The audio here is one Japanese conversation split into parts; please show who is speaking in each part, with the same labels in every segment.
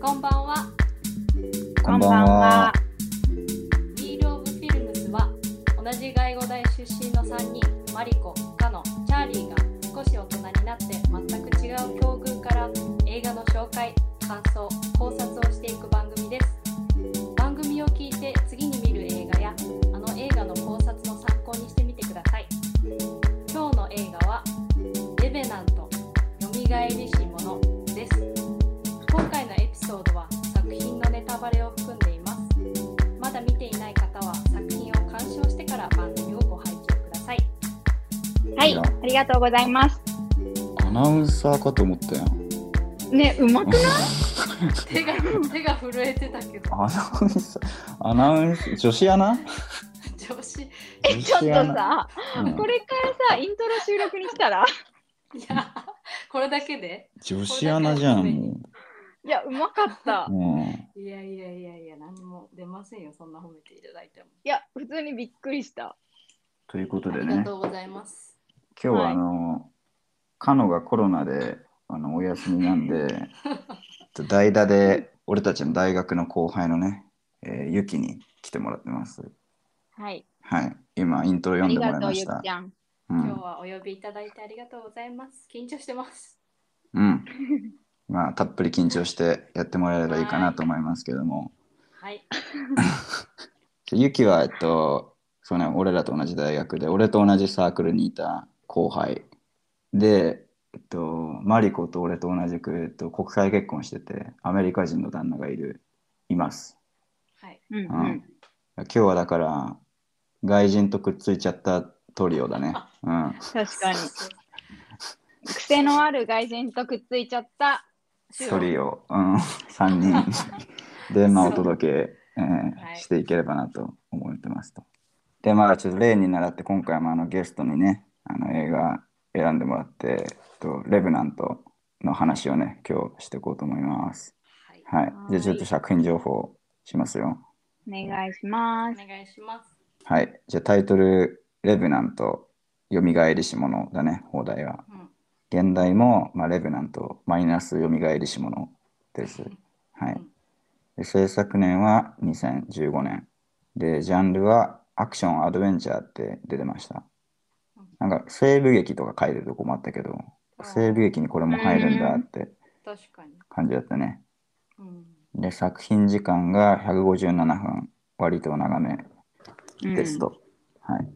Speaker 1: こんばんは。
Speaker 2: こんばんは。
Speaker 1: リールオブフィルムスは同じ外語大出身の3人マリコ、カノ、チャーリーが少し大人になって全く違う境遇から映画の紹介、感想、考察をしていく番組です番組を聞いて次に見る映画やあの映画の考察の参考にしてみてください今日の映画は「レベナントよみがえりし者」です今回のエピソードは作品のネタバレを含んでいますまだ見ていない方は作品を鑑賞してから番組をご拝聴ください。
Speaker 2: い
Speaker 3: い、
Speaker 2: や
Speaker 3: ありがとうございます。
Speaker 2: アナウンサーかと思ったやん。
Speaker 3: ね、うまくない
Speaker 1: 手が 手が震えてたけど、
Speaker 2: アナウンサー、アナウンス、女子アナ
Speaker 1: 女子い
Speaker 3: え、ちょっとさ、
Speaker 2: うん
Speaker 3: これからさ、イントロ収録にしたら、
Speaker 1: やこれだけで
Speaker 2: 女子アナじゃん、も
Speaker 3: いや、うまかった
Speaker 2: う。。うん
Speaker 1: いやいやいやいや何も出ませんよそんな褒めていただいても。
Speaker 3: いや、普通にびっくりした。
Speaker 2: ということ
Speaker 1: あ
Speaker 2: で
Speaker 1: りが
Speaker 2: ね、
Speaker 1: とうございます。
Speaker 2: 今日
Speaker 3: は
Speaker 2: はいあの、カノがコロナであのお休みなんで、代打で俺たちの大学の後輩のね、えーユキに来てもらってます。
Speaker 3: はい。
Speaker 2: はい、今イントロ
Speaker 3: あ
Speaker 2: 読ん
Speaker 3: り
Speaker 2: でもら
Speaker 3: が
Speaker 2: いま
Speaker 3: とう、ゆ
Speaker 2: し
Speaker 3: き
Speaker 2: た
Speaker 3: ち。ゃん。
Speaker 2: う
Speaker 1: 今日
Speaker 2: ん、
Speaker 1: はお呼びいただいてありがとうございます。緊張してます。
Speaker 2: うん。まあ、たっぷり緊張してやってもらえればいいかなと思いますけども。
Speaker 1: はい。
Speaker 2: ゆきは、えっと、そうね、俺らと同じ大学で、俺と同じサークルにいた後輩で、えっと、マリコと俺と同じく、えっと、国際結婚してて、アメリカ人の旦那がいる、います。
Speaker 1: はい。
Speaker 3: うん
Speaker 2: う
Speaker 3: うん
Speaker 2: ん。今日はだから、外人とくっついちゃったトリオだね。うん。
Speaker 3: 確かに。癖のある外人とくっついちゃった。
Speaker 2: トリオ、うん、3人で、まあ、お届け、えー
Speaker 1: はい
Speaker 2: していければなと思ってますと。で、まあ、ちょっと例に習って、今回もあのゲストにね、あの映画選んでもらって、えっと、レブナントの話をね、今日していこうと思います。
Speaker 1: はい。
Speaker 2: はい。じゃあ、ちょっ
Speaker 3: は
Speaker 2: と
Speaker 3: い
Speaker 2: 作品情報しますよ。
Speaker 3: お願いしま
Speaker 1: お
Speaker 3: す。
Speaker 1: 願いします。
Speaker 2: はい。じゃあ、タイトル、レブナント、よみがえりし者だね、放題は。
Speaker 1: うん。
Speaker 2: 現代も、まあ、レブナント、マイナスよみがえりし者です。はい。で制作年は2015年。で、ジャンルはアクション、アドベンチャーって出てました
Speaker 1: うん。
Speaker 2: なんか西部劇とか書いてるとこもあったけど、西部劇にこれも入るんだって
Speaker 1: 確かに。
Speaker 2: 感じだったね。
Speaker 1: うん。
Speaker 2: で、作品時間が157分、割と長めですと。はい。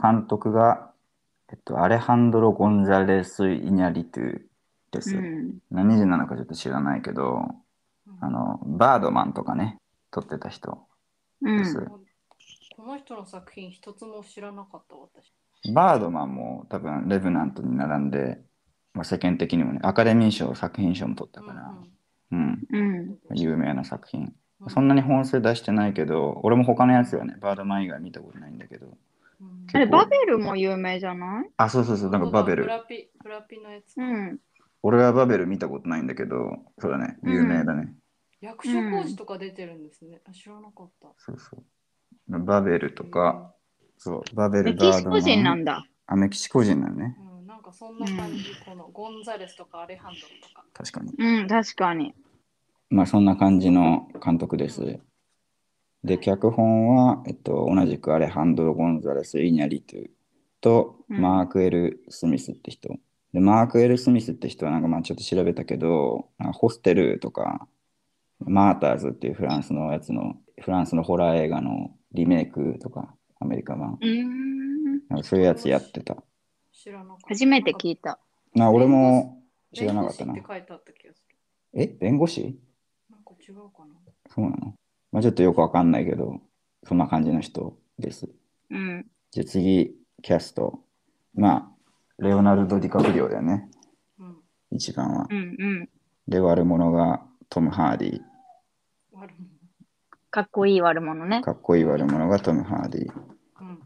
Speaker 2: 監督が、えっと、アレハンドロ・ゴンザレス・イニャリトゥです。
Speaker 3: うん。
Speaker 2: 何人なのかちょっと知らないけど、
Speaker 1: うん
Speaker 2: あの、バードマンとかね、撮ってた人
Speaker 3: うん。う
Speaker 2: です。
Speaker 3: ん
Speaker 1: この人の作品一つも知らなかった私。
Speaker 2: バードマンも多分レブナントに並んで、まあ、世間的にもねアカデミー賞作品賞も取ったから、うん
Speaker 3: うん。
Speaker 2: 有名な作品
Speaker 1: う
Speaker 2: そんなに本数出してないけど俺も他のやつはねバードマン以外見たことないんだけど
Speaker 1: うん
Speaker 3: あれ、バベルも有名じゃない
Speaker 2: あそうそうそうなんかバベ
Speaker 1: ブ
Speaker 2: ル
Speaker 1: ラピブラピのやつ
Speaker 3: う。ん。
Speaker 2: 俺はバベル見たことないんだけどそうだね有名だね、
Speaker 1: 役所広司とか出てるんですね。あ知らなかった。
Speaker 2: そうそうバベルとか、そうバベル
Speaker 3: メキ
Speaker 2: バ
Speaker 3: シ
Speaker 2: ード
Speaker 3: コ
Speaker 2: マ
Speaker 3: 人な
Speaker 2: ン
Speaker 3: んだ。
Speaker 2: あメキシコ人なのね
Speaker 1: うん。うん、なんかそんな感じ、このゴンザレスとかアレハンドロとか。
Speaker 2: 確かに
Speaker 3: うん、確かに。
Speaker 2: まあそんな感じの監督です。で、脚本は、えっと、同じくアレハンドロ・ゴンザレス・イニャリトゥと
Speaker 3: うん
Speaker 2: マーク・エル・スミスって人。で、マーク・エル・スミスって人はなんかまあちょっと調べたけど、なんかホステルとか、マーターズっていうフランスのやつの、フランスのホラー映画のリメイクとか、アメリカ版、
Speaker 3: うーん。
Speaker 2: なんかそういうやつやってた。
Speaker 1: 知らなかった。
Speaker 3: 初めて聞いた。
Speaker 2: な俺も知らなかったな
Speaker 1: 弁。護士って書いてあった気がする。
Speaker 2: え、弁護士
Speaker 1: なんか違うかな。
Speaker 2: そうなのまあちょっとよくわかんないけど、そんな感じの人です。
Speaker 3: うん。
Speaker 2: じゃあ次、キャスト。まあ、レオナルド・ディカプリオだよね、
Speaker 1: うん。
Speaker 2: 一番は
Speaker 3: う。んうん。
Speaker 2: で、悪者がトム・ハーディ。
Speaker 1: 悪
Speaker 3: かっこいい悪者ね。
Speaker 2: かっこいい悪者がトム・ハーディ。
Speaker 1: 者。うん。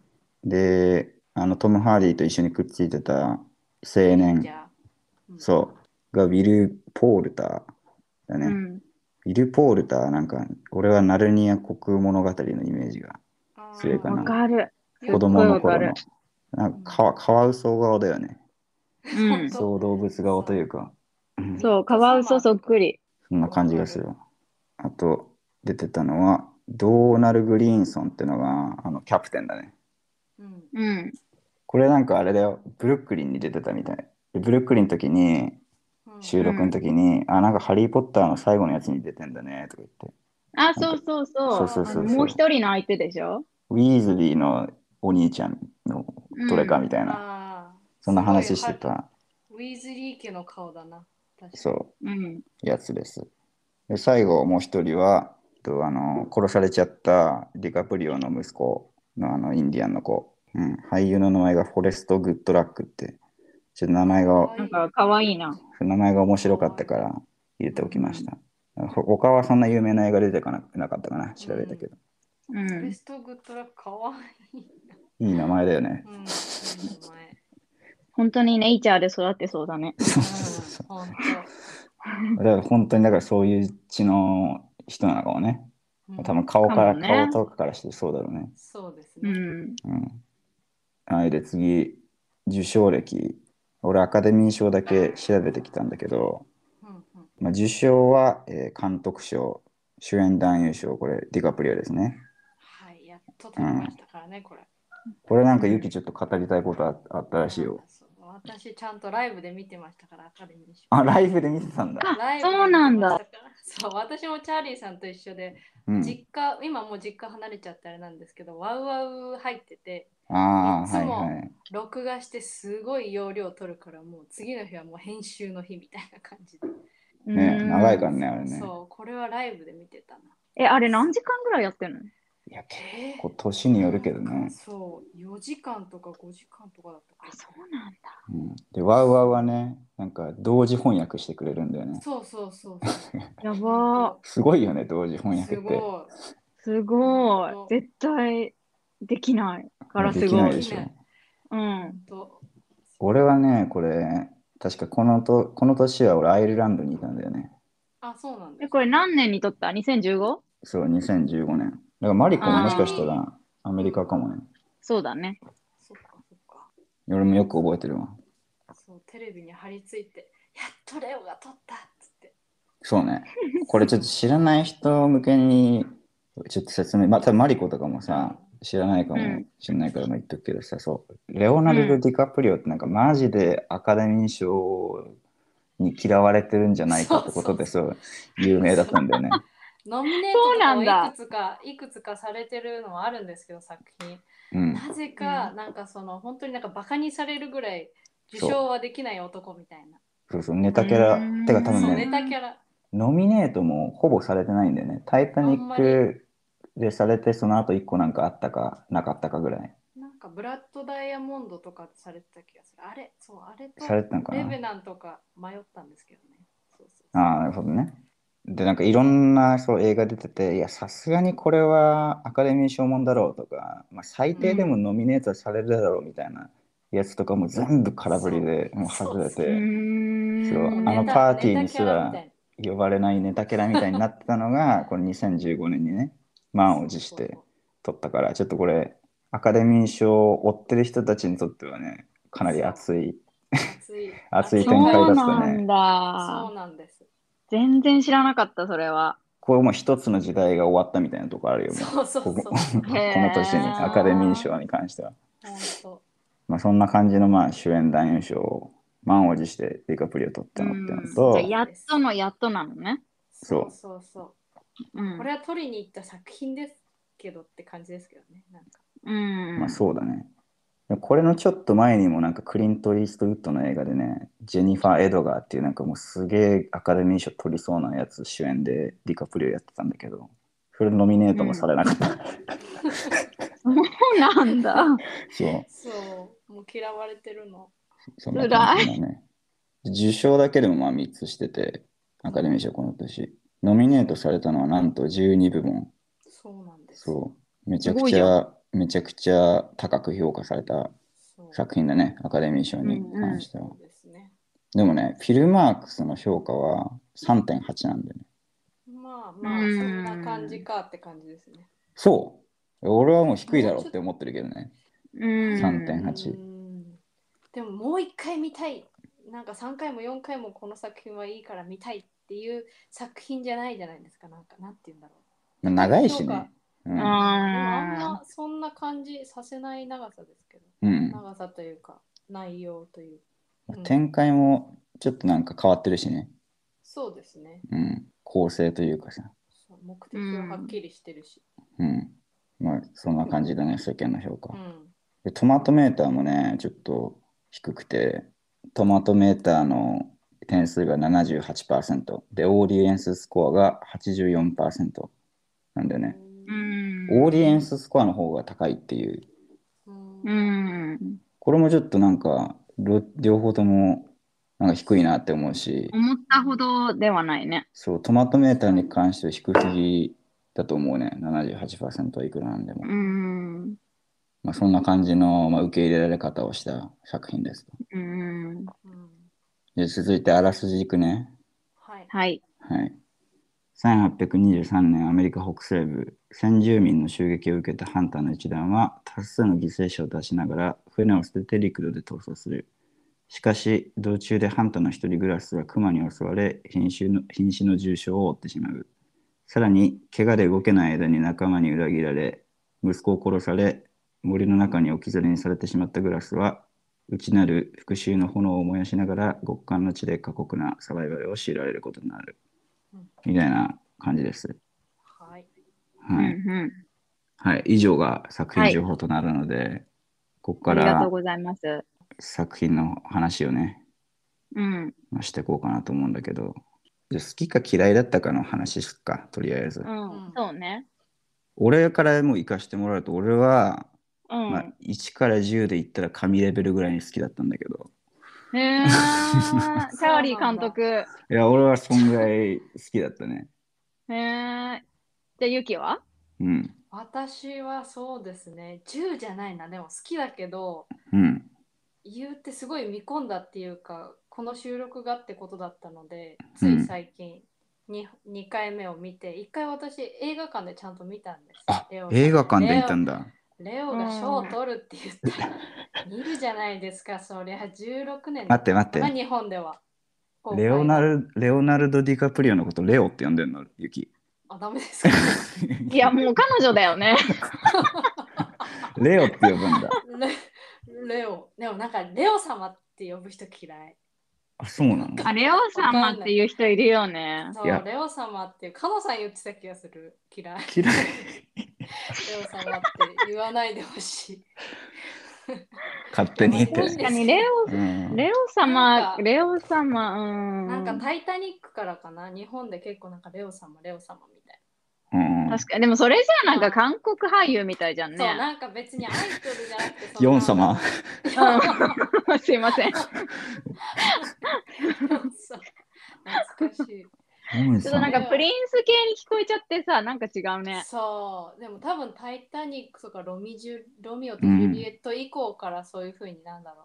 Speaker 2: で、あのトム・ハーディと一緒にくっついてた青
Speaker 1: じ
Speaker 2: 年、
Speaker 1: ゃあ。うん
Speaker 2: そう、がウィル・ポールターだね。
Speaker 3: うん。
Speaker 2: ウィル・ポールター、なんか、俺はナルニア国物語のイメージが
Speaker 1: あー
Speaker 2: 強いかな
Speaker 3: わかる。
Speaker 2: 子供の頃
Speaker 3: よ
Speaker 2: の。なんかカワカワウソ顔だよね。
Speaker 3: うん、
Speaker 1: そう
Speaker 2: そう動物顔というか、うん
Speaker 3: そう、カワウソそっくり。
Speaker 2: そんな感じがする。あと、出てたのは、ドーナル・グリーンソンってのが、あの、キャプテンだね。
Speaker 1: うん。
Speaker 3: うん。
Speaker 2: これなんかあれだよ、ブルックリンに出てたみたい。でブルックリンの時に、
Speaker 1: うん
Speaker 2: 収録の時に、あ、なんかハリー・ポッターの最後のやつに出てんだね、とか言って。
Speaker 3: あ、そうそうそ。
Speaker 2: そううそうそう
Speaker 3: あ
Speaker 2: そう
Speaker 3: のもう一人の相手でしょ
Speaker 2: ウィーズリーのお兄ちゃんのどれかみたいな、
Speaker 1: あー
Speaker 2: そんな話して。た、
Speaker 1: すごいはウィズリー家の顔だな。確かに
Speaker 2: そ
Speaker 3: うん。
Speaker 2: う、やつです。で最後、もう一人は、えっとあの殺されちゃったディカプリオの息子のあのインディアンの子、うん、俳優の名前がフォレスト・グッドラックって、ちょっと名前が、
Speaker 3: なんか可愛いな。
Speaker 2: 名前が面白かったから入れておきました。ほ他はそんな有名な映画出てかななかったかな、調べたけど。
Speaker 3: う
Speaker 1: ウエ
Speaker 3: ん。
Speaker 1: ストグッドラックかわいい。
Speaker 2: いい名前だよね。
Speaker 1: うん。いい名前。
Speaker 3: 本当にネイチャーで育ってそうだね。
Speaker 2: そうそうそう。
Speaker 1: うん。本
Speaker 2: だから本当にだからそういう血の人なのかもね。
Speaker 1: 当うん
Speaker 2: 多分顔から、
Speaker 3: かもね
Speaker 2: 顔とかからしてそうだろうね。
Speaker 1: そうです
Speaker 3: う
Speaker 1: ね。
Speaker 3: ん。
Speaker 2: うん。はい、で次、受賞歴。俺アカデミー賞だけ調べてきたんだけど、
Speaker 1: うんうん
Speaker 2: まあ、受賞は、えー監督賞、主演男優賞、これディカプリオですね。
Speaker 1: はい、やっと取りましたからね、これ。
Speaker 2: これなんかユキちょっと語りたいことああったらしいよ。
Speaker 1: そう。私、ちゃんとライブで見てましたから、アカデミー賞。
Speaker 2: あ、ライブで見てたんだ。
Speaker 1: ライブで見てましたから
Speaker 3: そうなんだ。
Speaker 1: そう、私もチャーリーさんと一緒で、
Speaker 2: うん。
Speaker 1: 実家、今もう実家離れちゃったあれなんですけど、ワウワウ入ってて、
Speaker 2: ああ、
Speaker 1: いつ
Speaker 2: はい
Speaker 1: も
Speaker 2: はい。
Speaker 1: 録画してすごい容量取るから、もう次の日はもう編集の日みたいな感じで。
Speaker 2: ね
Speaker 3: うん
Speaker 2: 長いからね、あれね。
Speaker 1: そう、これはライブで見てたな。
Speaker 3: え、あれ何時間ぐらいやってんの
Speaker 2: いや、結
Speaker 1: え
Speaker 2: 構年によるけどね。
Speaker 1: そう、4時間とか5時間とかだったか
Speaker 3: あ、
Speaker 1: ら
Speaker 3: そうなんだ。
Speaker 2: うんで、ワウワウはね、なんか同時翻訳してくれるんだよね。
Speaker 1: そうそうそう
Speaker 3: やばー
Speaker 1: そ
Speaker 2: すごいよね、同時翻
Speaker 1: う。
Speaker 2: 訳
Speaker 1: す
Speaker 2: っ
Speaker 1: ごい
Speaker 2: て。。
Speaker 3: すごい。絶対できないからす
Speaker 2: でき
Speaker 3: ご。
Speaker 2: ないいでしょ
Speaker 1: ね。
Speaker 3: うん。
Speaker 1: と
Speaker 2: 俺はね、これ、確かこのとこの年は俺アイルランドにいたんだよね。
Speaker 1: あ、そうなんだ
Speaker 3: え、。これ何年に撮った ?2015?
Speaker 2: そう、2015年。だからマリコももしかしたらアメリカかもね。
Speaker 3: そうだね。
Speaker 1: そっかそっか。
Speaker 2: 俺もよく覚えてるわ。
Speaker 1: そう、テレビに張り付いて、やっとレオが撮ったっつって。
Speaker 2: そうね。これちょっと知らない人向けに、ちょっと説明、まあ、多分マリコとかもさ、知らないか
Speaker 3: う
Speaker 2: も
Speaker 3: ん
Speaker 2: しれないからも言っとくけどさ、そう、レオナルド・ディカプリオってなんかマジでアカデミー賞に嫌われてるんじゃないかってことで、そう、有名だったんだよね。
Speaker 1: ノミネー
Speaker 3: そうなんだ
Speaker 1: トもいくつか、いくつかされてるのはあるんですけど、作品。
Speaker 2: うん。
Speaker 1: なぜか、
Speaker 3: う
Speaker 1: なんかその、本当になんかバカにされるぐらい、受賞はできない男みたいな。
Speaker 2: そうそう、ネタキャラ
Speaker 3: うーん、
Speaker 2: てか
Speaker 1: そ
Speaker 2: 多
Speaker 3: ん
Speaker 1: う、
Speaker 2: 分
Speaker 1: ネ
Speaker 2: ね、
Speaker 1: タキャラ。
Speaker 2: ノミネートもほぼされてないんだよね。タイタニ
Speaker 1: あん
Speaker 2: ッ
Speaker 1: ま
Speaker 2: クでされて、その後1個なんかあったか、なかったかぐらい。
Speaker 1: なんかブラッドダイヤモンドとかってされてた気がする。あれそう、あれと
Speaker 2: されてたのかな
Speaker 1: レベナンとか迷ったんですけどね。そうそうそう
Speaker 2: ああ、なるほどね。で、なんかいろんなそう映画出てて、いや、さすがにこれはアカデミー賞もんだろうとか、まあ、最低でもノミネートされるだろうみたいなやつとかも全部空振りでもう外れ
Speaker 3: う
Speaker 2: て、
Speaker 3: ーん。
Speaker 2: そう
Speaker 1: もう
Speaker 2: あの
Speaker 1: ネタ
Speaker 2: パーティーにす
Speaker 1: ネ
Speaker 2: ら
Speaker 1: タキャラみたいな
Speaker 2: 呼ばれないネタキャラみたいになってたのが、この2015年にね、満を持し
Speaker 1: そう
Speaker 2: て
Speaker 1: そう
Speaker 2: 撮ったから、ちょっとこれ、アカデミー賞を追ってる人たちにとってはね、かなり熱い。
Speaker 1: そう熱い
Speaker 2: 熱い
Speaker 1: 熱
Speaker 2: 展開だったね
Speaker 3: そうなん
Speaker 1: そう
Speaker 3: だ。
Speaker 1: なんです。
Speaker 3: 全然知らなかった、それは。
Speaker 2: これもう一つの時代が終わったみたいなとこあるよね。
Speaker 1: そうそうそう。
Speaker 2: ここ
Speaker 1: 本
Speaker 2: この年にアカデミー賞に関しては。
Speaker 1: 当
Speaker 2: まあ、そんな感じのまあ主演男優賞を満を持してディカプリオ取ったのってのと、
Speaker 3: うんじゃあやっとのやっとなのね。
Speaker 2: そう
Speaker 1: そうそうそうう。
Speaker 3: ん
Speaker 1: こ。れは取りに行った作品ですけどって感じですけどね。なんか
Speaker 3: うん
Speaker 2: まあ、そうだね。これのちょっと前にもなんかクリント・イーストウッドの映画でね、ジェニファー・エドガーっていうなんかもうすげえアカデミー賞取りそうなやつ主演でディカプリオやってたんだけど、それノミネートもされなかった。
Speaker 3: そうなんだ。
Speaker 2: そう、
Speaker 1: そう、もう嫌われてるの。
Speaker 2: そんな感じだね。受賞だけでもまあ3つしてて、アカデミー賞この年。ノミネートされたのはなんと12部門。
Speaker 1: そうなんです。
Speaker 2: そう。めちゃ
Speaker 3: す
Speaker 2: く
Speaker 3: ごい
Speaker 2: ち
Speaker 3: じゃ
Speaker 2: ゃ、めちゃくちゃ高く評価された
Speaker 1: そう
Speaker 2: 作品だね、アカデミー賞に
Speaker 3: うんうん
Speaker 2: 関しては。
Speaker 1: そうですね。
Speaker 2: でもね、フィルマークスの評価は3.8なんだよね。
Speaker 1: まあまあ、そ
Speaker 3: うん
Speaker 1: んな感じかって感じですね。
Speaker 2: そう俺はもう低いだろうって思ってるけどね。
Speaker 3: うん。
Speaker 2: 3.8
Speaker 1: うんでももう一回見たいなんか3回も4回もこの作品はいいから見たいっていう作品じゃないじゃないですかなんかなんて言うんだろ
Speaker 2: まあ長いし
Speaker 1: そうか
Speaker 2: ね。うん。
Speaker 1: うでもあん
Speaker 3: あ
Speaker 1: なそんな感じさせない長さですけど
Speaker 2: うん、
Speaker 1: 長さというか内容といううん
Speaker 2: 展開もちょっとなんか変わってるしね。
Speaker 1: そうですね
Speaker 2: うん。構成というかさ。
Speaker 1: そう目的ははっきりしてるし、
Speaker 2: うん。まあ、そんな感じだね、世間の評価。
Speaker 1: うん
Speaker 2: で、トマトメーターもね、ちょっと低くて、トマトメーターの点数が78%、で、オーディエンススコアが84%なんだよね。
Speaker 3: ー。うん。
Speaker 2: オーディエンススコアの方が高いっていう、
Speaker 1: うん
Speaker 3: うん。
Speaker 2: これもちょっとなんか、ろ両方ともなんか低いなって思うし、
Speaker 3: 思ったほどではないね。
Speaker 2: そう、トマトメーターに関しては低すぎだと思うね、78%いくらなんでも
Speaker 3: う。ん。
Speaker 2: まあ、そんな感じの、まあ、受け入れられ方をした作品です。
Speaker 3: うん。
Speaker 1: うん
Speaker 2: で続いて、あらすじいくね。
Speaker 1: はい
Speaker 3: はい。
Speaker 2: はい。1823年アメリカ北西部、先住民の襲撃を受けたハンターの一団は多数の犠牲者を出しながら船を捨てて陸路で逃走する。しかし、道中でハンターの一人グラスは熊に襲われ、瀕死の瀕死の重傷を負ってしまう。さらに、怪我で動けない間に仲間に裏切られ、息子を殺され、森の中に置き去りにされてしまったグラスは、内なる復讐の炎を燃やしながら、極寒の地で過酷なサバイバルを強いられることになる。みたいな感じです。
Speaker 1: はい
Speaker 3: うん
Speaker 2: はい。
Speaker 3: うん。
Speaker 2: はい、以上が作品情報となるので、ここ
Speaker 3: あ
Speaker 2: か
Speaker 3: りがと
Speaker 2: ら
Speaker 3: うございます。
Speaker 2: 作品の話をね、
Speaker 3: うん。
Speaker 2: まあしていこうかなと思うんだけど、じゃあ好きか嫌いだったかの話すっか、とりあえず。
Speaker 3: うん。そうね。
Speaker 2: 俺からもう行かしてもらうと、俺は、
Speaker 3: う
Speaker 2: まあ
Speaker 3: ん。、
Speaker 2: 1から10で言ったら神レベルぐらいに好きだったんだけど、
Speaker 3: へ え。チャーリー監督。
Speaker 2: いや、俺はそんぐらい好きだったね。
Speaker 3: へえ。じゃあ、ゆき は
Speaker 2: うん。
Speaker 1: 私はそうですね10じゃないなでも好きだけど
Speaker 2: うん。
Speaker 1: 言うてすごい見込んだっていうかこの収録がってことだったので
Speaker 2: う
Speaker 1: つ
Speaker 2: ん
Speaker 1: い最近 2, 2回目を見て1回私映画館でちゃんと見たんです
Speaker 2: あ
Speaker 1: レオ、が
Speaker 2: 映画館で見たんだ。
Speaker 1: レオレオが賞を取るって 言ったら見るじゃないですかそりゃ16年
Speaker 2: 待って待って
Speaker 1: まあ。日本では公開
Speaker 2: レオナルレオナルド・ディカプリオのことレオって呼んでんのユキ。
Speaker 1: あダメですか
Speaker 3: いや、もう彼女だよね。
Speaker 2: レオって呼ぶんだ。
Speaker 1: レレオでもなんかレオ様って呼ぶ人嫌い
Speaker 2: あ、そうなの
Speaker 3: あ、レオ様っていう人いるよね。
Speaker 1: そ
Speaker 2: いうや
Speaker 1: レオ様っていうカノさん言ってた気がする嫌い
Speaker 2: 嫌い。
Speaker 1: レオ様って言わないでほしい。
Speaker 2: 勝手にっ
Speaker 1: そうなん
Speaker 3: 確
Speaker 2: て。
Speaker 1: だ
Speaker 3: かに、レ
Speaker 2: う
Speaker 3: オ、
Speaker 2: ん、
Speaker 3: レオ
Speaker 1: なん
Speaker 3: 様
Speaker 1: か、
Speaker 3: レオ様、うん。
Speaker 1: なんか「タイタニック」からかな日本で結構なんかレオ様レオ様みたい
Speaker 2: うん、
Speaker 3: 確かに、でもそれじゃなんか韓国俳優みたいじゃん
Speaker 1: な、
Speaker 3: ね。
Speaker 1: そうなんか別にアイドルじゃなくてそんな
Speaker 2: ヨン様。
Speaker 3: うん すい ません。ちょ
Speaker 1: ヨン様懐かしい
Speaker 2: ヨン
Speaker 3: っとなん
Speaker 2: 様
Speaker 3: かプリンス系に聞こえちゃってさ、なんか違うね。
Speaker 1: そうでも多分「タイタニック」とかロミジュ「ロミオとジュリエット」以降からそういう風になんだろう、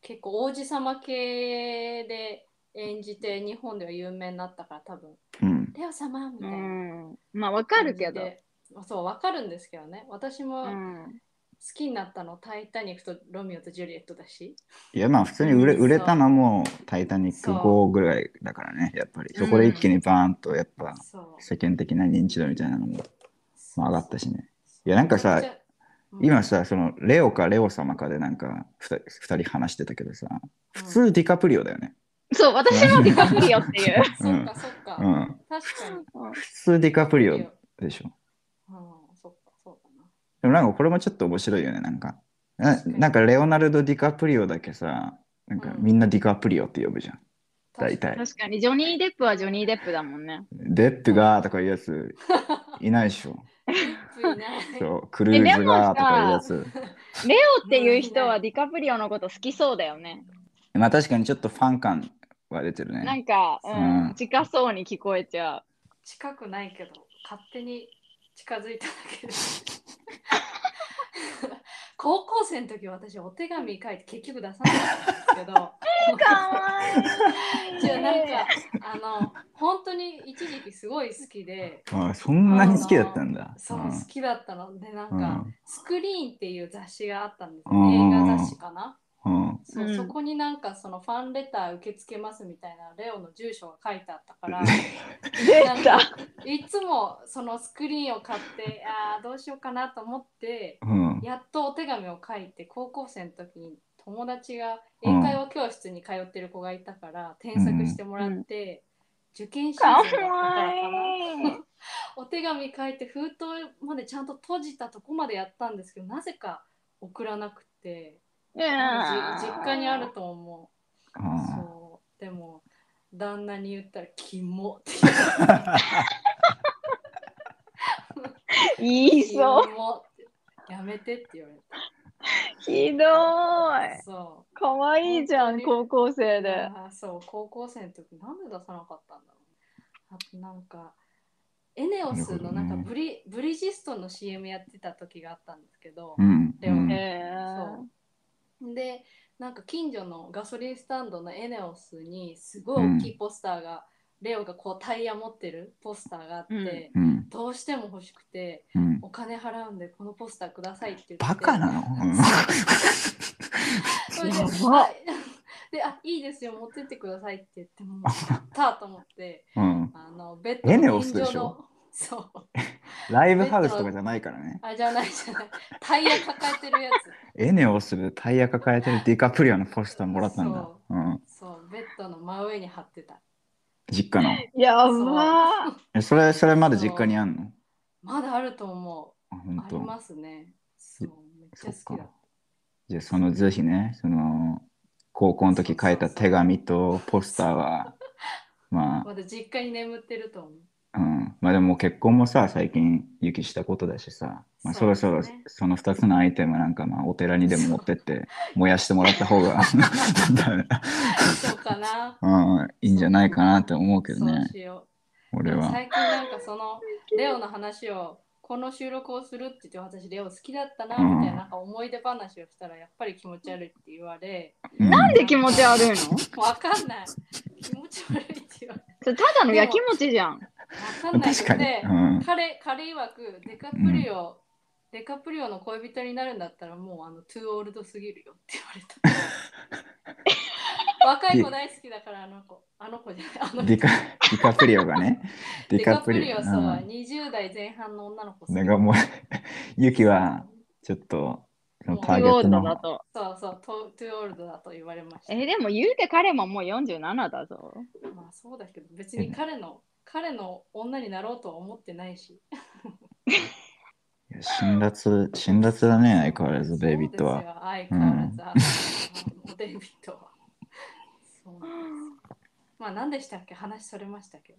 Speaker 1: 結構王子様系で演じて日本では有名になったから多分
Speaker 2: うん。
Speaker 1: レオ様みた
Speaker 3: う
Speaker 1: いな、
Speaker 3: ん。まあわかるけど。
Speaker 1: どそうわかるんですけどね私も、
Speaker 3: うん
Speaker 1: 好きになったの「タイタニック」と「ロミオとジュリエット」だし
Speaker 2: いや、まあ普通に売れ
Speaker 1: そう
Speaker 2: 売れたのもタイタニック号ぐらいだからね、やっぱり。
Speaker 3: うん
Speaker 2: そこで一気にバーンとやっぱ
Speaker 1: そう
Speaker 2: 世間的な認知度みたいなのも、まあ、上がったしね。いやなんかさ
Speaker 1: めっちゃうん
Speaker 2: 今さ、そのレオかレオ様かでなんか 2, 人話してたけどさ、普
Speaker 1: うん
Speaker 2: 通ディカプリオだよね。
Speaker 3: そう、私もディカプリオってい う。
Speaker 2: う
Speaker 1: そっ
Speaker 2: ん
Speaker 1: かそっか、
Speaker 2: うん。
Speaker 1: 確かに
Speaker 2: 普通ディカプリオ
Speaker 1: うん
Speaker 2: でしょ。
Speaker 1: そっかそうだな
Speaker 2: でもなんかこれもちょっと面白いよね、なんか。な
Speaker 1: 確かに
Speaker 2: なんかレオナルド・ディカプリオだけさ、なんか
Speaker 1: うん
Speaker 2: みんなディカプリオって呼ぶじゃん。大体。
Speaker 3: 確かに、ジョニー・デップはジョニー・デップだもんね。
Speaker 2: デップがーとかいうやついないでしょ。
Speaker 1: 確かにない
Speaker 2: そうクルーズがーとかいうやつ。
Speaker 3: レオっていう人はディカプリオのこと好きそうだよね。
Speaker 2: まあ確かにちょっとファン感は出てる
Speaker 3: な
Speaker 2: ね。
Speaker 3: んか、う
Speaker 2: うん
Speaker 3: ん、近そうに聞こえちゃ
Speaker 1: 近くないけど勝手に近づいただけで 高校生の時私お手紙書いて結局出さなかったんですけど
Speaker 3: い
Speaker 1: じゃあなんか あの本当に一時期すごい好きで
Speaker 2: あそんなに好きだったんだ。
Speaker 1: そう
Speaker 2: うん
Speaker 1: 好きだったのでなん
Speaker 2: う
Speaker 1: か
Speaker 2: ん
Speaker 1: 「スクリーン」っていう雑誌があったんです
Speaker 2: うん
Speaker 1: 映
Speaker 2: うんうん
Speaker 1: 画雑誌かな
Speaker 2: うん
Speaker 1: そう
Speaker 3: うん
Speaker 1: そこになんかそのファンレター受け付けますみたいなレオの住所が書いてあったから
Speaker 3: 出た。
Speaker 1: いつもそのスクリーンを買ってあーどうしようかなと思って
Speaker 2: うん
Speaker 1: やっとお手紙を書いて高校生の時に友達が英会話教室に通ってる子がいたから添削してもらって、受験シーズンだった
Speaker 3: か
Speaker 1: から
Speaker 3: わ
Speaker 1: かない
Speaker 3: い。
Speaker 1: お手紙書いて封筒までちゃんと閉じたとこまでやったんですけどなぜか送らなくて
Speaker 3: 実
Speaker 1: じ実家にある。と思
Speaker 2: う
Speaker 1: う、
Speaker 2: ん
Speaker 1: そうでも旦那に言ったら「キモ」って
Speaker 3: 言い
Speaker 1: キ
Speaker 3: そう。
Speaker 1: モってやめてって言われた
Speaker 3: ひどい。
Speaker 1: そう
Speaker 3: かわいいじゃん、高校生で。
Speaker 1: あーそう高校生の時なんで出さなかったんだろうあとなんかエネオスのなんか
Speaker 2: なるほどね
Speaker 1: ブリ,、ブリヂストンの CM やってた時があったんですけど
Speaker 2: う、ん
Speaker 1: でも
Speaker 2: うん
Speaker 3: え
Speaker 1: そうでなんか近所のガソリンスタンドのエネオスにすごい大きいポスターが、レオがこうタイヤ持ってるポスターがあって、
Speaker 3: うん
Speaker 2: うん
Speaker 1: どうしても欲しくて
Speaker 2: うん
Speaker 1: お金払うんでこのポスターくださいって言って
Speaker 2: バカなのうん
Speaker 1: それで
Speaker 3: やば
Speaker 1: あであいいですよ持ってってくださいって言ってもうやったーと思って
Speaker 2: うん
Speaker 1: あのベッ
Speaker 2: エ
Speaker 1: ド
Speaker 2: ネ
Speaker 1: の
Speaker 2: オ
Speaker 1: 天
Speaker 2: ス
Speaker 1: 井
Speaker 2: でし
Speaker 1: の
Speaker 2: ょ
Speaker 1: そう
Speaker 2: ライブハウスとかじゃないからね。
Speaker 1: あじゃないじゃないタイヤ抱えてるや
Speaker 2: エネオスでタイヤ抱えてるディカプリオのポスターもらったんだ
Speaker 1: そ。
Speaker 2: うん、
Speaker 1: つそうベッドの真上に貼ってた
Speaker 2: 実家の。
Speaker 3: やばー。
Speaker 2: えそれ、それまだ実家にあんの
Speaker 1: まだあると思
Speaker 2: あ
Speaker 1: う
Speaker 2: 本
Speaker 1: あり
Speaker 2: 当。
Speaker 1: ますねそうめっちゃ好きだ
Speaker 2: じゃあそのぜひね、その高校の時書いた手紙とポスター は、ま
Speaker 1: まだ実家に眠ってると思 う
Speaker 2: あ、うん、まあでも結婚もさ、最近ゆきしたことだしさ、まあ、そろそ
Speaker 1: そう
Speaker 2: ろ
Speaker 1: ですね
Speaker 2: その2つのアイテムなんかまあお寺にでも持ってって燃やしてもらった方が
Speaker 1: そうかな
Speaker 2: うん、いいんじゃないかなって思うけど
Speaker 1: そう
Speaker 2: ね、
Speaker 1: しよう
Speaker 2: 俺は。
Speaker 1: 最近なんかそのレオの話をこの収録をするって言って私レオ好きだったなみたいななんか思い出話をしたらやっぱり気持ち悪いって言われ
Speaker 2: うん
Speaker 3: なんで気持ち悪いのそ
Speaker 1: わかんない気持ち悪いって言われ
Speaker 3: れただのやきもちじゃん。
Speaker 1: わかんない
Speaker 2: 確かに。
Speaker 1: で
Speaker 2: うん
Speaker 1: 彼彼曰くデカプリオ、デカプリオの恋人になるんだったらもうあのトゥーオールドすぎるよって言われ た若い子大好きだからあの子あの子じゃないあの
Speaker 2: ディカディカプリオがね。 ディ
Speaker 1: デカ
Speaker 2: カ
Speaker 1: プ
Speaker 2: プ
Speaker 1: リ
Speaker 2: リ
Speaker 1: オ
Speaker 2: オ。
Speaker 1: さ、
Speaker 2: うん
Speaker 1: 20代前半の女の子好き
Speaker 2: なんかもう、ユキはちょっと、そのターゲ
Speaker 3: キーボ
Speaker 2: ッ
Speaker 3: ー
Speaker 2: ト
Speaker 3: ド
Speaker 2: の。
Speaker 3: だと。
Speaker 1: そうそうトゥトゥーオールドだと言われました
Speaker 3: え、でも言うて彼ももう47だぞ。
Speaker 1: まあそうだけど別に彼の彼の女になろうとは思ってないし
Speaker 2: いや辛辣、辛辣だね、相変わらず、ベイビット
Speaker 1: そうです
Speaker 2: は。
Speaker 1: よ。相変わらず、あのデイビットは。そうまあ何でしたっけ話それましたけど。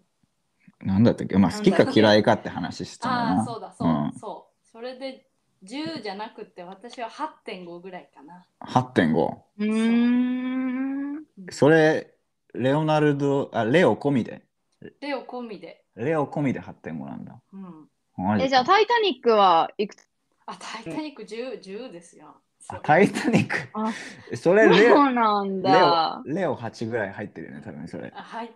Speaker 2: なんだったっけまあ、
Speaker 3: な
Speaker 2: 好
Speaker 3: んだ
Speaker 2: き
Speaker 3: っけ
Speaker 2: か嫌いかって話してたんだ
Speaker 1: ああ、
Speaker 2: な。
Speaker 1: そうだ、そう、
Speaker 2: うん
Speaker 1: そう。それで10じゃなくて私は8.5ぐらいかな。
Speaker 2: 8.5。
Speaker 3: うーん。
Speaker 2: それ、レオナルド、あ、レオ込みで。
Speaker 1: レオ込みで。
Speaker 2: レオ込みで8.5なんだ。
Speaker 1: うん。
Speaker 2: マジ
Speaker 3: え、じゃあ、タイタニックはいくつ
Speaker 1: あ、タイタニック10、10ですよ。そう
Speaker 2: あタイタニック。
Speaker 3: あ
Speaker 2: それレ
Speaker 3: そ
Speaker 2: オ、
Speaker 3: うなん
Speaker 2: レ
Speaker 3: だ
Speaker 2: オ、。レオ8ぐらい入ってるよね、多分そ れ。
Speaker 1: あ、入って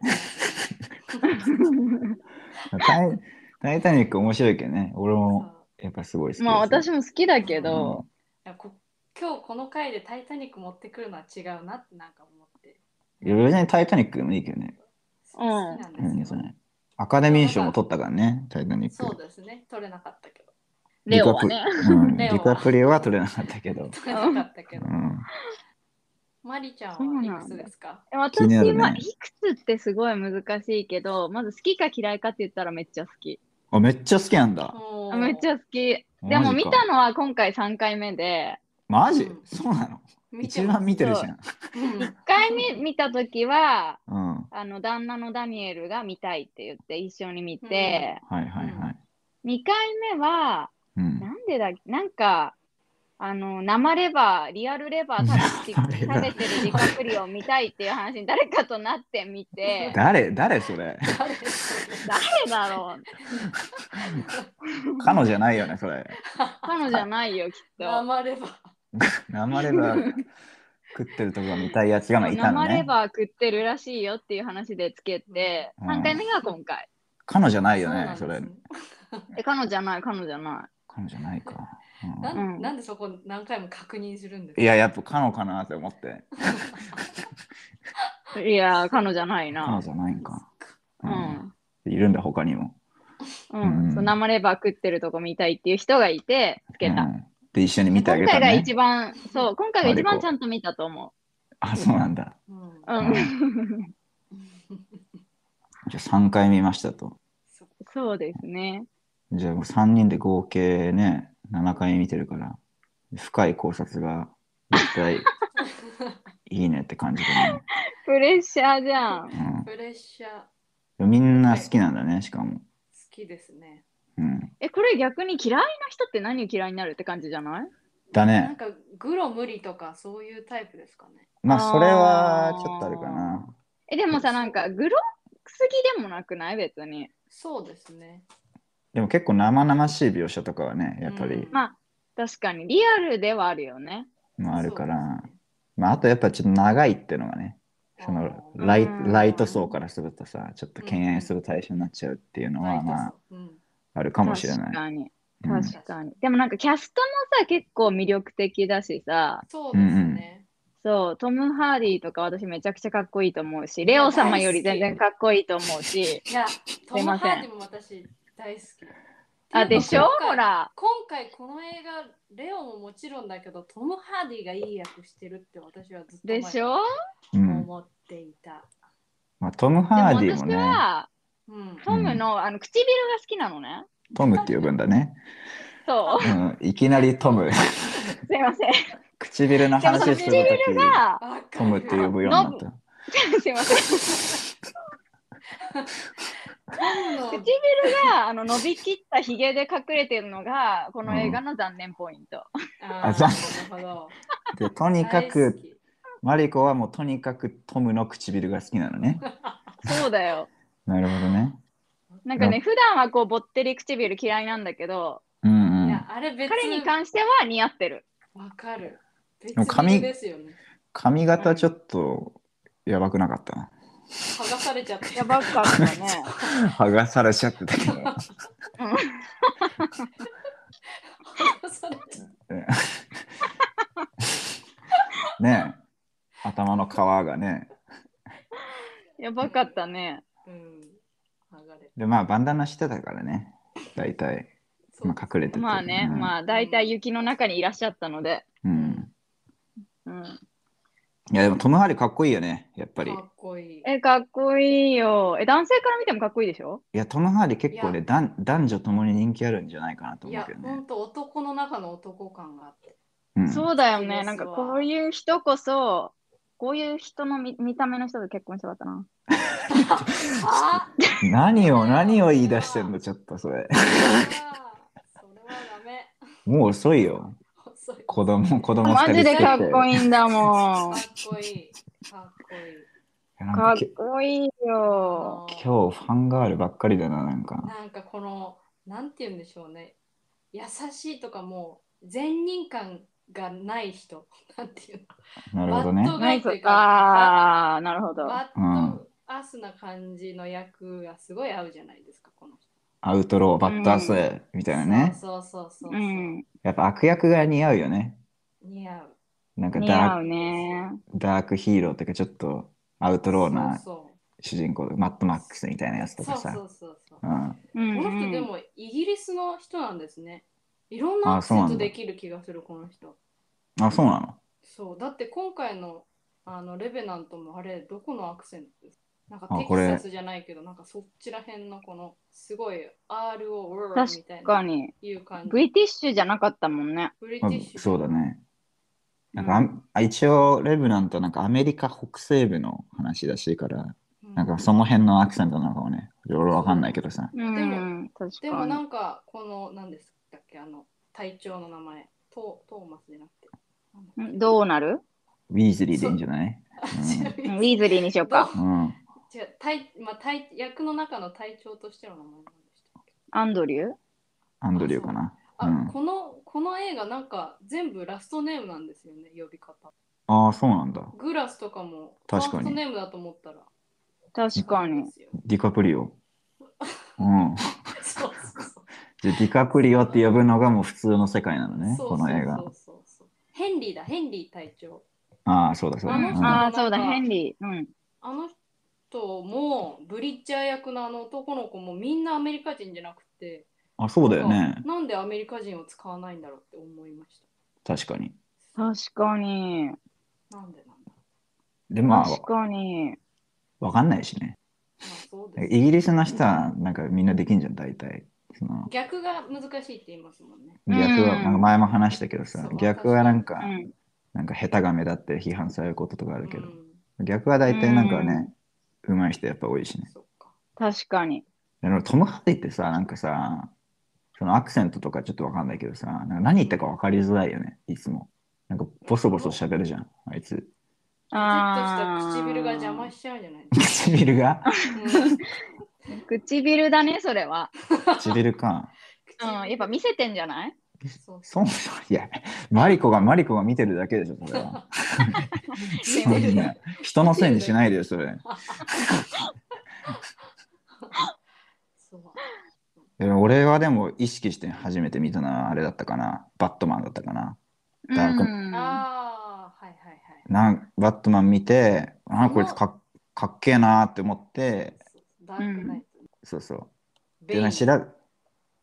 Speaker 2: タイタイタニック面白いけどね。俺も
Speaker 1: ま
Speaker 2: やっぱすごい好きです。
Speaker 3: まあ私も好きだけ
Speaker 2: うん
Speaker 3: ど、
Speaker 1: す。こ今日この回でタイタニック持ってくるのは違うなってなんか思って。
Speaker 2: いや別にタイタニックでもいいけどね。
Speaker 1: そう好きな
Speaker 2: うんん
Speaker 1: です
Speaker 2: そ
Speaker 1: よ
Speaker 2: うねアカデミー賞も取ったからね、タイタニック。
Speaker 1: そうですね。取れなかったけど。
Speaker 3: レオはね。
Speaker 2: ディカプう
Speaker 1: レ
Speaker 2: ん、
Speaker 1: オ
Speaker 2: デ
Speaker 1: は
Speaker 2: ィカプリオは取れなかったけど。
Speaker 1: 取れなかったけど
Speaker 2: う。ん、
Speaker 1: マリちゃん
Speaker 3: そう
Speaker 1: はい
Speaker 3: なんだ
Speaker 1: くつですか
Speaker 3: 私
Speaker 2: 気になるね
Speaker 3: は、いくつってすごい難しいけど、まず好きか嫌いかって言ったらめっちゃ好き。
Speaker 2: あめっちゃ好きなんだ。
Speaker 1: おー
Speaker 3: めっちゃ好き。で
Speaker 2: マジか
Speaker 3: も見たのは今回3回目で、
Speaker 2: マジ、
Speaker 1: うん
Speaker 2: そうなの
Speaker 1: 見て
Speaker 2: 一
Speaker 1: ます
Speaker 2: 番見てるじゃん。
Speaker 1: うん
Speaker 3: 1回目見たときは、
Speaker 2: うん。は
Speaker 3: あの旦那のダニエルが見たいって言って一緒に見て、
Speaker 2: いはいはい。
Speaker 3: 2回目は、
Speaker 2: うん。
Speaker 3: なんでだっけなんか、あの生レバー、リアルレバー食べ
Speaker 2: 生
Speaker 3: て
Speaker 2: レバー
Speaker 3: 食べてるディカプリオを見たいっていう話に誰かとなってみ て、
Speaker 2: 誰誰それ
Speaker 1: 誰
Speaker 3: 誰だろう
Speaker 2: 彼女じゃないよね、それ。
Speaker 3: 彼女じゃないよ、きっと。
Speaker 1: 生レバ
Speaker 2: 生レバー。食ってるとこが見たいやつがまあいたの
Speaker 3: 生レ
Speaker 2: ね。
Speaker 3: バー食ってるらしいよっていう話でつけて、
Speaker 2: うん
Speaker 3: 3回目が今回。
Speaker 2: 彼女ない
Speaker 1: そ
Speaker 2: よ
Speaker 1: うな
Speaker 2: ね
Speaker 1: ん、です
Speaker 2: それ。
Speaker 3: え、彼女じゃない、彼女じゃな
Speaker 2: 彼女ないか。うん
Speaker 1: な
Speaker 3: うん
Speaker 1: んなんでそこ何回も確認するんですか
Speaker 2: いや、やっぱ彼女かなって思って。
Speaker 3: い。いやー、彼女じゃない
Speaker 2: 彼
Speaker 3: な
Speaker 2: 女。ないんか。
Speaker 3: う。
Speaker 2: うんんいるんだ、他にも。
Speaker 3: うん。
Speaker 2: うん
Speaker 3: そう生レバー食ってるとこ見たいっていう人がいて、つけた。
Speaker 2: うんで、一緒に見
Speaker 3: で
Speaker 2: てあ
Speaker 3: 今
Speaker 2: げた
Speaker 3: 回が
Speaker 2: ね。
Speaker 3: 一番、そう、今回が一
Speaker 2: マリ
Speaker 3: 番
Speaker 2: コ
Speaker 3: ちゃんと見たと思
Speaker 2: あ、そうなんだ。
Speaker 1: うん
Speaker 3: う。う
Speaker 2: うん
Speaker 3: ん。
Speaker 2: じゃあ3回見ましたと。
Speaker 1: そっか
Speaker 3: そうですね。
Speaker 2: じゃあもう3人で合計ね、7回見てるから、深い考察が絶対いいねって感じだ ね。
Speaker 3: プレッシャーじゃん。
Speaker 2: うん
Speaker 1: プレッシャー好
Speaker 2: でもみんな好きなんだね、しかも。
Speaker 1: きですね。
Speaker 2: うん、
Speaker 3: え、これ逆に嫌いな人って何を嫌いになるって感じじゃない
Speaker 2: だ
Speaker 1: なん
Speaker 2: ね。
Speaker 1: かグロ無理とかそういうタイプですかね。
Speaker 2: ま
Speaker 3: あー
Speaker 2: あ、それはちょっとあるかな。
Speaker 3: え、でもさ、なんかグロすぎでもなくない別に。
Speaker 1: そうですね。
Speaker 2: でも結構生々しい描写とかはね、やっぱり、
Speaker 3: まあ、確かにリアルではあるよね。
Speaker 2: まあ、ある
Speaker 1: そ
Speaker 2: か
Speaker 1: う
Speaker 2: ら
Speaker 1: で。すね
Speaker 2: まあ、あとやっぱちょっと長いっていうのがね、その
Speaker 1: あー
Speaker 2: ライ
Speaker 3: うん
Speaker 2: ライト層からするとさ、ちょっと敬遠する対象になっちゃうっていうの
Speaker 1: ライ
Speaker 2: は、
Speaker 1: ト
Speaker 2: まあ、
Speaker 1: 層うん
Speaker 2: あるかもしれない
Speaker 3: 確。かに。
Speaker 2: うん
Speaker 3: 確かに。でもなんかキャストもさ、結構魅力的だしさ、
Speaker 1: そうですね。
Speaker 3: そう、トム・ハーディとか私めちゃくちゃかっこいいと思うし、レオ様より全然かっこいいと思うし、
Speaker 1: いや、ト
Speaker 3: い
Speaker 1: ム・
Speaker 3: ません
Speaker 1: ハーディも私大好き。
Speaker 3: あ、でしょ
Speaker 1: 今回
Speaker 3: ほ。ら。
Speaker 1: 今回この映画、レオももちろんだけど、トム・ハーディがいい役してるって私はずっと前
Speaker 3: でしょ
Speaker 2: うん
Speaker 1: 思っていた。
Speaker 2: まあ、トム・ハーディも
Speaker 3: で
Speaker 2: ね
Speaker 3: も私、は、
Speaker 1: うん。
Speaker 3: トムのあの唇が好きなのね。
Speaker 2: トムって呼ぶんだね。
Speaker 3: そう
Speaker 2: うん、いきなりトム。、
Speaker 3: すいません。
Speaker 2: 唇の
Speaker 3: でもその
Speaker 2: 話すると
Speaker 3: 唇
Speaker 2: き、
Speaker 3: が、
Speaker 1: わか
Speaker 2: トムって呼ぶようになった。
Speaker 3: すいません。
Speaker 1: トムの
Speaker 3: 唇があの伸びきったひげで隠れてるのがこの映画の残念ポイント。
Speaker 1: あ
Speaker 2: あそう
Speaker 1: ーなるほ ど。
Speaker 2: で、とにか
Speaker 1: 大好
Speaker 2: く、
Speaker 1: き
Speaker 2: マリコはもうとにかくトムの唇が好きなのね。
Speaker 3: そうだよ。
Speaker 2: なるほどね。
Speaker 3: なんかね、普段はこうぼってり唇嫌いなんだけど、
Speaker 2: うんう
Speaker 1: い
Speaker 2: ん
Speaker 1: や。あれ別
Speaker 3: 彼に関しては似合ってる。
Speaker 1: わかる。別
Speaker 2: も
Speaker 1: にですよね。
Speaker 2: 髪型ちょっとやばくなかった。
Speaker 1: 剥がされちゃって。
Speaker 3: やばかったね。
Speaker 2: 剥がされちゃってたけど。
Speaker 1: 剥がされちゃっ
Speaker 2: ねえ頭の皮がね。
Speaker 3: やばかったね。
Speaker 1: た。うん。剥がれ。
Speaker 2: で、まあ、バンダナしてたからね。大体、まあ、隠れてて。
Speaker 3: まあね、
Speaker 2: うん、
Speaker 3: まあ大体雪の中にいらっしゃったので。
Speaker 2: うん。
Speaker 3: うん、
Speaker 2: いや、でもトム・ハーディかっこいいよね、やっぱり。
Speaker 1: かっこいい。
Speaker 3: え、かっこいいよ。え、男性から見てもかっこいいでしょ
Speaker 2: いや、トム・ハーディ結構
Speaker 1: い
Speaker 2: ね、男男女ともに人気あるんじゃないかなと
Speaker 1: い
Speaker 2: 思う
Speaker 1: や
Speaker 2: けど、
Speaker 1: ほ
Speaker 2: ね
Speaker 1: ん。と男の中の男感があって。
Speaker 2: うん、
Speaker 3: そうだよ
Speaker 1: そうで
Speaker 3: ね。
Speaker 1: すわ
Speaker 3: なんかこういう人こそ、こういう人の見見た目の人と結婚したかったな。
Speaker 1: あ
Speaker 2: 何を、何を言い出してんの、ちょっとそれ。
Speaker 1: あそれはダメ。
Speaker 2: もう遅いよ。
Speaker 1: 遅い
Speaker 2: 子 供、子供
Speaker 3: マジでかっこ
Speaker 2: い
Speaker 3: いいんだ
Speaker 1: か
Speaker 3: もん
Speaker 1: っ。こいい。かっこいい。
Speaker 2: い。なん
Speaker 3: か
Speaker 2: か
Speaker 3: っ
Speaker 2: き
Speaker 3: こいいよ。
Speaker 2: 今日、ファンガールばっかりだな、なんか。
Speaker 1: なんかこの、なんて言うんでしょうね。優しいとかもう、善人感がない人。なんていう
Speaker 2: なる
Speaker 1: の。
Speaker 2: ほど
Speaker 1: バッ
Speaker 2: ね
Speaker 1: ト。
Speaker 3: ナ
Speaker 1: がい
Speaker 3: イ
Speaker 1: い
Speaker 3: ス
Speaker 1: という。か。
Speaker 3: ああ、なるほど。
Speaker 1: バッドアスな感じの役がすごい合うじゃないですか、この人。
Speaker 2: アウトロー、バッドアスみたいなね。
Speaker 1: そうそうそうそう。
Speaker 3: うん。
Speaker 2: やっぱ悪役が似合うよね。
Speaker 1: 似合う。
Speaker 2: なんか
Speaker 3: 似合
Speaker 2: ダー
Speaker 3: う
Speaker 2: ク
Speaker 3: ね。
Speaker 2: ダークヒーローっていうか、ちょっとアウトローな
Speaker 1: そ
Speaker 2: 主人公、マッドマックスみたいなやつ
Speaker 1: う
Speaker 2: と
Speaker 1: そう
Speaker 2: か
Speaker 1: そう
Speaker 2: さ。
Speaker 1: そうそうそう。
Speaker 2: う
Speaker 1: こ
Speaker 2: ん、
Speaker 3: うんうん
Speaker 1: の人でもイギリスの人なんですね。いろんなア
Speaker 2: あ
Speaker 1: クセ
Speaker 2: そうなん
Speaker 1: ン
Speaker 2: だ
Speaker 1: トできる気がする、この人。
Speaker 2: あ、そうなの
Speaker 1: そう、だって今回のあのレベナントもあれ、どこのアクセントですなんか
Speaker 2: あ
Speaker 1: テキ
Speaker 2: これ
Speaker 1: サスじゃないけど、なんかそっちら辺のこのすごい R を R みたい
Speaker 3: 確か
Speaker 1: な
Speaker 3: に。
Speaker 1: いう感じ。
Speaker 3: ブリティッシュじゃなかったもんね。
Speaker 1: ブリテ
Speaker 2: あ
Speaker 1: ィッシュ。
Speaker 2: そうだ。ね。なんか
Speaker 3: う
Speaker 2: あ
Speaker 3: ん
Speaker 2: あ一応、レブナントなんかアメリカ北西部の話だしから、
Speaker 1: うん
Speaker 2: なんかその辺のアクセントなんかもね、いろいろわかんないけどさ。
Speaker 3: うん、確
Speaker 1: でも
Speaker 3: か
Speaker 1: な
Speaker 3: に。
Speaker 1: んかこの何ですだっけあの隊長の名前トートーマスじゃなくて
Speaker 3: うんどうなる
Speaker 2: ウィーズリーでいいんじゃない
Speaker 1: あ
Speaker 3: うん ウ
Speaker 1: 違う
Speaker 3: ィーズリーにしようか。
Speaker 2: うん。
Speaker 1: 違う隊まあ隊役の中の隊長としての名前なんでしたっけ
Speaker 3: アンドリュー
Speaker 2: アンドリューかな。
Speaker 1: あ、
Speaker 2: うん
Speaker 1: このこの映画なんか全部ラストネームなんですよね呼び方
Speaker 2: ああ、そうなんだ。
Speaker 1: グラスとかもファー
Speaker 2: 確かに
Speaker 1: ストネームだと思ったら
Speaker 3: 確かに。
Speaker 2: ディカプリオ。うん。
Speaker 1: そうそうそう
Speaker 2: じゃあディカプリオって呼ぶのがもう普通の世界なのね、
Speaker 1: そう
Speaker 2: この映画
Speaker 1: そう。そうそうヘンリーだヘンリー隊長
Speaker 2: ああ、そうだそうだ。
Speaker 1: あの人
Speaker 2: うん
Speaker 3: ああ、そうだ、ヘンリー。うん。
Speaker 1: あの人もブリッジャー役のあの男の子もみんなアメリカ人じゃなくて
Speaker 2: あ、そうだよ
Speaker 1: な
Speaker 2: ね
Speaker 1: ん。かなんでアメリカ人を使わないんだろうって思いまし
Speaker 2: 確かに。
Speaker 3: 確かに。
Speaker 1: たなんでなんだ、
Speaker 2: で、まあ
Speaker 3: 確、かに。
Speaker 2: わかんないしね。
Speaker 1: まあ、そうです
Speaker 2: イギリスの人は、なんかみんなできんじゃん、大体。その
Speaker 1: 逆が難しいって言いますもんね
Speaker 2: 逆は、
Speaker 3: うん
Speaker 2: なんか前も話したけどさ
Speaker 1: そ、う
Speaker 2: 逆はなんか
Speaker 3: う、ん。
Speaker 2: なんか下手が目立って批判されることとかあるけど
Speaker 1: う、ん
Speaker 2: 逆は大体なんかね、上手い人やっぱ多いしね。
Speaker 1: そっか
Speaker 3: 確かに。
Speaker 2: でもトム・ハディってさ、なんかさ、そのアクセントとかちょっとわかんないけどさ、なんか何言ったかわかりづらいよね、いつも。なんかボソボソ喋るじゃん、あいつ。
Speaker 1: ちょっと
Speaker 3: あ
Speaker 1: し
Speaker 3: あ。
Speaker 1: た唇が邪魔しちゃうんじゃない
Speaker 2: 唇が
Speaker 1: うん
Speaker 3: 唇だね、それは。
Speaker 2: 唇か。
Speaker 3: うん。やっぱ見せてんじゃない
Speaker 1: そう
Speaker 2: そうなのいや、マリコが、マリコが見てるだけでしょ、それ は。そんな人のせいにしないでよ、それ。
Speaker 1: そう
Speaker 2: でも俺はでも意識して初めて見たのはあれだったかな。バットマンだったかな。ダーク
Speaker 3: うん。
Speaker 1: ああはいはいはい
Speaker 2: なんバットマン見て、あ、こいつかっかっけえなーって思って、
Speaker 1: そうダークナイト
Speaker 2: そうそう。
Speaker 1: ベ
Speaker 2: で、
Speaker 1: イ
Speaker 2: な
Speaker 1: ン
Speaker 2: んか調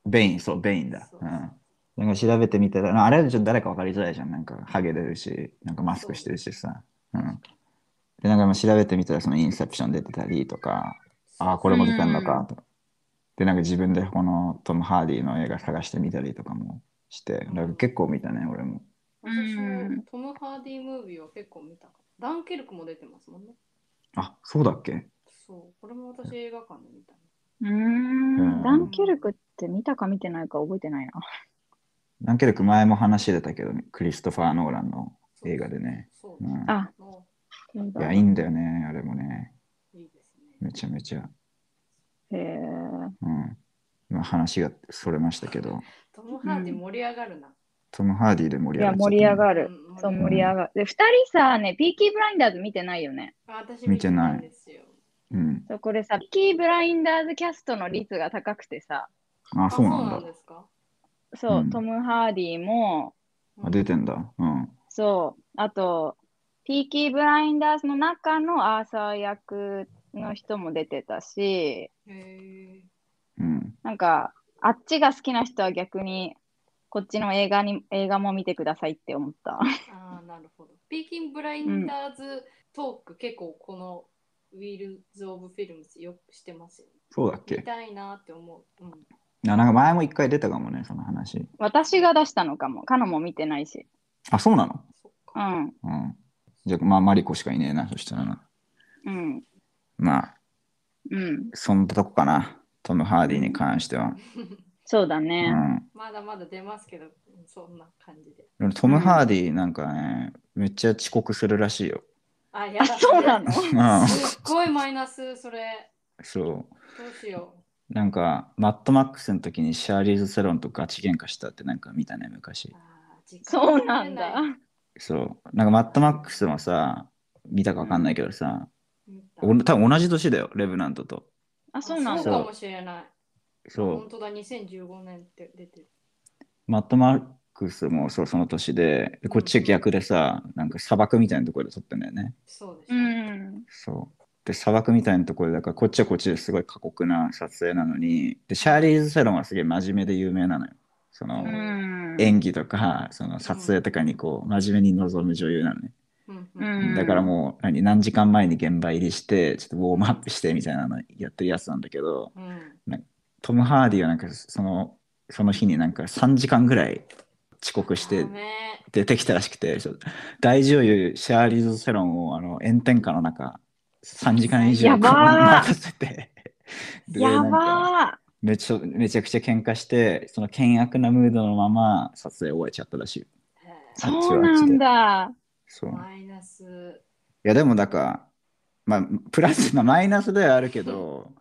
Speaker 2: べ、ベイン、そう、ベインだ。
Speaker 1: そう
Speaker 2: う。
Speaker 1: そうん
Speaker 2: なんか調べてみたら、あれはちょっと誰か分かりづらいじゃん。なんか、ハゲ出るし、なんかマスクしてるしさ。うん。で、なんかまあ調べてみたら、そのインセプション出てたりとか、ああ、これも出たんだかと。で、なんか自分でこのトム・ハーディの映画探してみたりとかもして、なんか結構見たね、俺も。
Speaker 1: 私
Speaker 3: うん
Speaker 1: もトム・ハーディムービーは結構見たかもダンケルクも出てますもんね。
Speaker 2: あ、そうだっけ
Speaker 1: そう、これも私映画館で見たね。
Speaker 3: うー
Speaker 2: うん
Speaker 3: ん。ダンケルクって見たか見てないか覚えてないな。
Speaker 2: なんけど前も話出たけど、クリストファー・ノーランの
Speaker 1: そう
Speaker 2: 映画でね。。
Speaker 1: そうう。
Speaker 2: ん、
Speaker 3: あ、
Speaker 1: も
Speaker 3: そう
Speaker 2: い
Speaker 3: だ
Speaker 2: や、いいんだよね、あれもね。
Speaker 1: ういいですね。
Speaker 2: めちゃめちゃ。
Speaker 3: へえ。
Speaker 2: うん。まあ、話がそれましたけど、
Speaker 1: トム・ハーディ盛り上がるな。
Speaker 2: トム・ハーディで盛り
Speaker 3: い
Speaker 2: 上
Speaker 3: や、
Speaker 2: がっちゃったね
Speaker 3: 盛り上がる。
Speaker 1: うん
Speaker 3: そう、
Speaker 1: 盛
Speaker 3: 盛
Speaker 1: り
Speaker 3: り
Speaker 1: 上
Speaker 3: 上がる。で、二人さ、ね、ピーキーブラインダーズ見てないよね。
Speaker 1: あ私見てないんですよ。
Speaker 2: うん。
Speaker 3: そう、これさ、ピーキーブラインダーズキャストの率が高くてさ、
Speaker 2: あ、
Speaker 1: あ
Speaker 2: そうなんだ。
Speaker 1: ですか。
Speaker 3: そう、
Speaker 2: うん
Speaker 3: トム・ハーディも、
Speaker 2: あ出てんだ。うん。
Speaker 3: そう、あと、ピーキーブラインダーズの中のアーサー役の人も出てたし、
Speaker 1: へえ。
Speaker 2: うん。
Speaker 3: なんか、あっちが好きな人は逆に、こっちの映画に、映画も見てくださいって思った。
Speaker 1: ああ、なるほど。ピーキン・ブラインダーズトーク、結構このウィルズ・オブ・フィルムズよくしてますよね。
Speaker 2: そうだっ
Speaker 1: 見
Speaker 2: け
Speaker 1: たいなって思う。うん。
Speaker 2: あなんか前も一回出たかもね、その話。
Speaker 3: 私が出したのかも。カノも見てないし。
Speaker 2: あ、そうなの
Speaker 1: そっ
Speaker 3: う
Speaker 1: か。
Speaker 3: ん。
Speaker 2: うん。じゃあ、まあ、マリコしかいねえな、そしたらな。
Speaker 3: うん。
Speaker 2: まあ、
Speaker 3: うん。
Speaker 2: そんなとこかな。トム・ハーディに関しては。
Speaker 3: そうだ
Speaker 2: う
Speaker 3: ね。
Speaker 2: ん。
Speaker 1: まだまだ出ますけど、うんそんな感じで。
Speaker 2: でもトム・ハーディなんかね、めっちゃ遅刻するらしいよ。
Speaker 1: あ、や
Speaker 3: あ、
Speaker 1: だ。
Speaker 3: そうなの
Speaker 2: うん。
Speaker 1: すっごいマイナス、それ。
Speaker 2: そう。
Speaker 1: どうしよ
Speaker 2: なんか、マットマックスの時にシャーリーズ・セロンとガチ喧嘩したってなんか見たね、昔
Speaker 1: う。。あー時間
Speaker 3: そうなんだ。
Speaker 2: そう。なんかマットマックスもさ、見たかわかんないけどさ、
Speaker 1: 取れない
Speaker 2: お多分同じ年だよ、レブナントと。
Speaker 3: あ、
Speaker 1: あ
Speaker 3: そうなん
Speaker 1: そう
Speaker 3: だ。
Speaker 1: かもしれない。
Speaker 2: そ
Speaker 1: 本当だ、2015年って出てる。
Speaker 2: う。マットマックスもそうその年で、でこっち逆でさ、なんか砂漠みたいなところで撮ってんだよね。
Speaker 1: そうです、
Speaker 3: うん。
Speaker 2: そう。で、砂漠みたいなところで、だからこっちはこっちですごい過酷な撮影なのに、で、シャーリーズ・セロンはすげえ真面目で有名なのよ。その、
Speaker 3: うん。
Speaker 2: 演技とか、その撮影とかにこう、真面目に臨む女優なのね。
Speaker 1: うんう
Speaker 3: うんん。
Speaker 2: だからもう何何時間前に現場入りしてちょっとウォームアップしてみたいなのやってるやつなんだけど
Speaker 1: うん
Speaker 2: トム・ハーディはなんかそのその日になんか3時間ぐらい遅刻して
Speaker 1: ダメ
Speaker 2: 出てきたらしくてそう大女優シャーリーズ・セロンをあの炎天下の中3時間以上
Speaker 3: やばー
Speaker 2: 待たせてで
Speaker 3: や
Speaker 2: なんか
Speaker 3: ば
Speaker 2: めちゃめちゃくちゃ喧嘩してその険悪なムードのまま撮影終えちゃったらしい
Speaker 1: へ
Speaker 3: ー。
Speaker 2: あっちは
Speaker 3: そうなんだ。
Speaker 2: そう
Speaker 1: ー
Speaker 2: い
Speaker 1: マイナス。
Speaker 2: やでも だからまあプラス、まあ、マイナスではあるけど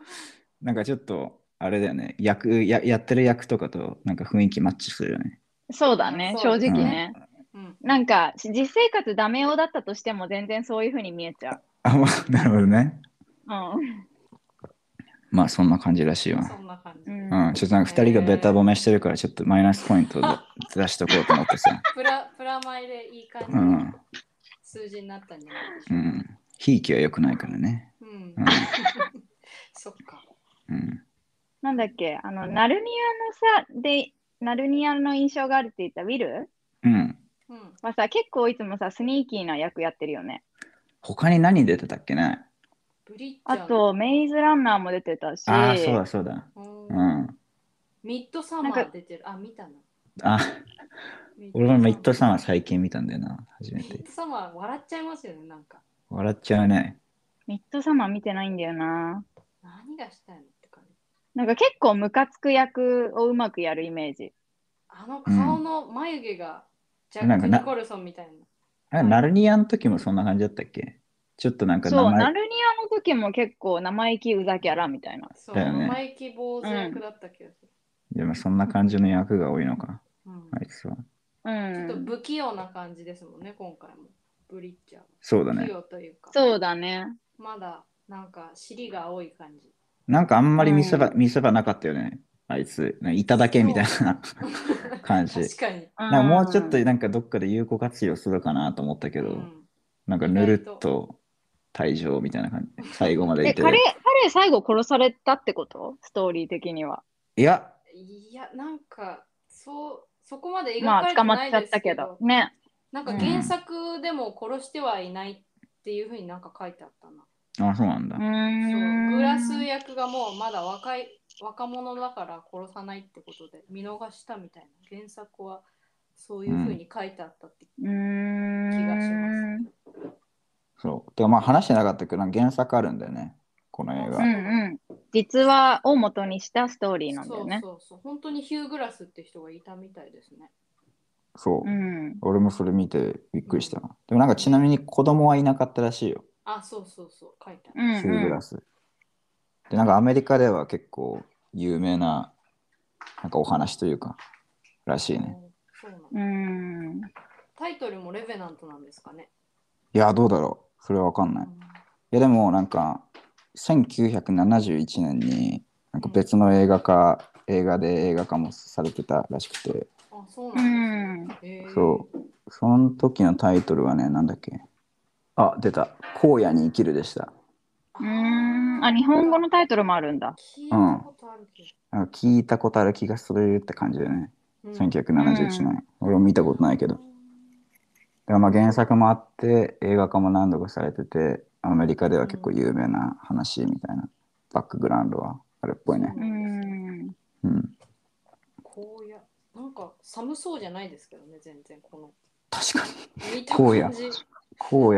Speaker 2: なんかちょっとあれだよね。役や、やってる役とかとなんか雰囲気マッチするよね。
Speaker 3: そうだね、
Speaker 1: そ
Speaker 3: 正
Speaker 1: うです
Speaker 3: 直
Speaker 2: ね
Speaker 3: ね。
Speaker 1: うん、
Speaker 3: なんか、し実生活ダメ男だったとしても全然そういう風に見えちゃ
Speaker 2: あ、まあ、なるほどね。
Speaker 3: う。
Speaker 2: まあ、そんな感じらしいわ
Speaker 1: そ。んな感じ
Speaker 3: う。ん。
Speaker 2: う
Speaker 3: うん
Speaker 2: ん、ちょっとなんか2人がベタ褒めしてるから、ちょっとマイナスポイントを出しとこうと思って さ。
Speaker 1: プラプラマイでいい感じ
Speaker 2: う
Speaker 1: の
Speaker 2: ん、
Speaker 1: 数字になったんじゃないでし
Speaker 2: う
Speaker 1: ょうか。
Speaker 2: ん。ひいきは良くないからね。
Speaker 1: うん
Speaker 2: うん。
Speaker 1: そっか。
Speaker 2: うん。
Speaker 3: なんだっけ、あの、ナルニアのさ、で、ナルニアの印象があるって言ったウィル
Speaker 2: うん。
Speaker 1: うん。
Speaker 3: はさ、結構いつもさ、スニーキーな役やってるよね。
Speaker 2: 他に何出てたっけね
Speaker 1: ブリッ
Speaker 3: あ
Speaker 1: ジャー。
Speaker 3: と、メイズランナーも出てたし、
Speaker 2: ああ、そうだそうだ。
Speaker 1: うん
Speaker 2: うん。
Speaker 1: ミッドサマ
Speaker 3: なんか
Speaker 1: ー出てる。あ、見たな。
Speaker 2: あ、
Speaker 1: ミッドサマー
Speaker 2: 俺もミッドサマー最近見たんだよな。初め
Speaker 1: ミッ
Speaker 2: て。
Speaker 1: ドサマー笑っちゃいますよね、なんか。
Speaker 2: 笑っちゃうね。
Speaker 3: ミッドサマー見てないんだよな。
Speaker 1: 何がしたいのって感じ。
Speaker 3: なんか結構ムカつく役をうまくやるイメージ。
Speaker 1: あの顔の眉毛がジャ
Speaker 2: な
Speaker 1: ック・
Speaker 2: んか
Speaker 1: ニ
Speaker 2: な
Speaker 1: コルソンみたいな。
Speaker 2: あれナルニアの時もそんな感じだったっけちょっとなんか名
Speaker 3: そう、
Speaker 2: 前
Speaker 3: ナルニアの時も結構生意気うざキャラみたいな。
Speaker 1: そう、
Speaker 2: だよね
Speaker 1: 生意気坊主役だった気がする。
Speaker 2: でもそんな感じの役が多いのか、
Speaker 1: うん
Speaker 2: あいつは。
Speaker 3: う
Speaker 1: ちょっと
Speaker 3: ん。
Speaker 1: 不器用な感じですもんね、今回も。ブリッジャーは。
Speaker 2: そうだ
Speaker 1: 不器
Speaker 2: ね。
Speaker 1: 用というか、
Speaker 3: そうだね。
Speaker 1: まだなんか尻が青い感 じ。
Speaker 2: なんかあんまり見せ場,、見せ場なかったよね。あいつ、なんかいただけみたいな感じ。
Speaker 1: 確かに。
Speaker 3: うん
Speaker 2: なんかもうちょっとなんかどっかで有効活用するかなと思ったけど、
Speaker 1: うん
Speaker 2: なんかぬるっと退場みたいな感じ。最後まで
Speaker 3: え、
Speaker 2: いて。
Speaker 3: 彼、彼最後殺されたってことストーリー的には。
Speaker 2: いや、
Speaker 1: いや、なんか、そう、そこまで描
Speaker 3: ま
Speaker 1: か
Speaker 3: あ、
Speaker 1: れて
Speaker 3: 捕まっ
Speaker 1: ない
Speaker 3: ちゃっ
Speaker 1: です
Speaker 3: た
Speaker 1: け
Speaker 3: け
Speaker 1: ど
Speaker 3: ど。、ね。
Speaker 1: なんか原作でも殺してはいないっていうふうになんか書いてあったな。
Speaker 2: あ、そうなんだ
Speaker 3: う。
Speaker 1: そう
Speaker 3: ーん。
Speaker 1: グラス役がもうまだ若い若者だから殺さないってことで見逃したみたいな原作はそういうふうに書いてあったって、
Speaker 3: うーん。
Speaker 1: 気がしま
Speaker 2: そう。てかまあ話してなかったけど、なんか原作あるんだよね。この映
Speaker 3: うん
Speaker 2: 画。
Speaker 3: うん。実話を元にしたストーリーなんだ
Speaker 1: そ
Speaker 3: よ
Speaker 1: う
Speaker 3: ね。
Speaker 1: そうそう本当にヒュー・グラスって人がいたみたいですね
Speaker 2: そう
Speaker 3: う。ん。
Speaker 2: 俺もそれ見てびっくりしたな。でもなんかちなみに子供はいなかったらしいよ。
Speaker 1: あそうそうそう書いてあ
Speaker 3: う
Speaker 1: る、
Speaker 3: ん
Speaker 2: シューグラ
Speaker 3: う
Speaker 2: ス。で、なんかアメリカでは結構有名な、なんかお話というか、らしいね。
Speaker 1: そうなんだ
Speaker 3: ん。うん。
Speaker 1: タイトルもレベナントなんですかね、
Speaker 2: いや、どうだろう。それはわかん
Speaker 1: う
Speaker 2: ない。い
Speaker 1: ん
Speaker 2: や、でもなんか、1971年に、なんか別の映画化、映画で映画化もされてたらしくて、
Speaker 1: あそう
Speaker 3: う
Speaker 1: なん
Speaker 3: ん。
Speaker 1: ですね、へー
Speaker 2: そう。その時のタイトルはね、なんだっけ。あ、出た。荒野に生きるでした。
Speaker 1: あ
Speaker 3: うー
Speaker 1: ー
Speaker 3: ん。あ、日本語のタイトルもあるんだ。
Speaker 1: 聞いたことあるけ
Speaker 2: なんか聞いたことある気がするって感じだよね。
Speaker 1: ど、うん
Speaker 2: 1971年。俺も見たことないけど。だからまあ原作もあって、映画化も何度かされてて、アメリカでは結構有名な話みたいな、バックグラウンドはあるっぽいね
Speaker 3: う。ん。
Speaker 2: うん。
Speaker 1: こうやなんか寒そうじゃないですけどね全然この
Speaker 2: 確かに。
Speaker 1: 見た
Speaker 2: 荒野
Speaker 1: 感じ
Speaker 2: 荒野、
Speaker 1: 荒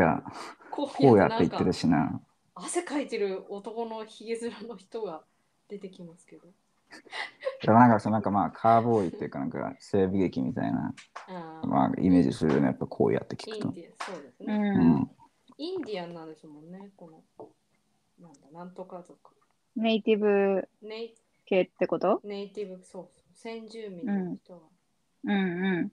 Speaker 1: 野
Speaker 2: 荒野っ
Speaker 1: ってて
Speaker 2: 言ってるしな。
Speaker 1: 汗かいてる男のひげ面の人が出てきますけど
Speaker 2: だからなんかそのなんかまあカーボーイっていうかなんか西部劇みたいな、
Speaker 1: あー
Speaker 2: まあイメージするよね。やっぱ荒野って聞
Speaker 1: イ
Speaker 2: く
Speaker 1: ン
Speaker 2: と。
Speaker 1: ディアンそうです
Speaker 3: う
Speaker 1: ね、
Speaker 2: うん
Speaker 3: ん。。
Speaker 1: インディアンなんですもんねこのなんだなんとか族
Speaker 3: ネイティブ
Speaker 1: ネイ
Speaker 3: 系ってこと
Speaker 1: ネイティブそうそう先住民の人が、
Speaker 3: うんうん。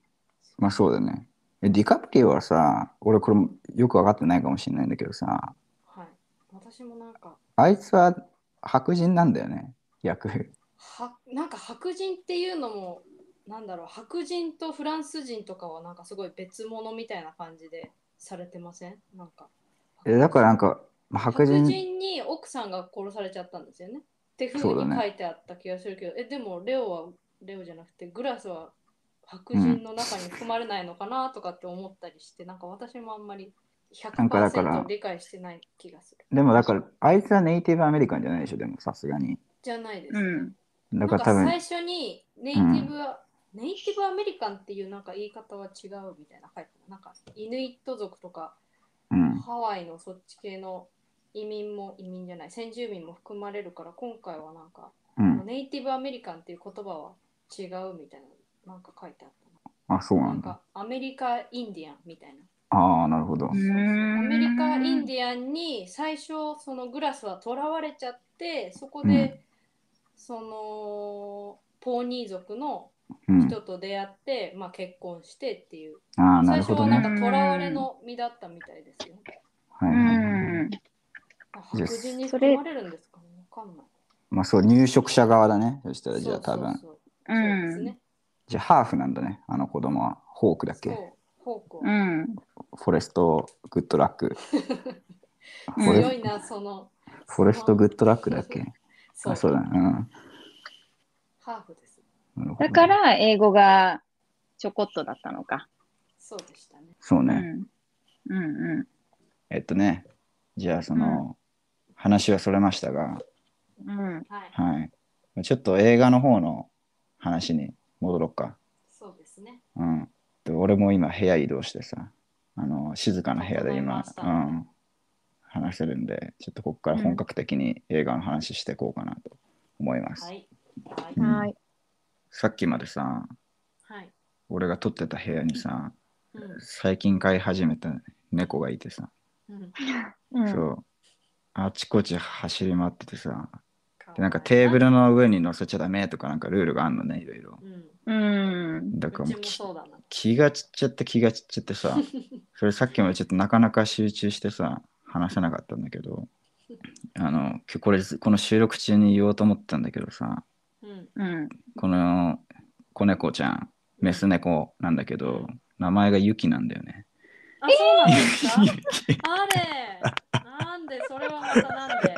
Speaker 2: まあそうだね。えディカプリオはさ、俺これもよく分かってないかもしれないんだけどさ、
Speaker 1: はい私もなんか
Speaker 2: あいつは白人なんだよね、役。
Speaker 1: はなんか白人っていうのもなんだろう白人とフランス人とかはなんかすごい別物みたいな感じでされてませんなんか
Speaker 2: えだからなんかまあ白
Speaker 1: 白
Speaker 2: 人
Speaker 1: 人に奥さんが殺されちゃったんですよねってふ
Speaker 2: そう
Speaker 1: う
Speaker 2: だ
Speaker 1: に
Speaker 2: ね
Speaker 1: 書いてあった気がするけど、えでもレオはレオじゃなくてグラスは白人の中に含まれないのかなとかって思ったりして、なんか私もあんまり
Speaker 2: なんかだから
Speaker 1: 100%理解してない気がする
Speaker 2: でもだからあいつはネイティブアメリカンじゃないでしょでもさすがに
Speaker 1: じゃないです、ね
Speaker 3: うん。
Speaker 1: な
Speaker 2: だか
Speaker 1: ん
Speaker 2: ら
Speaker 1: か
Speaker 2: 多
Speaker 1: 最
Speaker 2: 分
Speaker 1: 初にネイティブ、ネイティブアメリカンっていうなんか言い方は違うみたいな書いてあるなんかイヌイット族とか
Speaker 2: うん
Speaker 1: ハワイのそっち系の移民も移民じゃない先住民も含まれるから今回はなんか、
Speaker 2: うん
Speaker 1: ネイティブアメリカンっていう言葉は違うみたいななんか書いてあっ
Speaker 2: あそう
Speaker 1: たなな
Speaker 2: な
Speaker 1: んん
Speaker 2: だ
Speaker 1: かアメリカインディアンみたいな
Speaker 2: ああなるほど
Speaker 3: うーん
Speaker 1: アメリカインディアンに最初そのグラスは囚われちゃってそこでそのポーニー族の
Speaker 2: うん、
Speaker 1: 人と出会って、まあ、結婚してっていう
Speaker 2: ああ、な
Speaker 1: 最
Speaker 2: る
Speaker 1: 初
Speaker 2: ほ
Speaker 1: は
Speaker 2: ど
Speaker 1: なん
Speaker 2: ね。
Speaker 1: か囚われの身だったみたいですよ。
Speaker 2: は
Speaker 3: う
Speaker 2: いはいはい
Speaker 3: ん。
Speaker 1: あ
Speaker 2: じゃ
Speaker 1: 白
Speaker 2: あ
Speaker 1: 人に
Speaker 3: そ
Speaker 1: 含
Speaker 3: れ
Speaker 1: まれるんですかねわかんない。
Speaker 2: まあそう、入植者側だね。そしたらじゃあ
Speaker 1: そうそ
Speaker 2: 多
Speaker 1: う
Speaker 2: 分。
Speaker 1: そう
Speaker 3: う
Speaker 1: そうです
Speaker 3: ん。
Speaker 1: ね。
Speaker 2: じゃあハーフなんだね、あの子供は。ホークだっ
Speaker 1: そう
Speaker 2: け。、
Speaker 1: ホーク
Speaker 3: う
Speaker 1: は。
Speaker 3: ん。
Speaker 2: フォレスト・グッドラッ ク。フォレ
Speaker 1: 強
Speaker 2: ス
Speaker 1: いな、その。
Speaker 2: フォレスト・グッドラックだっけ。
Speaker 1: そ
Speaker 2: あ、
Speaker 1: う
Speaker 2: そうだね。うん
Speaker 1: ハーフです。
Speaker 2: なるほどね
Speaker 3: だか、ら、英語がちょこっとだったのか。
Speaker 1: そうでしたね。
Speaker 2: そう
Speaker 3: う
Speaker 2: ね。
Speaker 3: ん。うんう
Speaker 2: えっとね、じゃあその、話はそれましたが、
Speaker 3: ん。うん。
Speaker 1: はい。
Speaker 2: はい。ちょっと映画の方の話に戻ろうか。
Speaker 1: そうですね。
Speaker 2: うん。で俺も今部屋移動してさ、あの、静かな部屋で
Speaker 1: 整い
Speaker 2: 今
Speaker 1: まし、た
Speaker 2: うん、話せるんで、ちょっとここから本格的に映画の話していこうかなと思います。。
Speaker 1: はい。はいう
Speaker 2: ん
Speaker 3: はい。
Speaker 2: さっきまでさ、
Speaker 1: はい。
Speaker 2: 俺が撮ってた部屋にさ、
Speaker 1: うん
Speaker 2: 最近飼い始めた猫がいてさ、
Speaker 1: うん。
Speaker 3: うん
Speaker 2: そう、あちこち走り回っててさ、
Speaker 1: わいい
Speaker 2: でなんかテーブルの上に乗せちゃダメとかなんかルールがあんのねいろいろ
Speaker 1: うん。
Speaker 3: うん。
Speaker 2: だか
Speaker 1: うち
Speaker 2: らもう
Speaker 1: も
Speaker 2: き
Speaker 1: そうだな。
Speaker 2: 気が散っちゃって気が散っちゃって さそれさっきまでちょっとなかなか集中してさ話せなかったんだけどあの今日これこの収録中に言おうと思ったんだけどさ
Speaker 1: うん。
Speaker 3: うん。
Speaker 2: この子猫ちゃんメス猫なんだけど名前がユキなんだよね
Speaker 1: あ、そうなん ですか
Speaker 2: ユキ
Speaker 1: あれなんでそれはまたなんで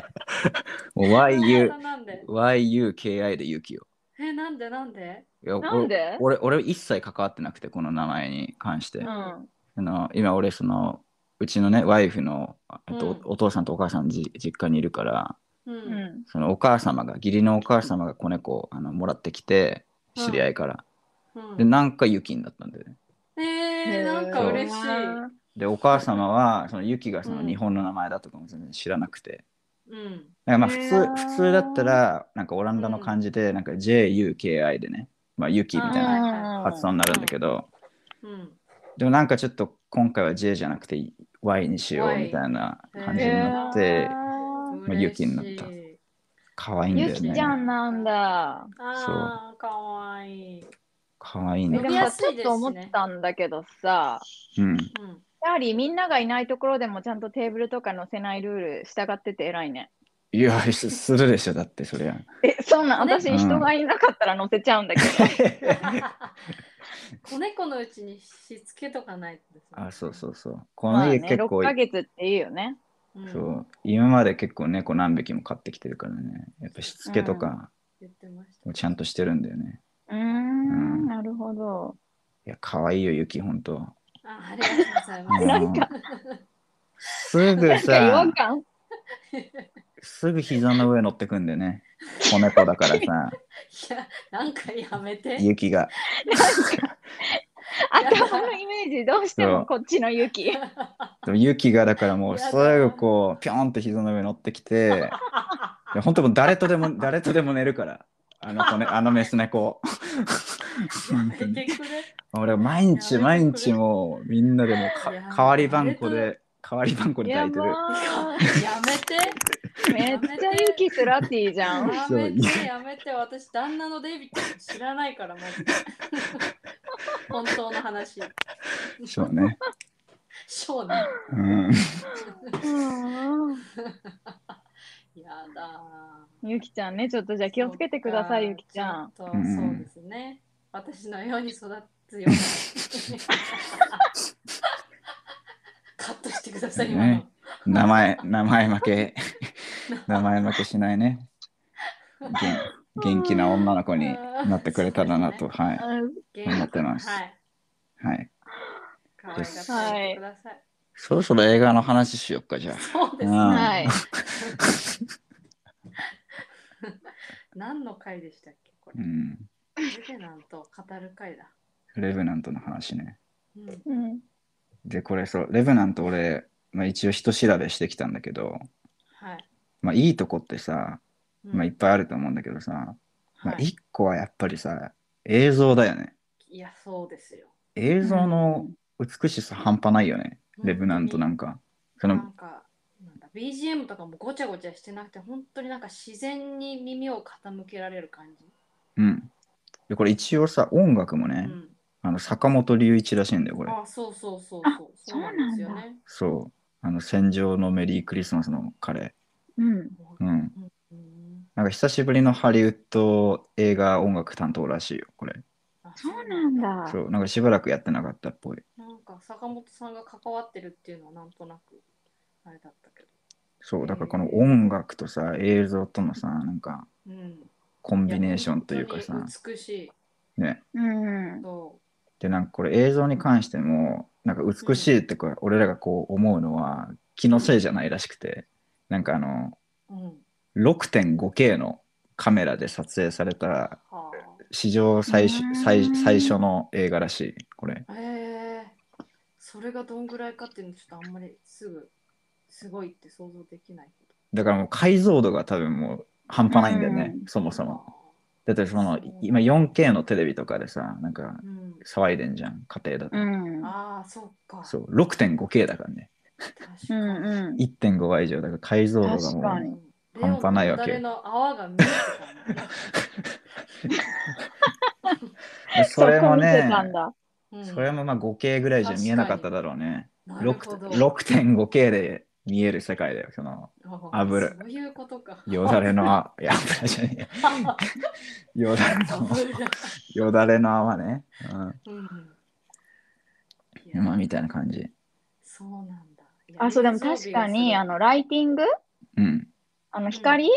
Speaker 2: YU
Speaker 1: またなんで
Speaker 2: YUKI でユキよ
Speaker 1: え、なんでなんで
Speaker 2: いや
Speaker 3: なんで
Speaker 2: 俺俺一切関わってなくてこの名前に関して、
Speaker 3: うん。
Speaker 2: あの今俺そのうちのねワイフのああとお,、
Speaker 1: うん
Speaker 2: 父さんとお母さんじ実家にいるから
Speaker 1: う。
Speaker 3: うんん。
Speaker 2: そのお母様が義理のお母様が子猫をあのもらってきて
Speaker 1: うん
Speaker 2: 知り合いから、
Speaker 1: うん
Speaker 2: でなんかユキになったんだよね
Speaker 1: えー、なんか嬉しい。
Speaker 2: でお母様はそのユキがその
Speaker 1: うん
Speaker 2: 日本の名前だとかも全然知らなくて、
Speaker 1: うん。
Speaker 2: なんかまあ
Speaker 3: へ
Speaker 2: 普
Speaker 3: ー
Speaker 2: 通、普通だったらなんかオランダの漢字でなんか JUKI でね、まあ、ユキみたいな発音になるんだけど、
Speaker 1: うん。
Speaker 2: でもなんかちょっと今回は J じゃなくて Y にしようみたいな感じになって、
Speaker 3: へー
Speaker 2: まあ雪になった
Speaker 1: 嬉しい
Speaker 2: 可愛いんだよ
Speaker 3: ゆ
Speaker 2: ね。
Speaker 3: きちゃんなんだ。
Speaker 1: あー、かわいい。
Speaker 2: 可愛いね
Speaker 3: で
Speaker 1: 呼。び
Speaker 3: も
Speaker 1: や
Speaker 3: さ
Speaker 1: すいで
Speaker 3: ちょっ
Speaker 1: す
Speaker 3: と
Speaker 1: ね
Speaker 3: 思ったんだけどさ、
Speaker 2: うん。
Speaker 1: うん。
Speaker 3: やはりみんながいないところでもちゃんとテーブルとか載せないルール従ってて偉いね。
Speaker 2: いや、すするでしょ、だってそりゃ。
Speaker 3: え、そんなん
Speaker 1: ね
Speaker 3: 私人がいなかったら載せちゃうんだ けど。
Speaker 1: 子猫のうちにしつけとかないとですね
Speaker 2: あ、そうそうそう。こ
Speaker 3: まあ
Speaker 2: の
Speaker 3: ね、
Speaker 2: 家結構、
Speaker 3: 6ヶ月っていいよね。
Speaker 1: うん。
Speaker 2: そう、今まで結構猫何匹も飼ってきてるからね。やっぱしつけとか
Speaker 1: 言ってました
Speaker 2: も。ちゃんとしてるんだよね。
Speaker 3: うー
Speaker 2: うん
Speaker 3: ん、なるほど。
Speaker 2: いや、可愛いよ、ユキ、ほんと。
Speaker 1: あありがとうございます。
Speaker 3: なんか
Speaker 2: うんすぐ
Speaker 3: なんか違
Speaker 2: さ
Speaker 3: 和、感
Speaker 2: すぐ膝の上乗ってくんだよね。子猫だからさ、
Speaker 1: いや、なんかやめて。
Speaker 2: ユキが。
Speaker 3: 頭のイメージどうして
Speaker 2: そう
Speaker 3: もこっちの ゆき。
Speaker 2: でもユキがだからもう
Speaker 1: やだ
Speaker 2: すぐこうピョーンって膝の上に乗ってき ていや本当もう誰とでも誰とでも寝るからあの子ねあのメス 猫
Speaker 1: や
Speaker 2: 本
Speaker 1: め
Speaker 2: 当に
Speaker 1: てくれ。
Speaker 2: 俺毎日
Speaker 1: やめ
Speaker 2: 毎
Speaker 1: て
Speaker 2: 日もうみんなでもうか
Speaker 1: いや
Speaker 2: 代わりばんこで代わりばんこで抱
Speaker 3: や
Speaker 2: いてる
Speaker 3: ばー
Speaker 1: やめて。
Speaker 3: めっちゃゆきスラティじゃん。
Speaker 1: や
Speaker 2: そう
Speaker 1: め
Speaker 2: い
Speaker 1: て、やめて。私、旦那のデイビッド知らないから、マジで。 本当の話。
Speaker 2: そうね
Speaker 1: そうね。
Speaker 2: うん
Speaker 1: やだ
Speaker 3: ゆきちゃんね、ちょっとじ
Speaker 1: ー。
Speaker 3: ゃあ気をつけてください、ゆきちゃん。
Speaker 1: そっか。
Speaker 2: うん
Speaker 1: ちょっとそうですね。私のように育つように。カットしてください、今の
Speaker 2: ね。名前名前負け 名前負けしないね元元気な女の子になってくれたら なと、はい頑張ってます
Speaker 1: はい。
Speaker 2: はい
Speaker 1: 可愛がってあげてください。
Speaker 2: そろそろ映画の話しよっかじゃあ
Speaker 1: そうです
Speaker 2: う
Speaker 1: ね。
Speaker 2: ん
Speaker 3: はい。
Speaker 1: 何の回でしたっけこ
Speaker 2: う
Speaker 1: れ。
Speaker 2: ん
Speaker 1: レベナントを語る回だ。
Speaker 2: レブナントの話ね。
Speaker 1: うん。
Speaker 3: うん
Speaker 2: で、これそう、レブナント俺、まあ、一応人調べしてきたんだけど、
Speaker 1: はい。
Speaker 2: まあいいとこってさ、
Speaker 1: うん
Speaker 2: まあいっぱいあると思うんだけどさ、まあ
Speaker 1: はい
Speaker 2: 一個はやっぱりさ、映像だよね。
Speaker 1: いや、そうですよ。
Speaker 2: 映像の美しさ半端ないよね、レブナントなんか。そ
Speaker 1: な
Speaker 2: の、
Speaker 1: んか、なんだ、 BGM とかもごちゃごちゃしてなくて本当になんか自然に耳を傾けられる感じ、
Speaker 2: うん。で、これ一応さ、音楽も
Speaker 1: う
Speaker 2: ね、
Speaker 1: ん、
Speaker 2: あの坂本龍一らしいんだよ、これ。
Speaker 1: あそうそうそう
Speaker 3: あ
Speaker 1: そうそうなんですよね
Speaker 2: そう。あの、戦場のメリークリスマスの彼。
Speaker 3: うん。
Speaker 2: うん。
Speaker 1: うん
Speaker 2: なんか久しぶりのハリウッド映画音楽担当らしいよ、これ。
Speaker 1: あ
Speaker 3: そうなんだ。
Speaker 2: そう、なんかしばらくやってなかったっぽい。
Speaker 1: なんか坂本さんが関わってるっていうのはなんとなくあれだったけ
Speaker 2: そう、だからこの音楽とさ、映像とのさ、なんか
Speaker 1: ど、うん、
Speaker 2: コン
Speaker 1: コ
Speaker 2: ビネーションというかさ、
Speaker 1: 美しい
Speaker 2: ね。
Speaker 3: うん。
Speaker 1: と
Speaker 2: で、なんかこれ映像に関しても、なんか美しいってこれ、俺らがこう思うのは気のせいじゃないらしくて、なんかあの、
Speaker 1: うん、
Speaker 2: 6.5K のカメラで撮影された
Speaker 1: は
Speaker 2: 史上最
Speaker 3: う
Speaker 2: 初
Speaker 3: ん
Speaker 2: 最最初の映画らしい、これ。
Speaker 1: あえー、それがどんぐらいかっていうのちょっとあんまりすぐすごいって想像できないけど
Speaker 2: だからもう解像度が多分もう半端ないんだよね、
Speaker 3: うん
Speaker 2: そもそも。だってそ
Speaker 1: そ
Speaker 2: の
Speaker 1: う
Speaker 2: 今 4K のテレビとかでさ、なんか
Speaker 1: うん
Speaker 2: 騒いでんじゃん、家庭だと。
Speaker 3: うん。
Speaker 1: ああ、そっか。
Speaker 2: そう、6.5K だからね。
Speaker 1: 確
Speaker 3: う
Speaker 1: かに。
Speaker 3: んうん。
Speaker 2: 1.5倍以上だから解像度が
Speaker 3: 確
Speaker 2: も
Speaker 3: か
Speaker 2: う
Speaker 3: に
Speaker 1: レオ
Speaker 2: 半端ないわけ
Speaker 1: 誰の泡が見えてたね
Speaker 2: それも
Speaker 3: そこ見
Speaker 2: ね
Speaker 3: て、たんだ。
Speaker 1: うん
Speaker 2: それもまあ 5K ぐらいじゃ見えなかっただろうね。
Speaker 1: なるほど
Speaker 2: 6.5K で見える世界だよ、そ の
Speaker 1: あ
Speaker 2: 油
Speaker 1: そういうことか。
Speaker 2: よだれのあ、いや、油じゃねえ よよだれの、
Speaker 1: 油
Speaker 2: よだれの泡ね。
Speaker 1: うんい
Speaker 2: うん、
Speaker 1: や
Speaker 2: 今みたいな感じ。
Speaker 1: そうなんだ。いや
Speaker 3: あ、そう、でも確かに、あ、の、ライティング
Speaker 2: うん、
Speaker 3: あの、光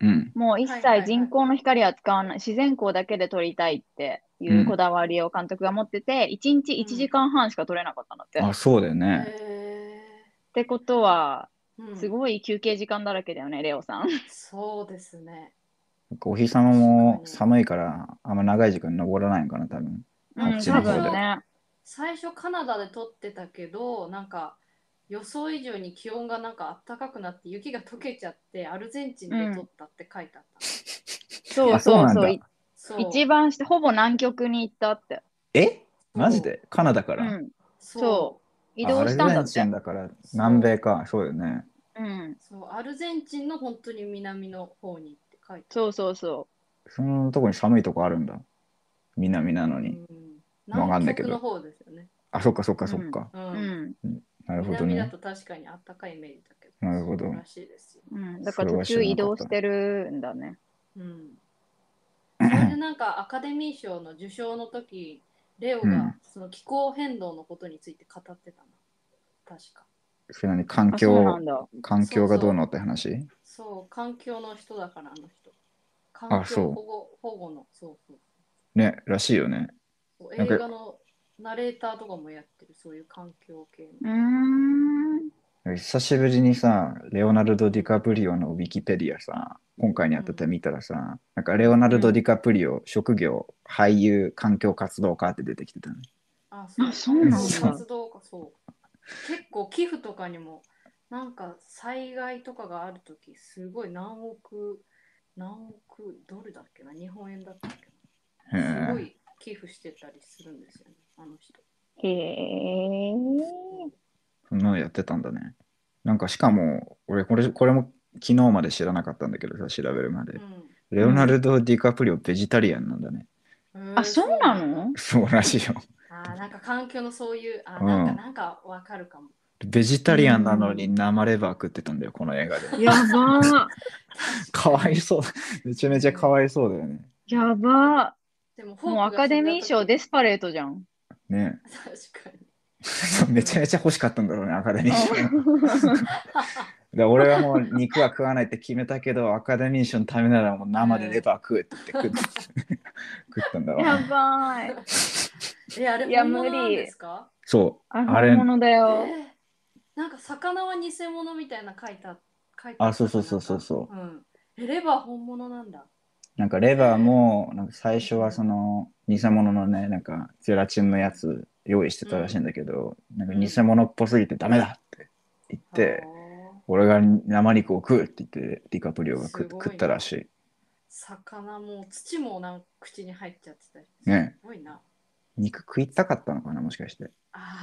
Speaker 2: うん、
Speaker 3: もう一
Speaker 1: はいはいは
Speaker 3: 切
Speaker 1: い
Speaker 3: 人工の光は使わない、自然光だけで撮りたいっていうこだわりを監督が持ってて、1日1時間半しか撮れなかったんだって。っ
Speaker 2: あ、そうだよね。
Speaker 1: へ
Speaker 3: てことは、
Speaker 1: ーうん
Speaker 3: すごい休憩時間だらけだよね、レオさん。
Speaker 1: そうですね。
Speaker 2: お日様も寒いから、あんま長い時間登らないのかな、多分。
Speaker 3: う
Speaker 2: あ
Speaker 3: ん、
Speaker 2: っち
Speaker 3: 多
Speaker 2: の方で
Speaker 3: 分ね。
Speaker 1: 最初カナダで撮ってたけどなんか予想以上に気温がなんか暖かくなって雪が溶けちゃってアルゼンチンで撮ったって書いてあった、
Speaker 3: そう
Speaker 2: あそう
Speaker 3: そ
Speaker 2: な
Speaker 3: うん
Speaker 2: だ
Speaker 3: そう。い
Speaker 1: そう
Speaker 3: 一番して、ほぼ南極に行ったって。
Speaker 2: えマジでカナダか
Speaker 3: う
Speaker 2: ら、
Speaker 3: ん。
Speaker 1: そう
Speaker 3: そう。移動したん
Speaker 2: あア
Speaker 3: だ
Speaker 2: ルゼ
Speaker 3: っ
Speaker 2: ンチ
Speaker 3: て
Speaker 2: ン。だから、南米か、そうよね。
Speaker 3: うん。
Speaker 1: そうアルゼンチンの本当に南の方にって書いて
Speaker 3: そうそうそ
Speaker 2: そのとこに寒いとこあるんだ。南なの
Speaker 1: ある、
Speaker 2: に。
Speaker 1: うん
Speaker 2: わかんない
Speaker 1: 南
Speaker 2: け
Speaker 1: 極
Speaker 2: ど
Speaker 1: の方ですよね、
Speaker 2: あ、そっかそっかそっか。
Speaker 1: う
Speaker 3: う。うんん。
Speaker 2: なるほど
Speaker 1: 南だ
Speaker 2: ね。
Speaker 1: と確かに暖かいイメージだけど
Speaker 2: なるほど
Speaker 1: そうらしいですよ、
Speaker 3: うん、だから途中移動してるんだね。
Speaker 1: うん、それでなんかアカデミー賞の受賞の時レオ
Speaker 2: う
Speaker 1: が
Speaker 2: ん
Speaker 1: その気候変動のことについて語ってたな確か
Speaker 2: それなりに環
Speaker 3: あ、そうな
Speaker 2: 境
Speaker 3: ん、だ。
Speaker 2: 環境がどうのって話
Speaker 1: そう環境の人だからあの人環
Speaker 2: あそう
Speaker 1: 境保護保護のそうそう
Speaker 2: ね、らしいよね。
Speaker 1: そう
Speaker 2: な
Speaker 1: 映
Speaker 2: んか
Speaker 1: 画のナレーターとかもやってるそういう環境系の
Speaker 3: うーん。
Speaker 2: 久しぶりにさ、レオナルド・ディカプリオのウィキペディアさ、今回にあたって見たらさ、なんかレオナルド・ディカプリオ、職業、俳優、環境活動家って出てきてたね。
Speaker 1: あ、そう
Speaker 3: あそうなん
Speaker 2: だ
Speaker 1: 活動家、そう。結構寄付とかにも、なんか災害とかがあるとき、すごい何億、何億ドルだっけな、日本円だったっけ
Speaker 2: へ
Speaker 1: な。すご
Speaker 2: え
Speaker 1: い寄付してたりするんですよね、あの人。
Speaker 3: へえ。
Speaker 2: そんなのやってたんだね。なんかしかも、俺これ、これも昨日まで知らなかったんだけどさ、調べるまで。レオナルド・ディカプリオ、ベジタリアンなんだね。
Speaker 1: うん、
Speaker 3: あ、そうなの
Speaker 2: そうらしいよ。
Speaker 1: あーなんか環境のそういう、あ、
Speaker 2: うん
Speaker 1: なんか、なんかわかるかも。
Speaker 2: ベジタリアンなのに生レバー食ってたんだよ、この映画で。
Speaker 3: やば。
Speaker 2: かわいそう。めちゃめちゃかわいそうだよね。
Speaker 3: やば。
Speaker 1: でも、ホープ
Speaker 3: もう
Speaker 1: が
Speaker 3: アカデミー賞デスパレートじゃん。
Speaker 2: ね
Speaker 1: 確かに。
Speaker 2: めちゃめちゃ欲しかったんだろうね、アカデミー賞。
Speaker 3: うん
Speaker 2: で俺はもう肉は食わないって決めたけど、アカデミー賞のためならもう生でレバー食うって言って食 っ食ったんだろう
Speaker 3: や
Speaker 2: ね。
Speaker 3: ばい。
Speaker 1: え、あれ、
Speaker 3: いや
Speaker 1: 本物なん
Speaker 3: 無理
Speaker 1: ですか
Speaker 2: そう、
Speaker 3: あ、
Speaker 2: あれ
Speaker 3: 本、物だよ。
Speaker 1: えーなんか魚は偽物みたいな書いた書いて
Speaker 2: あ、そうそうそうそうそう
Speaker 1: う、うん、えレバー本物なんだ
Speaker 2: なんかレバーも、なんか最初はその偽物のね、なんかゼラチンのやつ用意してたらしいんだけど、なんか偽物っぽすぎてダメだって言って、
Speaker 1: あー
Speaker 2: 俺が生肉を食うって言って、ディカプリオが
Speaker 1: す
Speaker 2: 食,、
Speaker 1: ごいね
Speaker 2: 食ったらし
Speaker 1: 魚も土もなんか口に入っちゃってたり
Speaker 2: い。ね。
Speaker 1: すごいな
Speaker 2: 肉食いたかったのかな、も しかして。
Speaker 1: あ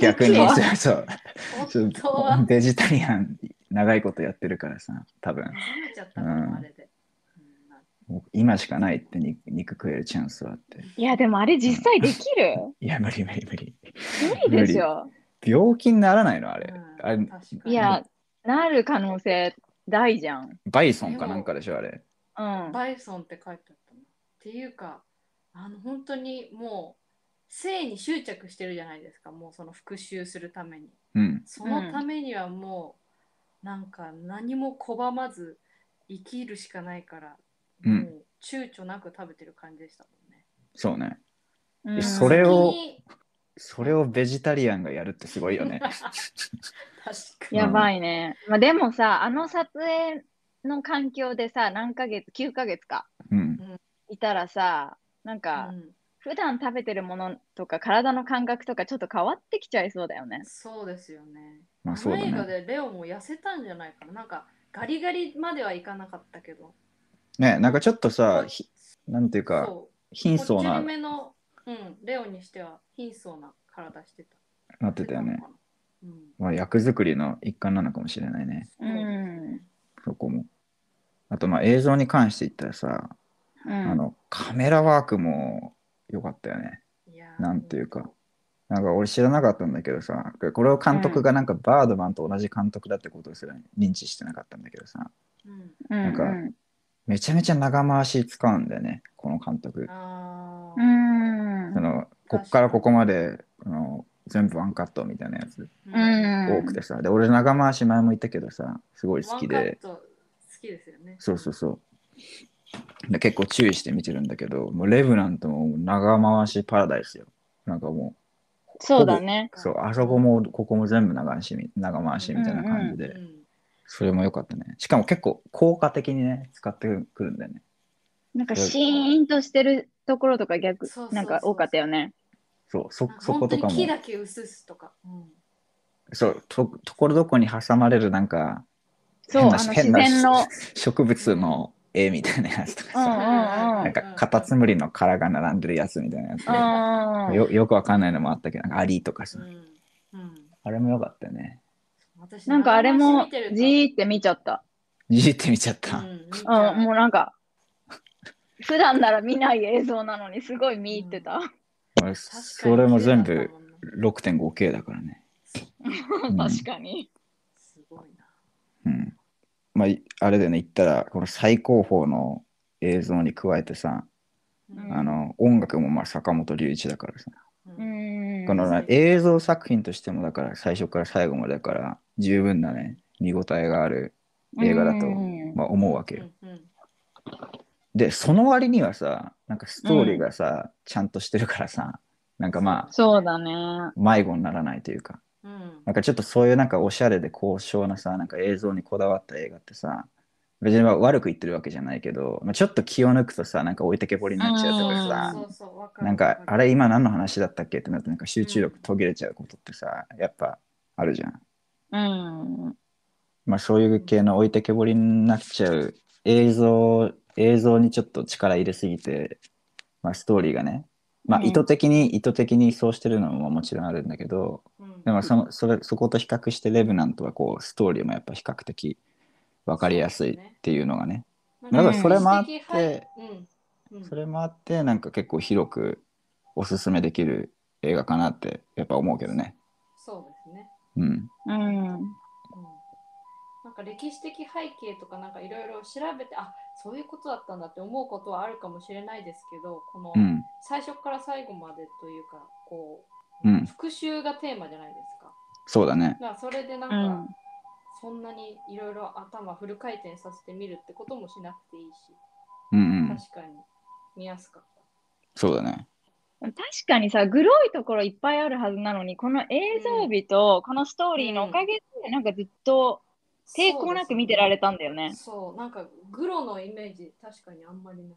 Speaker 2: 逆に
Speaker 3: 肉は、
Speaker 2: そう、
Speaker 1: ー
Speaker 2: そう
Speaker 1: 本当は
Speaker 2: ベジタリアン長いことやってるからさ、多分。
Speaker 1: 離れちゃったの
Speaker 2: うん
Speaker 1: あれで。うんまあ
Speaker 2: もう今しかないって肉肉食えるチャンスはあって。
Speaker 3: いや、でもあれ実際できる
Speaker 2: いや、無理無理無理。
Speaker 3: 無理でしょ。
Speaker 2: 病気にならないのあれ。
Speaker 1: うん
Speaker 2: あれ、
Speaker 1: 確か
Speaker 3: い
Speaker 1: に
Speaker 3: や、なる可能性大じゃん。
Speaker 2: バイソンかなんかでしょ、あれ。
Speaker 3: うん。
Speaker 1: バイソンって書いてあったの。っていうか、あの本当にもう性に執着してるじゃないですか、もうその復讐するために。
Speaker 2: うん。
Speaker 1: そのためにはもう、なんか何も拒まず生きるしかないから、
Speaker 2: うん
Speaker 1: もう躊躇なく食べてる感じでしたもんね。
Speaker 2: そうね。
Speaker 3: う
Speaker 2: え
Speaker 3: ん
Speaker 2: それを
Speaker 1: 先に
Speaker 2: それをベジタリアンがやるってすごいよ ね。
Speaker 1: 確かに。
Speaker 3: やばいね。まあ、でもさ、あの撮影の環境でさ、何ヶ月、9ヶ月か、
Speaker 2: うん。
Speaker 3: いたらさ、なんか、
Speaker 1: うん
Speaker 3: 普段食べてるものとか体の感覚とかちょっと変わってきちゃいそうだよね。
Speaker 1: そうですよね。
Speaker 2: まあ
Speaker 1: あ
Speaker 2: そう
Speaker 1: の
Speaker 2: だ
Speaker 1: 映画
Speaker 2: ね。
Speaker 1: でレオも痩せたんじゃないかな。なんかガリガリまではいかなかったけど。
Speaker 2: ねなんかちょっとさ、ひなんていうか、
Speaker 1: そう。
Speaker 2: 貧
Speaker 1: こ
Speaker 2: 相
Speaker 1: っち
Speaker 2: な
Speaker 1: り、めの、うん、レオにしては貧相な体してた。
Speaker 2: なってたよね。
Speaker 1: うん。
Speaker 2: まあ、役作りの一環なのかもしれないね。
Speaker 3: うん。
Speaker 2: そこも。あと、まあ映像に関して言ったらさ、
Speaker 3: う
Speaker 2: あ
Speaker 3: ん。
Speaker 2: の、カメラワークも良かったよね。
Speaker 1: いやー
Speaker 2: なんていうか。なんか俺知らなかったんだけどさ、これを監督がなんかバードマンと同じ監督だってことすら認知してなかったんだけどさ、
Speaker 1: うん。
Speaker 3: なん
Speaker 2: かめちゃめちゃ長回し使うんだよね、この監督。
Speaker 1: あ
Speaker 3: う
Speaker 1: あ。
Speaker 3: ん。
Speaker 2: そのこっからここまであの全部ワンカットみたいなやつ
Speaker 3: うん。
Speaker 2: 多くてさ、で俺長回し前も言ったけどさすごい好
Speaker 1: 好き
Speaker 2: き
Speaker 1: で
Speaker 2: で。
Speaker 1: 好きですよね。
Speaker 2: そうそうそうで結構注意して見てるんだけどもうレブラントも長回しパラダイスよなんかも
Speaker 3: そうだね。
Speaker 2: うそうあそこもここも全部長回しみ長回しみたいな感じ
Speaker 1: う
Speaker 2: で、
Speaker 1: ん。
Speaker 2: それも良かったねしかも結構効果的にね使ってくるんだよね
Speaker 3: なんかシーンとしてるところとか逆
Speaker 1: そうそうそう、そう
Speaker 3: なんか多かったよね。
Speaker 2: そうそ
Speaker 1: なんか
Speaker 2: そこ
Speaker 1: 本当
Speaker 2: と
Speaker 1: に
Speaker 2: かも
Speaker 1: 木だけ薄すとか。うん
Speaker 2: そうとところどころに挟まれるなんか
Speaker 3: そう、あ
Speaker 2: 変
Speaker 3: の
Speaker 2: な
Speaker 3: 自
Speaker 2: 変な
Speaker 3: 然の。
Speaker 2: 植物の絵みたいなやつとか
Speaker 3: うんうん
Speaker 2: さ、
Speaker 3: うん
Speaker 2: なんかカタツムリの殻が並んでるやつみたいなやつ
Speaker 3: う
Speaker 2: ね、
Speaker 3: ん。
Speaker 2: よよくわかんないのもあったけど、なんかアリとかさ、
Speaker 1: うんうん。
Speaker 2: あれもよかったよね。
Speaker 1: 私
Speaker 3: なんかあれも
Speaker 1: 長回し見てると
Speaker 3: じーって見ちゃった。
Speaker 2: じって見ちゃっ
Speaker 1: う
Speaker 2: た。
Speaker 1: ん見ちゃ
Speaker 3: うん、もうなんか、普段なら見ない映像なのにすごい見入ってた。
Speaker 2: 俺
Speaker 1: 確かに
Speaker 2: それも全
Speaker 1: 綺麗だっ
Speaker 2: 部
Speaker 1: たもんな
Speaker 2: 6.5K だからね。うん
Speaker 3: 確かに。
Speaker 1: すごいな。
Speaker 2: うん。まあ、いあれでね、言ったら、この最高峰の映像に加えてさ、
Speaker 1: うん
Speaker 2: あの音楽もまあ坂本龍一だからさ、
Speaker 1: う
Speaker 3: うんん。
Speaker 2: このね映像作品としてもだから最初から最後までだから十分なね見応えがある、映画だと
Speaker 3: うん
Speaker 2: まあ、思うわけよ。
Speaker 1: うんうん
Speaker 2: でその割にはさなんかストーリーがさ、ちゃんとしてるからさなんかま
Speaker 3: そうだね。
Speaker 2: あ迷子にならないというか
Speaker 1: うん
Speaker 2: なんかちょっとそういうなんかおしゃれで高尚なさなんか映像にこだわった映画ってさ別にまあ悪く言ってるわけじゃないけど、まあ、ちょっと気を抜くとさなんか置いてけぼりになっちゃうとかさ、
Speaker 1: そうそうわる
Speaker 2: なんか
Speaker 1: わる
Speaker 2: あれ今何の話だったっけってなってなんか集中力途切れちゃうことってさやっぱあるじゃん。
Speaker 3: うん。
Speaker 2: まあ、そういう系の置いてけぼりになっちゃう映像映像にちょっと力入れすぎて、まあ、ストーリーがね、まあ、
Speaker 3: うん
Speaker 2: 意図的に、意図的にそうしてるのももちろんあるんだけど
Speaker 1: うん
Speaker 2: でもそのそれそこと比較してレブナントはこうストーリーもやっぱ比較的分かりやすいっていうのがねだからそれもあって、
Speaker 1: うんうん
Speaker 2: それもあってなんか結構広くおすすめできる映画かなってやっぱ思うけどね。
Speaker 1: そうですね、
Speaker 2: うん、
Speaker 3: うん。
Speaker 1: うん、なんか歴史的背景とかなんかいろいろ調べてあそういうことだったんだって思うことはあるかもしれないですけどこの
Speaker 2: うん、
Speaker 1: 最初から最後までというかこう、
Speaker 2: うん
Speaker 1: 復讐がテーマじゃないですか
Speaker 2: そうだね
Speaker 1: だからそれでなん
Speaker 3: う
Speaker 1: か、
Speaker 3: ん。
Speaker 1: そんなにいろいろ頭フル回転させてみるってこともしなくていいし
Speaker 2: うんうん
Speaker 1: 確かに見やすかっ
Speaker 2: そうだね
Speaker 3: 確かにさ、グロいところいっぱいあるはずなのに、この映像美とこのストーリーのおかげで、なんかずっと
Speaker 1: た
Speaker 3: 抵抗なく見てられたんだよね。
Speaker 1: そう、なんかグロのイメージ、確かにあんまりない。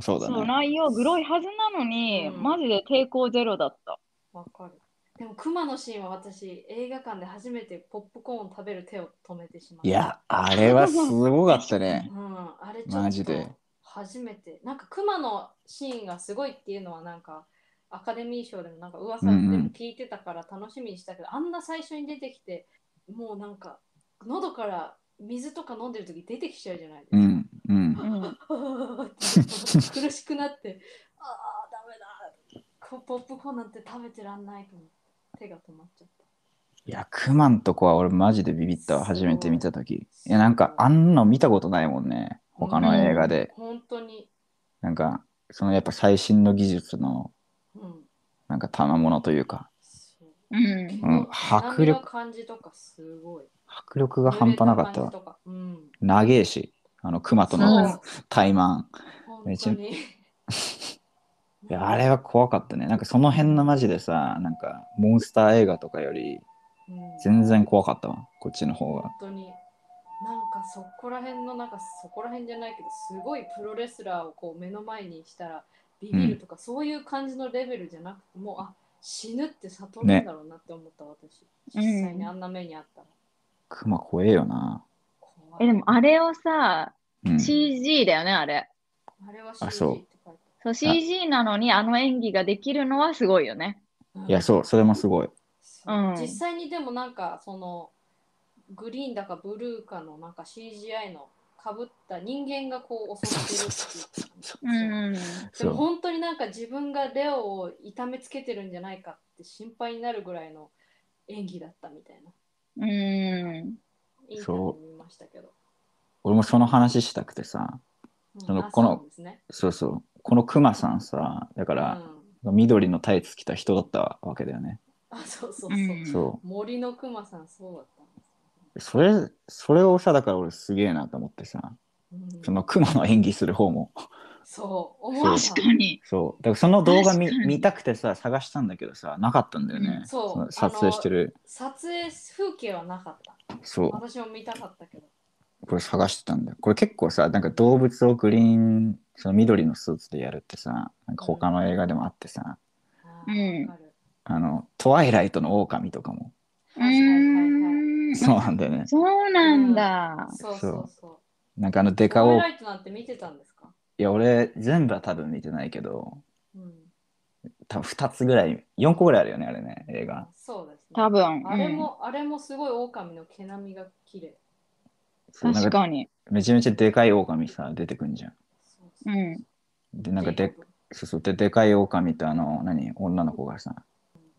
Speaker 2: そうだ
Speaker 3: そ
Speaker 2: ね
Speaker 3: う、内容グロいはずなのに、
Speaker 1: うん
Speaker 3: マジで抵抗ゼロだった。
Speaker 1: わかる。でも、熊のシーンは私、映画館で初めてポップコーンを食べる手を止めてしまった。
Speaker 2: い、や、あれはすごかった
Speaker 1: う
Speaker 2: ね。
Speaker 1: ん、あれちょっと
Speaker 2: マジで
Speaker 1: 初めて。なんか熊のシーンがすごいっていうのは、なんかアカデミー賞でもなんか噂で
Speaker 2: うんうん
Speaker 1: も聞いてたから楽しみにしたけど、あんな最初に出てきて、もうなんか喉から水とか飲んでる時出てきちゃうじゃないです
Speaker 2: う
Speaker 1: か。
Speaker 2: ん、うん。
Speaker 3: うん。
Speaker 1: 苦しくなって、ああ、ダメだ。こポップコーンなんて食べてらんないと思って手が止まっちゃった。
Speaker 2: いや、クマんとこは俺マジでビビったわ、初めて見たとき。いや、なんかあんの見たことないもんね。他の映画で。
Speaker 1: 本当に。
Speaker 2: なんか、そのやっぱ最新の技術の、
Speaker 1: うん。
Speaker 2: なんか賜物というか、
Speaker 1: そう
Speaker 3: うん。
Speaker 2: うん迫
Speaker 1: 波の
Speaker 2: 力
Speaker 1: 感じとかすごい。
Speaker 2: 迫力が半端なかっ
Speaker 1: 揺
Speaker 2: た
Speaker 1: れ感
Speaker 2: わ。
Speaker 1: じとかうん。
Speaker 2: 長えし、あの、クマと
Speaker 3: そ
Speaker 2: の
Speaker 3: う
Speaker 2: 対マン。
Speaker 1: 本当 に。
Speaker 2: いや、あれは怖かったね。なんかその辺のマジでさ、なんかモンスター映画とかより
Speaker 1: うん
Speaker 2: 全然怖かったわ、こっちの方
Speaker 1: 本
Speaker 2: が。
Speaker 1: 当になんかそこら辺のなんかそこら辺じゃないけどすごいプロレスラーをこう目の前にしたらビビるとか、そういう感じのレベルじゃなくてもうあ死ぬって悟るんだろうなって思った、私実際にあんな目にあったら
Speaker 2: クマ怖えよな。
Speaker 1: 怖い
Speaker 3: え、でもあれをさ、
Speaker 2: うん。
Speaker 3: CG だよね、あれ。
Speaker 1: あれは
Speaker 2: あ
Speaker 1: CG
Speaker 2: そう
Speaker 1: って書いて
Speaker 3: そう、CG なのにあの演技ができるのはすごいよね。
Speaker 1: ある
Speaker 2: いや、そう、それもすごい。
Speaker 1: そう
Speaker 3: うん
Speaker 1: 実際にでもなんかそのグリーンだかブルーかのなんか CGI のかぶった人間がこう襲ってるっていう
Speaker 3: う。ん。
Speaker 1: でも
Speaker 2: そう
Speaker 1: 本当になんか自分がレオを痛めつけてるんじゃないかって心配になるぐらいの演技だったみたいな。
Speaker 3: うん。
Speaker 1: インタビュー見ましたけど。
Speaker 2: 俺もその話したくてさ、
Speaker 1: うん
Speaker 2: その
Speaker 1: あ
Speaker 2: この
Speaker 1: そうなんですね。
Speaker 2: そうそう、このクマさんさ、だか
Speaker 1: うん、
Speaker 2: ら、
Speaker 1: あ、
Speaker 2: 緑のタイツ着た人だったわけだよね。
Speaker 1: そうそうそう。
Speaker 3: うん
Speaker 2: そ
Speaker 1: 森のくまさんそうだったん
Speaker 2: う。それ、それをさ、だから俺すげえなと思ってさ、
Speaker 1: です、ね
Speaker 2: そのクマの演技する方も。
Speaker 1: うん。そう、思わな
Speaker 3: 確かに。
Speaker 2: そう。だからその動画見
Speaker 3: 確かに
Speaker 2: 見たくてさ、探したんだけどさ、なかったんだよね。
Speaker 3: うん
Speaker 1: そう
Speaker 2: の
Speaker 1: あの
Speaker 2: 撮影してる。
Speaker 1: 撮影風景はなかった。
Speaker 2: そう。
Speaker 1: 私も見たかったけど。
Speaker 2: これ探してたんだよ。これ結構さ、なんか動物をグリーン、その緑のスーツでやるってさ、なんか他の映画でもあってさ、
Speaker 1: あ
Speaker 3: う
Speaker 1: ー
Speaker 3: ん
Speaker 1: わかる
Speaker 2: あの、トワイライトの狼と かも、
Speaker 3: う
Speaker 1: はいはいはいはい。
Speaker 3: ん。
Speaker 2: そうなんだよね。
Speaker 3: そうなんだ。
Speaker 1: そうそうそう。
Speaker 2: なんかあのデカ
Speaker 1: ホワイ
Speaker 2: オ、
Speaker 1: ラ
Speaker 2: い
Speaker 1: イトなんて見てたんですか
Speaker 2: や俺全部は多分見てないけど、
Speaker 1: うん。
Speaker 2: 多分2つぐらい、4個ぐらいあるよね、あれね、映画。
Speaker 1: そうですね。
Speaker 3: 多分。
Speaker 1: あれも、あれもすごい狼の毛並みが綺麗。
Speaker 2: そ
Speaker 3: うん
Speaker 2: う
Speaker 3: 確
Speaker 2: なんか
Speaker 3: かに。
Speaker 2: めちゃめちゃでかい狼さ、出てくんじゃん。
Speaker 1: そうそうそう
Speaker 3: うん
Speaker 2: で、なんか
Speaker 1: ジェイ
Speaker 2: で
Speaker 1: コ、ブ
Speaker 2: そうそう、で、でかい狼とあの、何、女の子がさ、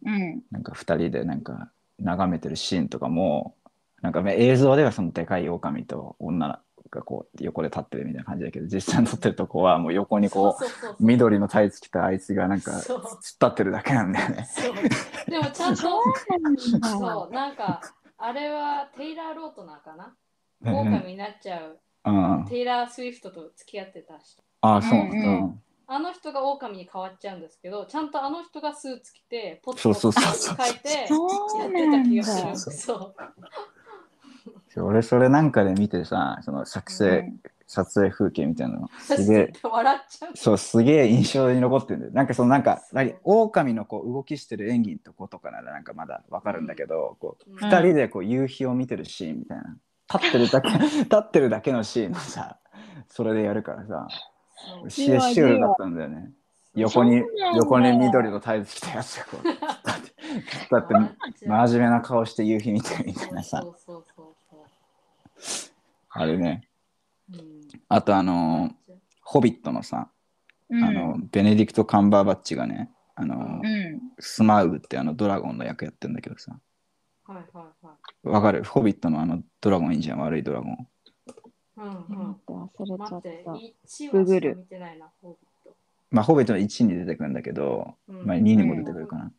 Speaker 3: うん。
Speaker 2: なんか2人でなんか眺めてるシーンとかもなんかね映像ではそのでかい狼と女がこう横で立ってるみたいな感じだけど実際に撮ってるとこはもう横にこ
Speaker 1: そうそうそう
Speaker 2: う緑のタイツ着たあいつがなんか
Speaker 1: そう
Speaker 2: 突っ立ってるだけなんだよね。
Speaker 1: そうでもちゃんと
Speaker 3: そうなんだ。
Speaker 1: そうなんかあれはテイラー・ロートなんかな
Speaker 2: うんうん
Speaker 1: 狼になっち ゃう
Speaker 2: うん、
Speaker 1: テイラー・スウィフトと付き合ってた人
Speaker 2: ああそう、
Speaker 3: うんうん
Speaker 2: うん
Speaker 1: あの人が狼に変わっちゃうんですけどちゃんとあの人がスーツ着てポツポ
Speaker 2: そう
Speaker 1: ツ
Speaker 2: そうそう
Speaker 1: 書いてやって
Speaker 3: そうな
Speaker 1: た
Speaker 3: ん
Speaker 1: 気
Speaker 3: だ。
Speaker 1: がす
Speaker 2: そう
Speaker 1: るそう
Speaker 2: そう俺それなんかで見てさその作成、
Speaker 3: うん
Speaker 2: 撮影風景みたいな の
Speaker 1: 私
Speaker 2: すげえ
Speaker 1: 笑っちゃう
Speaker 2: そうすげえ印象に残ってるんだよなんかそのなんか
Speaker 1: そう
Speaker 2: 何狼のこう動きしてる演技のとことかならなんかまだわかるんだけど、こう
Speaker 1: うん
Speaker 2: 二人でこう夕日を見てるシーンみたいな立ってるだけ 立ってるだけのシーンをさそれでやるからさ
Speaker 1: そう
Speaker 2: シュシュールだったんだよね横に
Speaker 3: そうなんだ
Speaker 2: 横に緑のタイツ着たやつがこう立って立って
Speaker 1: 笑っちゃう
Speaker 2: 真面目な顔して夕日見てるみたいなさ
Speaker 1: そうそうそうそ
Speaker 2: あれね
Speaker 1: ううん
Speaker 2: あとあのー「ホビット」のさ、
Speaker 3: うん
Speaker 2: あのベネディクト・カンバーバッチがねあのー
Speaker 3: うん。
Speaker 2: スマウグってあのドラゴンの役やってんだけどさ
Speaker 1: はいはいはい
Speaker 2: わかるホビットのあのドラゴンいいじゃん悪いドラゴン
Speaker 1: うんう
Speaker 3: 待
Speaker 1: ん
Speaker 3: って、忘れち
Speaker 1: 待
Speaker 3: ゃ
Speaker 1: っ、
Speaker 3: ってた。
Speaker 1: 1
Speaker 3: グ
Speaker 1: 話
Speaker 3: グ
Speaker 1: し
Speaker 3: る
Speaker 1: か見てないな、ホビット。
Speaker 2: まあ、ホビットの1に出てくるんだけど、
Speaker 1: うん
Speaker 2: まあ、2にも出てくるかな。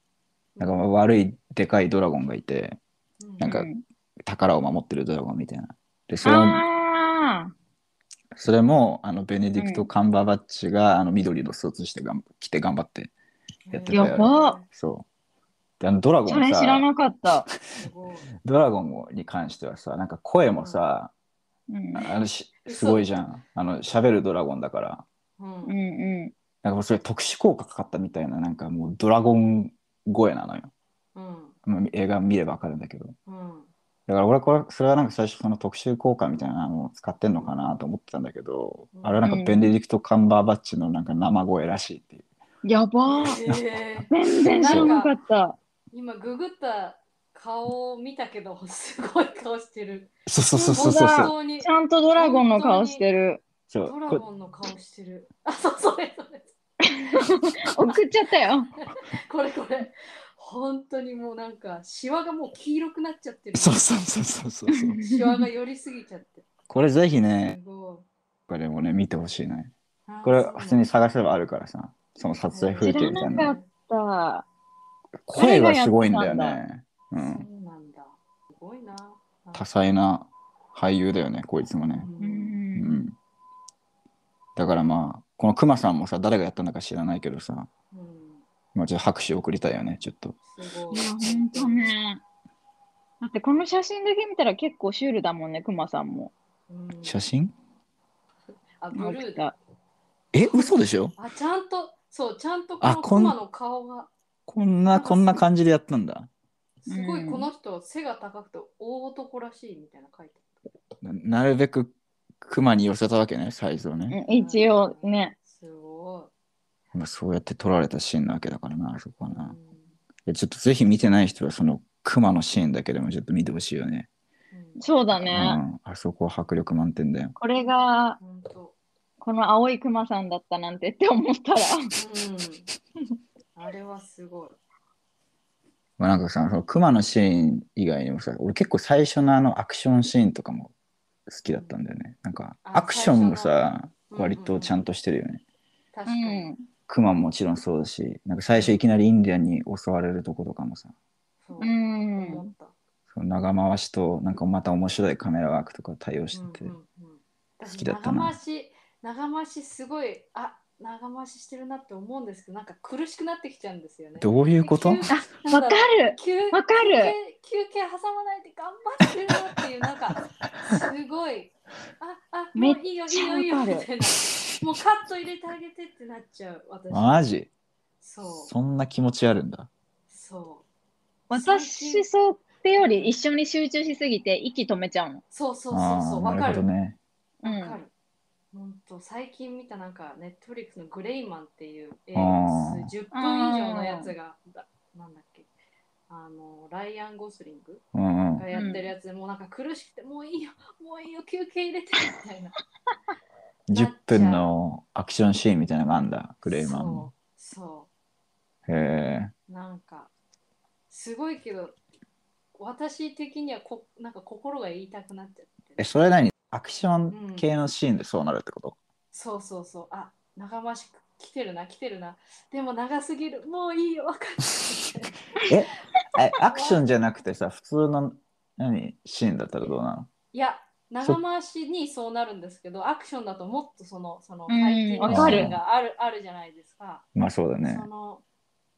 Speaker 2: なんかまあ悪いでかいドラゴンがいて、
Speaker 1: うん
Speaker 2: なんか
Speaker 3: うん
Speaker 2: 宝を守ってるドラゴンみたいな。で、それを
Speaker 3: あ
Speaker 2: それもあのベネディク
Speaker 3: う
Speaker 2: ト・
Speaker 3: ん
Speaker 2: カンバーバッチが、あの緑のスーツしてがん着て頑張って、やってたよ
Speaker 3: やば
Speaker 2: そう。であのドラ
Speaker 3: あ、
Speaker 2: ゴ
Speaker 3: そ
Speaker 2: ン
Speaker 3: れ知ら
Speaker 2: さ、
Speaker 3: な かった。
Speaker 1: すごい
Speaker 2: ドラゴンに関してはさ、なんか声もさ、
Speaker 3: うん
Speaker 2: ああのしすごいじゃん。あの喋るドラゴンだから、
Speaker 1: うん
Speaker 3: うんう
Speaker 2: なんかもうそれ特殊効果かかったみたいな、なんかもうドラゴン声なのよ。
Speaker 1: うん
Speaker 2: まあ映画見ればわかるんだけど。
Speaker 1: うん
Speaker 2: だから俺これ、それはなんか最初その特殊効果みたいなのを使ってんのかなと思ってたんだけど、
Speaker 1: うん
Speaker 2: あれはなん
Speaker 3: う
Speaker 2: か
Speaker 3: ん
Speaker 2: ベネディクト・カンバーバッチのなんか生声らしいっていう。
Speaker 3: ん。やばー。
Speaker 1: えー
Speaker 3: 全然知らなかった。
Speaker 1: 今ググった顔を見たけど、すごい顔してる。
Speaker 2: そうそうそうそうそう
Speaker 1: 本
Speaker 2: そう。
Speaker 1: 当に
Speaker 3: ちゃんとドラゴンの顔してる。
Speaker 2: そう
Speaker 1: ドラ
Speaker 2: こ
Speaker 1: ゴンの顔してる。あ、そう、それ、それ。
Speaker 3: 送っちゃったよ。
Speaker 1: これ、これ。本当にもうなんか、シワがもう黄色くなっちゃってる。
Speaker 2: そうそうそうそうそうそう。
Speaker 1: シワが寄りすぎちゃって。
Speaker 2: これぜひ
Speaker 1: す
Speaker 2: ね、
Speaker 1: ごい。
Speaker 2: これもね、見てほしいね。
Speaker 1: あ
Speaker 2: これ
Speaker 1: そう
Speaker 2: 普通に探せばあるからさ、その撮影風景みたい
Speaker 3: 知ら
Speaker 2: な。
Speaker 3: なかった。
Speaker 2: 声がすごいんだよ
Speaker 3: 誰がや
Speaker 2: ね。う
Speaker 1: そ
Speaker 2: ん。
Speaker 1: うなんだ。すごいな。
Speaker 2: 多彩な俳優だよね、こいつもね。
Speaker 3: う。
Speaker 2: うんん。だからまあ、このクマさんもさ、誰がやったのか知らないけどさ、
Speaker 1: うん
Speaker 2: まあちょっと拍手送りたいよね、ちょっと。
Speaker 1: すご
Speaker 3: い
Speaker 1: い。
Speaker 3: や、ほんとね。だってこの写真だけ見たら結構シュールだもんね、クマさんも。
Speaker 1: うん
Speaker 2: 写真
Speaker 1: あ、ブルーだ。
Speaker 3: だ
Speaker 2: え、嘘でしょ
Speaker 1: あ、ちゃんと、そう、ちゃんとこの
Speaker 2: あこん
Speaker 1: 熊の顔が。
Speaker 2: こんな、こんな感じでやったんだ。
Speaker 1: すご
Speaker 3: う
Speaker 1: い
Speaker 3: ん
Speaker 1: この人、背が高くて大男らしいみたいな書いてあっ
Speaker 2: ななるべく熊に寄せたわけね、サイズをね。
Speaker 3: うん一応ね。
Speaker 1: た。すご。
Speaker 2: まあ、そうやって撮られたシーンなわけだからな、あそこはい
Speaker 1: う
Speaker 2: な。
Speaker 1: ん
Speaker 2: いやちょっとぜひ見てない人は、その熊のシーンだけでもちょっと見てほしいよね。
Speaker 1: うん
Speaker 3: そうだ
Speaker 2: う
Speaker 3: ね。
Speaker 2: ん、あそこは迫力満点だよ。
Speaker 3: これが、
Speaker 1: ほんと。
Speaker 3: この青いクマさんだったなんてって思ったら。
Speaker 1: う ん。あれはすごい。
Speaker 2: まあ、なんかさ、その熊のシーン以外にもさ、俺結構最初のあのアクションシーンとかも好きだったんだよね。なんか
Speaker 1: あ
Speaker 2: アクションもさ、
Speaker 1: 最初の
Speaker 2: 割とちゃんとしてるよね。
Speaker 1: 確
Speaker 3: う
Speaker 1: かに。
Speaker 3: ん。
Speaker 2: 熊ももちろんそうだし、なんか最初いきなりインディアンに襲われるとことかもさ、
Speaker 1: そう
Speaker 3: う
Speaker 1: 思
Speaker 3: ん。
Speaker 1: った。
Speaker 2: その長回しとなんかまた面白いカメラワークとか対応してて、
Speaker 1: うんうんうん
Speaker 2: 好きだった
Speaker 1: 私長
Speaker 2: な
Speaker 1: 回し、長回しすごい、あ長回ししてるなって思うんですけど、なんか苦しくなってきちゃうんですよね。
Speaker 2: どういうこと
Speaker 1: で急
Speaker 3: わかる
Speaker 1: 休
Speaker 3: わかる
Speaker 1: 休憩休憩挟まないで頑張ってるなっていうなんかすごいああもういいよい
Speaker 3: めっ
Speaker 1: い
Speaker 3: ちゃ
Speaker 1: よいいよ
Speaker 3: わ
Speaker 1: み
Speaker 3: かる
Speaker 1: たいなもうカット入れてあげてってなっちゃう私
Speaker 2: マジ
Speaker 1: そう
Speaker 2: そんな気持ちあるんだ。
Speaker 1: そう
Speaker 3: 私、そうってより一緒に集中しすぎて息止めちゃうの。
Speaker 1: そうそうそう
Speaker 2: あ
Speaker 1: そ
Speaker 2: あ
Speaker 1: う
Speaker 2: な
Speaker 1: わ
Speaker 2: る
Speaker 1: か
Speaker 2: ほ
Speaker 1: る
Speaker 2: どね。
Speaker 3: う
Speaker 1: わか
Speaker 3: ん。
Speaker 1: る本当最近見たなんかネットフリックスのグレイマンっていう映
Speaker 2: あ
Speaker 1: 画です10分以上のやつがだなんだっけあのライアン・ゴスリング
Speaker 2: うんうん
Speaker 1: がやってるやつで、もうなんか苦しくてもういいよもういいよ休憩入れてみ たいな
Speaker 2: 10分のアクションシーンみたいなのがあんだ、クレイマンも。
Speaker 1: そうそ
Speaker 2: へえ。
Speaker 1: うなんかすごいけど私的にはこなんか心が言いたくなっちゃって
Speaker 2: え、それ何アクション系のシーンでそうなるってこと、
Speaker 1: そうそうそうあ長回し来てるな来てるなでも長すぎるもういいよ分かった
Speaker 2: え、アクションじゃなくてさ、普通の何シーンだったらどうなの
Speaker 1: いや長回しにそうなるんですけどアクションだともっとそのその
Speaker 3: うん
Speaker 1: 体験
Speaker 2: わ
Speaker 1: の
Speaker 2: か
Speaker 1: シ
Speaker 2: る
Speaker 1: ーンがあるあるじゃないですか、
Speaker 2: まあそうだね
Speaker 1: そ。の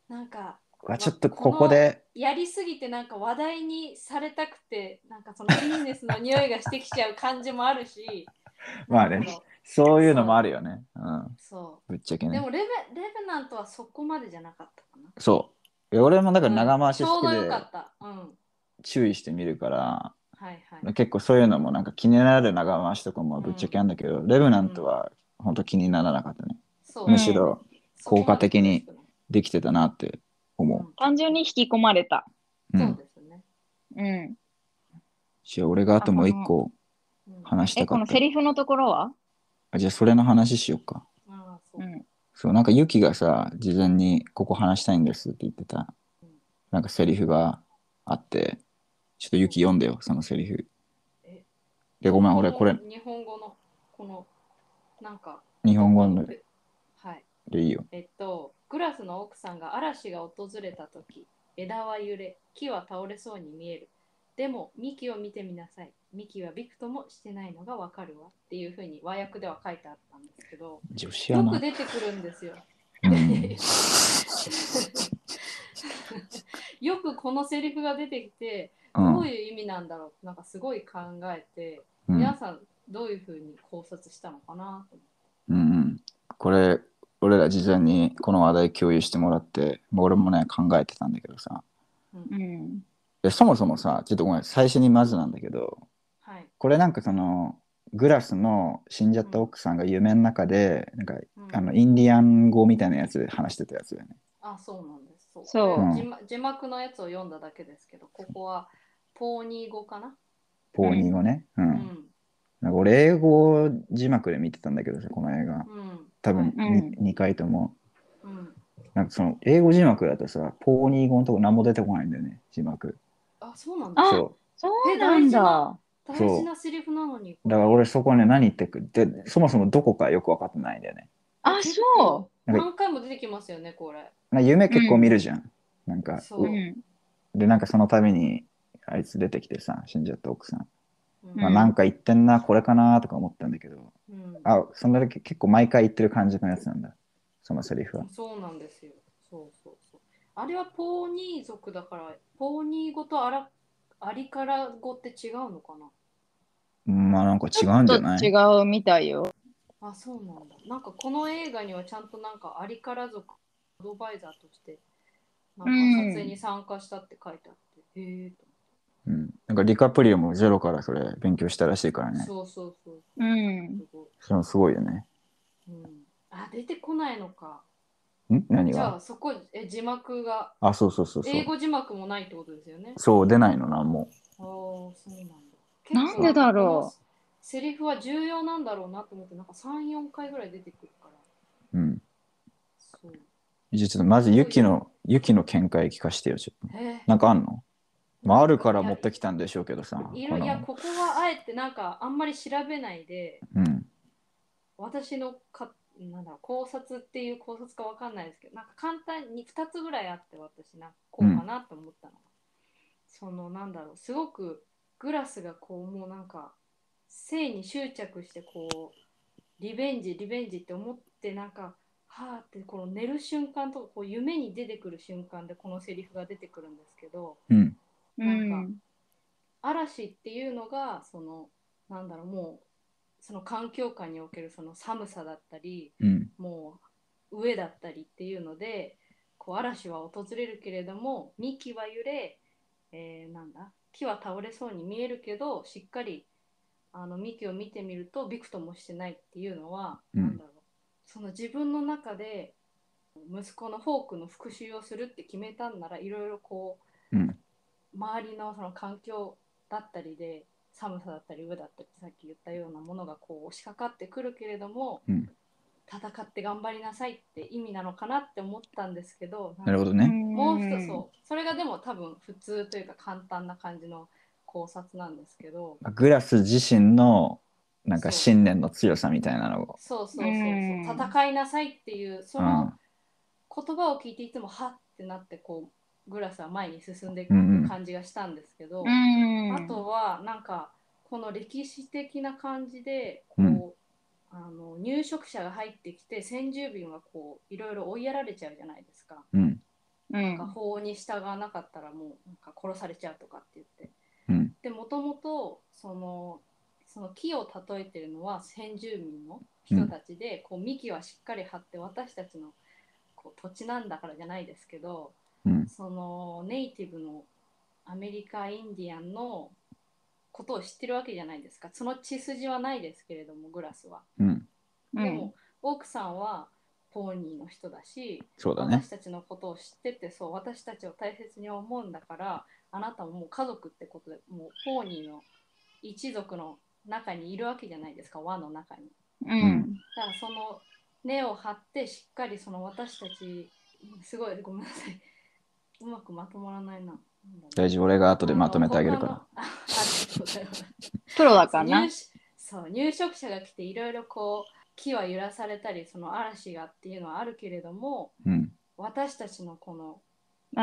Speaker 1: なんか
Speaker 2: わちょっとここで、
Speaker 1: やりすぎてなんか話題にされたくてなんかそのビジネスの匂いがしてきちゃう感じもあるし
Speaker 2: まあね
Speaker 1: なんかこう
Speaker 2: そういうのもあるよね。うん。
Speaker 1: そ
Speaker 2: ぶっちゃけ
Speaker 1: うで
Speaker 2: ね。
Speaker 1: もレベレベナントはそこまでじゃなかったかな
Speaker 2: そう。いや俺もだから長回し
Speaker 1: うんちょ
Speaker 2: 好
Speaker 1: う
Speaker 2: き
Speaker 1: ど
Speaker 2: で
Speaker 1: よかったうんはい
Speaker 2: 注意してみるから、
Speaker 1: はい
Speaker 2: 結構そういうのもなんか気になる長回しとかもぶっちゃけあんだけど、レブナントは本当気にならなかったね。
Speaker 1: そう
Speaker 2: むしろ
Speaker 1: そこ
Speaker 2: 効果的に
Speaker 1: まで
Speaker 2: できてたなって
Speaker 1: うん
Speaker 2: 思
Speaker 3: 単純に引き込まれた。
Speaker 2: う。う。
Speaker 1: そうんですね、
Speaker 3: うん。
Speaker 2: じゃあ俺があともう一個
Speaker 1: うん、
Speaker 2: 話し
Speaker 3: え、
Speaker 2: た
Speaker 3: こ
Speaker 2: か
Speaker 3: の
Speaker 2: った
Speaker 3: セ。リフのところは
Speaker 2: あじゃあそれの話しようか。
Speaker 1: ああそうう、
Speaker 3: ん。
Speaker 2: そう、なんかユキがさ、事前にここ話したいんですって言ってた、なんかセリフがあって、ちょっとユキ読んでよ、そのセリフ
Speaker 1: え。
Speaker 2: で、ごめん、俺
Speaker 1: 日
Speaker 2: これ
Speaker 1: 本日本語のこのなんか
Speaker 2: 日本語の
Speaker 1: はい
Speaker 2: でいいよ。
Speaker 1: えっと、グラスの奥さんが嵐が訪れたとき、枝は揺れ、木は倒れそうに見える。でも、幹を見てみなさい。幹はびくともしてないのがわかるわ。っていうふうに和訳では書いてあったんですけど、
Speaker 2: 女子や
Speaker 1: よく
Speaker 2: な。
Speaker 1: 出てくるんですよ。
Speaker 2: うん、
Speaker 1: よくこのセリフが出てきて、
Speaker 2: う、
Speaker 1: どうんいう意味なんだろうって、なんかすごい考えて、
Speaker 2: うん、
Speaker 1: 皆さんどういうふうに考察したのかなと
Speaker 2: うんうん。これ、俺ら事前にこの話題共有してもらって、まあ俺もね、考えてたんだけどさ。
Speaker 1: 思って。
Speaker 3: う
Speaker 1: うん
Speaker 3: ん。
Speaker 2: でそもそもさ、ちょっとごめん、最初にまずなんだけど、
Speaker 1: はい。
Speaker 2: これなんかその、グラスの死んじゃった奥さんが夢の中で、なんか
Speaker 1: うん
Speaker 2: あのインディアン語みたいなやつで話してたやつだよね。
Speaker 1: あ、そうなんです。そう
Speaker 3: そう
Speaker 1: 字幕字幕のやつを読んだだけですけどここはポーニー語かな、
Speaker 2: ポーニー語ね。うん。
Speaker 1: うん
Speaker 2: なんか俺、英語字幕で見てたんだけどさ、この映画。
Speaker 1: うん、
Speaker 2: 多分
Speaker 3: うん
Speaker 2: 2, 回とも。
Speaker 1: うん、
Speaker 2: なんかその、英語字幕だとさ、ポーニー語のとこ何も出てこないんだよね、字幕。
Speaker 1: あそうなんだ
Speaker 3: あ
Speaker 2: そ
Speaker 3: そうなんだ。
Speaker 1: 大
Speaker 2: そう
Speaker 1: 事なセリフなのに
Speaker 2: う。だから俺、そこね、何言ってくで、そもそもどこかよく分かってないんだよね。
Speaker 3: あ、そ。
Speaker 2: なんか
Speaker 1: 何回も出てきますよねこれ
Speaker 2: なんか夢結構見るじゃん。なんか、
Speaker 1: そう
Speaker 3: う。
Speaker 1: うん
Speaker 2: で、なんかそのために、あいつ出てきてさ、死んじゃった奥さん。
Speaker 1: うん
Speaker 2: まあ、なんか言ってんな、これかなとか思ったんだけど、
Speaker 1: うん
Speaker 2: あ、そんだけ結構毎回言ってる感じのやつなんだ。そのセリフは。
Speaker 1: そうなんですよそうそうそうあれはポーニー族だからポーニー語とアラアリカラ語って違うのか
Speaker 2: まあなんか違うん
Speaker 3: ち
Speaker 2: じ
Speaker 3: ょ
Speaker 2: ゃ
Speaker 3: っ
Speaker 2: ない
Speaker 3: と違うみたいよ。
Speaker 1: なあそうなんだなんかこの映画にはちゃんとなんかアリカラ族アドバイザーとしてなんか撮影に参加したって書いてあって、へえと
Speaker 2: うん、なんかリカプリオもゼロからそれ勉強したらしいから
Speaker 1: 思って
Speaker 2: ね。
Speaker 1: そうそうそう
Speaker 3: うん。
Speaker 1: すごい、
Speaker 2: それもすごいよね。
Speaker 1: うん、あ出てこないのか
Speaker 2: ん何
Speaker 1: じゃ
Speaker 2: が
Speaker 1: あそこえ字幕が
Speaker 2: あそうそうそうそ
Speaker 1: 英
Speaker 2: う。
Speaker 1: 語字幕もないってことですよね
Speaker 2: そう、出ないのな、も
Speaker 1: ああ、そうなんだ。
Speaker 3: なんでだろ
Speaker 1: う。セリフは重要なんだろうなと思って、なんか3、4回ぐらい出てくるから。
Speaker 2: う。うん。
Speaker 1: そう。
Speaker 2: じゃあちょっとまずユキの、ユキの見解聞かしてよ、ちょっと。
Speaker 1: え
Speaker 2: なんかあんのまああるから持ってきたんでしょうけどさ。
Speaker 1: ー、いろ
Speaker 2: この
Speaker 1: いや、ここはあえてなんかあんまり調べないで、
Speaker 2: うん。
Speaker 1: 私のかなんだろう考察っていう考察かわかんないですけど、なんか簡単に2つぐらいあって、私なんかこうかなと思ったの。そのなんだろう、すごくグラスがこう、もうなんか、性に執着してこうリベンジリベンジって思ってなんかはあってこの寝る瞬間とかこう夢に出てくる瞬間でこのセリフが出てくるんですけど
Speaker 2: うん。
Speaker 3: うん。
Speaker 1: 嵐っていうのがそのなんだろうもうその環境下におけるその寒さだったり
Speaker 2: うん。
Speaker 1: もう上だったりっていうのでこう嵐は訪れるけれども幹は揺れ、えーなんだ木は倒れそうに見えるけどしっかりあの幹を見てみるとびくともしてないっていうのは、
Speaker 2: うん
Speaker 1: なんだろうその自分の中で息子のフォークの復讐をするって決めたんならいろいろこう、
Speaker 2: うん
Speaker 1: 周りのその環境だったりで寒さだったり上だったりさっき言ったようなものがこう押しかかってくるけれども、
Speaker 2: うん
Speaker 1: 戦って頑張りなさいって意味なのかなって思ったんですけど
Speaker 2: なるほど
Speaker 3: う
Speaker 2: ね。
Speaker 3: ん
Speaker 1: もう一つそうそれがでも多分普通というか簡単な感じの考察なんですけど
Speaker 2: グラス自身のなんか信念の強さみたいなのを。
Speaker 1: そうそうそうそう
Speaker 3: うん
Speaker 1: 戦いなさいっていうそうの
Speaker 2: ん。
Speaker 1: 言葉を聞いていつもはってなってこうグラスは前に進んでいく
Speaker 2: うんうん
Speaker 1: 感じがしたんですけど、
Speaker 3: うん。
Speaker 1: あとはなんかこの歴史的な感じでこう、
Speaker 2: うん
Speaker 1: あの入植者が入ってきて先住民はこういろいろ追いやられちゃうじゃないですか。
Speaker 2: うん。
Speaker 3: うん
Speaker 1: なんか法に従わなかったらもうなんか殺されちゃうとかって言って
Speaker 2: うん。
Speaker 1: でもともとそのその木を例えてるのは先住民の人たちで、こう幹はしっかり張って私たちのこう土地なんだからじゃないですけど
Speaker 2: うん。
Speaker 1: そのネイティブのアメリカインディアンのことを知ってるわけじゃないですかその血筋はないですけれどもグラスは。
Speaker 2: うん。
Speaker 3: う
Speaker 1: で
Speaker 3: ん
Speaker 1: も奥さんはポーニーの人だし
Speaker 2: そうだね
Speaker 1: 私。たちのことを知っててそう私たちを大切に思うんだからあなたももう家族ってことでもうポーニーの一族の中にいるわけじゃないですか輪の中に
Speaker 3: うん。
Speaker 1: だからその根を張ってしっかりその私たちすごいごめんなさいうまくまとまらないななんだろう
Speaker 2: 大丈夫、俺が後でまとめてあげるから。
Speaker 1: あの言葉のあありがとうございます
Speaker 3: プロだからな
Speaker 1: 入。植そう入植者が来ていろいろこう木は揺らされたりその嵐がっていうのはあるけれども
Speaker 2: うん。
Speaker 1: 私たちのこの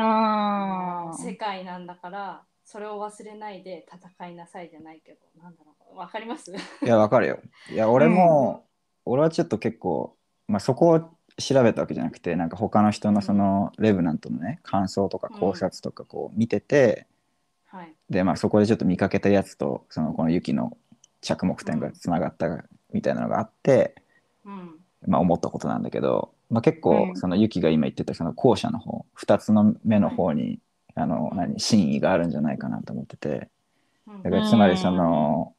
Speaker 3: ああ。
Speaker 1: 世界なんだからそれを忘れないで戦いなさいじゃないけどなんだろうわかります
Speaker 2: いや、わかるよ。いや、俺も、俺はちょっと結構、まあ、そこを調べたわけじゃなくて、なんか他の人のそのレブナントのね、感想とか
Speaker 1: うん
Speaker 2: 考察とかこう見てて、
Speaker 1: はい
Speaker 2: で、まあ、そこでちょっと見かけたやつと、そのこの雪の着目点がつながったみたいなのがあって、
Speaker 1: うん
Speaker 2: まあ、思ったことなんだけど、まあ、結構
Speaker 3: うん
Speaker 2: その雪が今言ってたその後者の方、2つの目の方に、あの、何、真意があるんじゃないかなと思ってて。
Speaker 1: うん
Speaker 2: だからつまりその、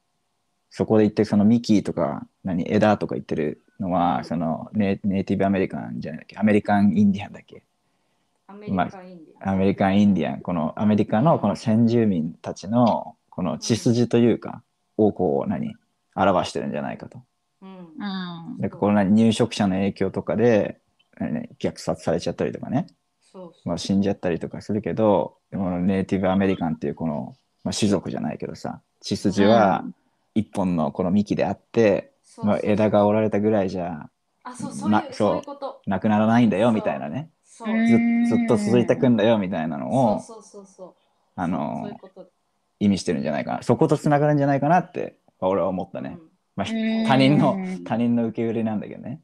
Speaker 2: そこで言ってるそのミキーとか何枝とか言ってるのはそのネネイティブアメリカンじゃないっけアメリカンインディアンだっけ
Speaker 1: アメリカインディアン。
Speaker 2: アメリカン・インディアン、このアメリカのこの先住民たちのこの血筋というか、をこう何、表してるんじゃないかと。
Speaker 1: うん
Speaker 3: うん。
Speaker 2: で、この何入植者の影響とかで、何虐殺されちゃったりとかね、
Speaker 1: そうそう。
Speaker 2: まあ、死んじゃったりとかするけど、このネイティブアメリカンっていうこの、まあ、種族じゃないけどさ、血筋は一本のこの幹であって、
Speaker 1: そう
Speaker 2: まあ
Speaker 1: そう、
Speaker 2: 枝が折られたぐらいじゃ
Speaker 1: あ、そう、そう
Speaker 2: な
Speaker 1: いう、
Speaker 2: そう
Speaker 1: そういうこと。
Speaker 2: なくならないんだよ
Speaker 1: そう
Speaker 2: みたいな
Speaker 1: そう。
Speaker 2: ね、
Speaker 3: うん
Speaker 2: ずずっと続いてくんだよみたいなのを、
Speaker 1: そうそうそうそう。
Speaker 2: あ
Speaker 1: そう
Speaker 2: の
Speaker 1: いうこと
Speaker 2: 意味してるんじゃないかなそことつながるんじゃないかなってまあ俺は思った
Speaker 1: だ
Speaker 2: ね、。
Speaker 1: うん
Speaker 2: まあ、
Speaker 3: うん
Speaker 2: 他人の他人の受け売りなんだけどね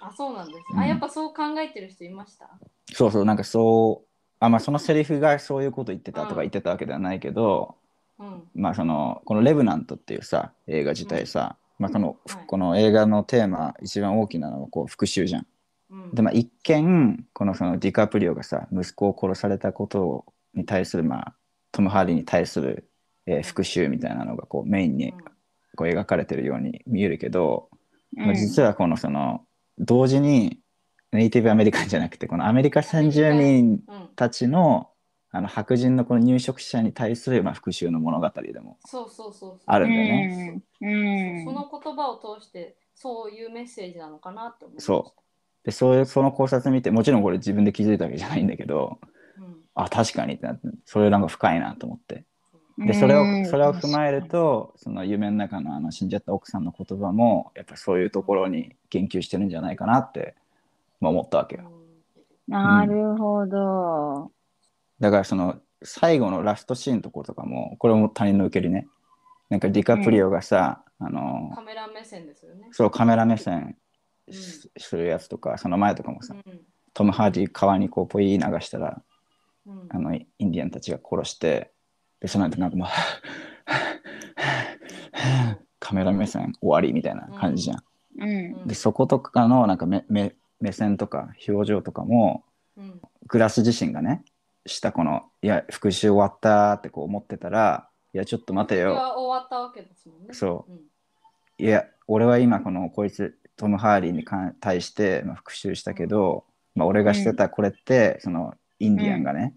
Speaker 1: あ、そうなんです。
Speaker 2: う
Speaker 1: あ、
Speaker 2: ん
Speaker 1: やっぱそう考えてる人いました。
Speaker 2: そうそうなんかそうあまあそのセリフがそういうこと言ってたと
Speaker 1: うん
Speaker 2: か言ってたわけではないけど、
Speaker 1: うん。
Speaker 2: まあそのこの「レブナント」っていうさ映画自体さ、まあこの
Speaker 1: はい
Speaker 2: この映画のテーマ一番大きなのはこう復讐じゃん。
Speaker 1: うん。
Speaker 2: でまあ一見このそのディカプリオがさ息子を殺されたことに対するまあトム・ハーディに対する、えー復讐みたいなのがこうメインにこう描かれてるように見えるけど、まあ実はこのその同時にネイティブアメリカンじゃなくてこのアメリカ先住民
Speaker 1: うん。うん。
Speaker 2: たちのあの白人のこの入植者に対するまあ復讐の物語でも
Speaker 1: そうそうそうそう。
Speaker 2: あ
Speaker 3: う
Speaker 2: るん
Speaker 3: ん
Speaker 2: だよね。
Speaker 3: う
Speaker 1: そうそ
Speaker 3: ん。
Speaker 1: の言葉を通して、そういうメッセージなのかなって思いました。
Speaker 2: そでそういうその考察見てもちろんこれ自分で気づいたわけじゃないんだけど
Speaker 1: うん。
Speaker 2: あ確かにってなってそれなんか深いなと思って
Speaker 3: う
Speaker 2: で
Speaker 3: ん
Speaker 2: それをそれを踏まえる、とその夢の中のあの死んじゃった奥さんの言葉もやっぱそういうところに言及してるんじゃないかなって、まあ、思ったわけよ。
Speaker 3: なるほど。
Speaker 2: だからその最後のラストシーンのところとかもこれも他人の受け入れねなんかディカプリオがさ、あの
Speaker 1: カメラ目線ですよね。
Speaker 2: そうカメラ目線
Speaker 1: うん
Speaker 2: すするやつとかその前とかもさ、
Speaker 1: うん
Speaker 2: トム・ハーディ川にこうポイ流したら
Speaker 1: うん
Speaker 2: あのインディアンたちが殺してでその後なんかもうカメラ目線終わりみたいな感じじゃん。
Speaker 3: うん。
Speaker 2: でそことかのなんか目目目線とか表情とかも
Speaker 1: うん
Speaker 2: グラス自身がねしたこの「いや復讐終わった」ってこう思ってたら「いやちょっと待て
Speaker 1: それ
Speaker 2: よ
Speaker 1: は終わったわけですもんね。。
Speaker 2: そ
Speaker 1: ん、
Speaker 2: ういや俺は今このこいつトム・ハーリーにかん対して、まあ、復讐したけど、まあ、俺がしてたこれって、そのインディアンがね、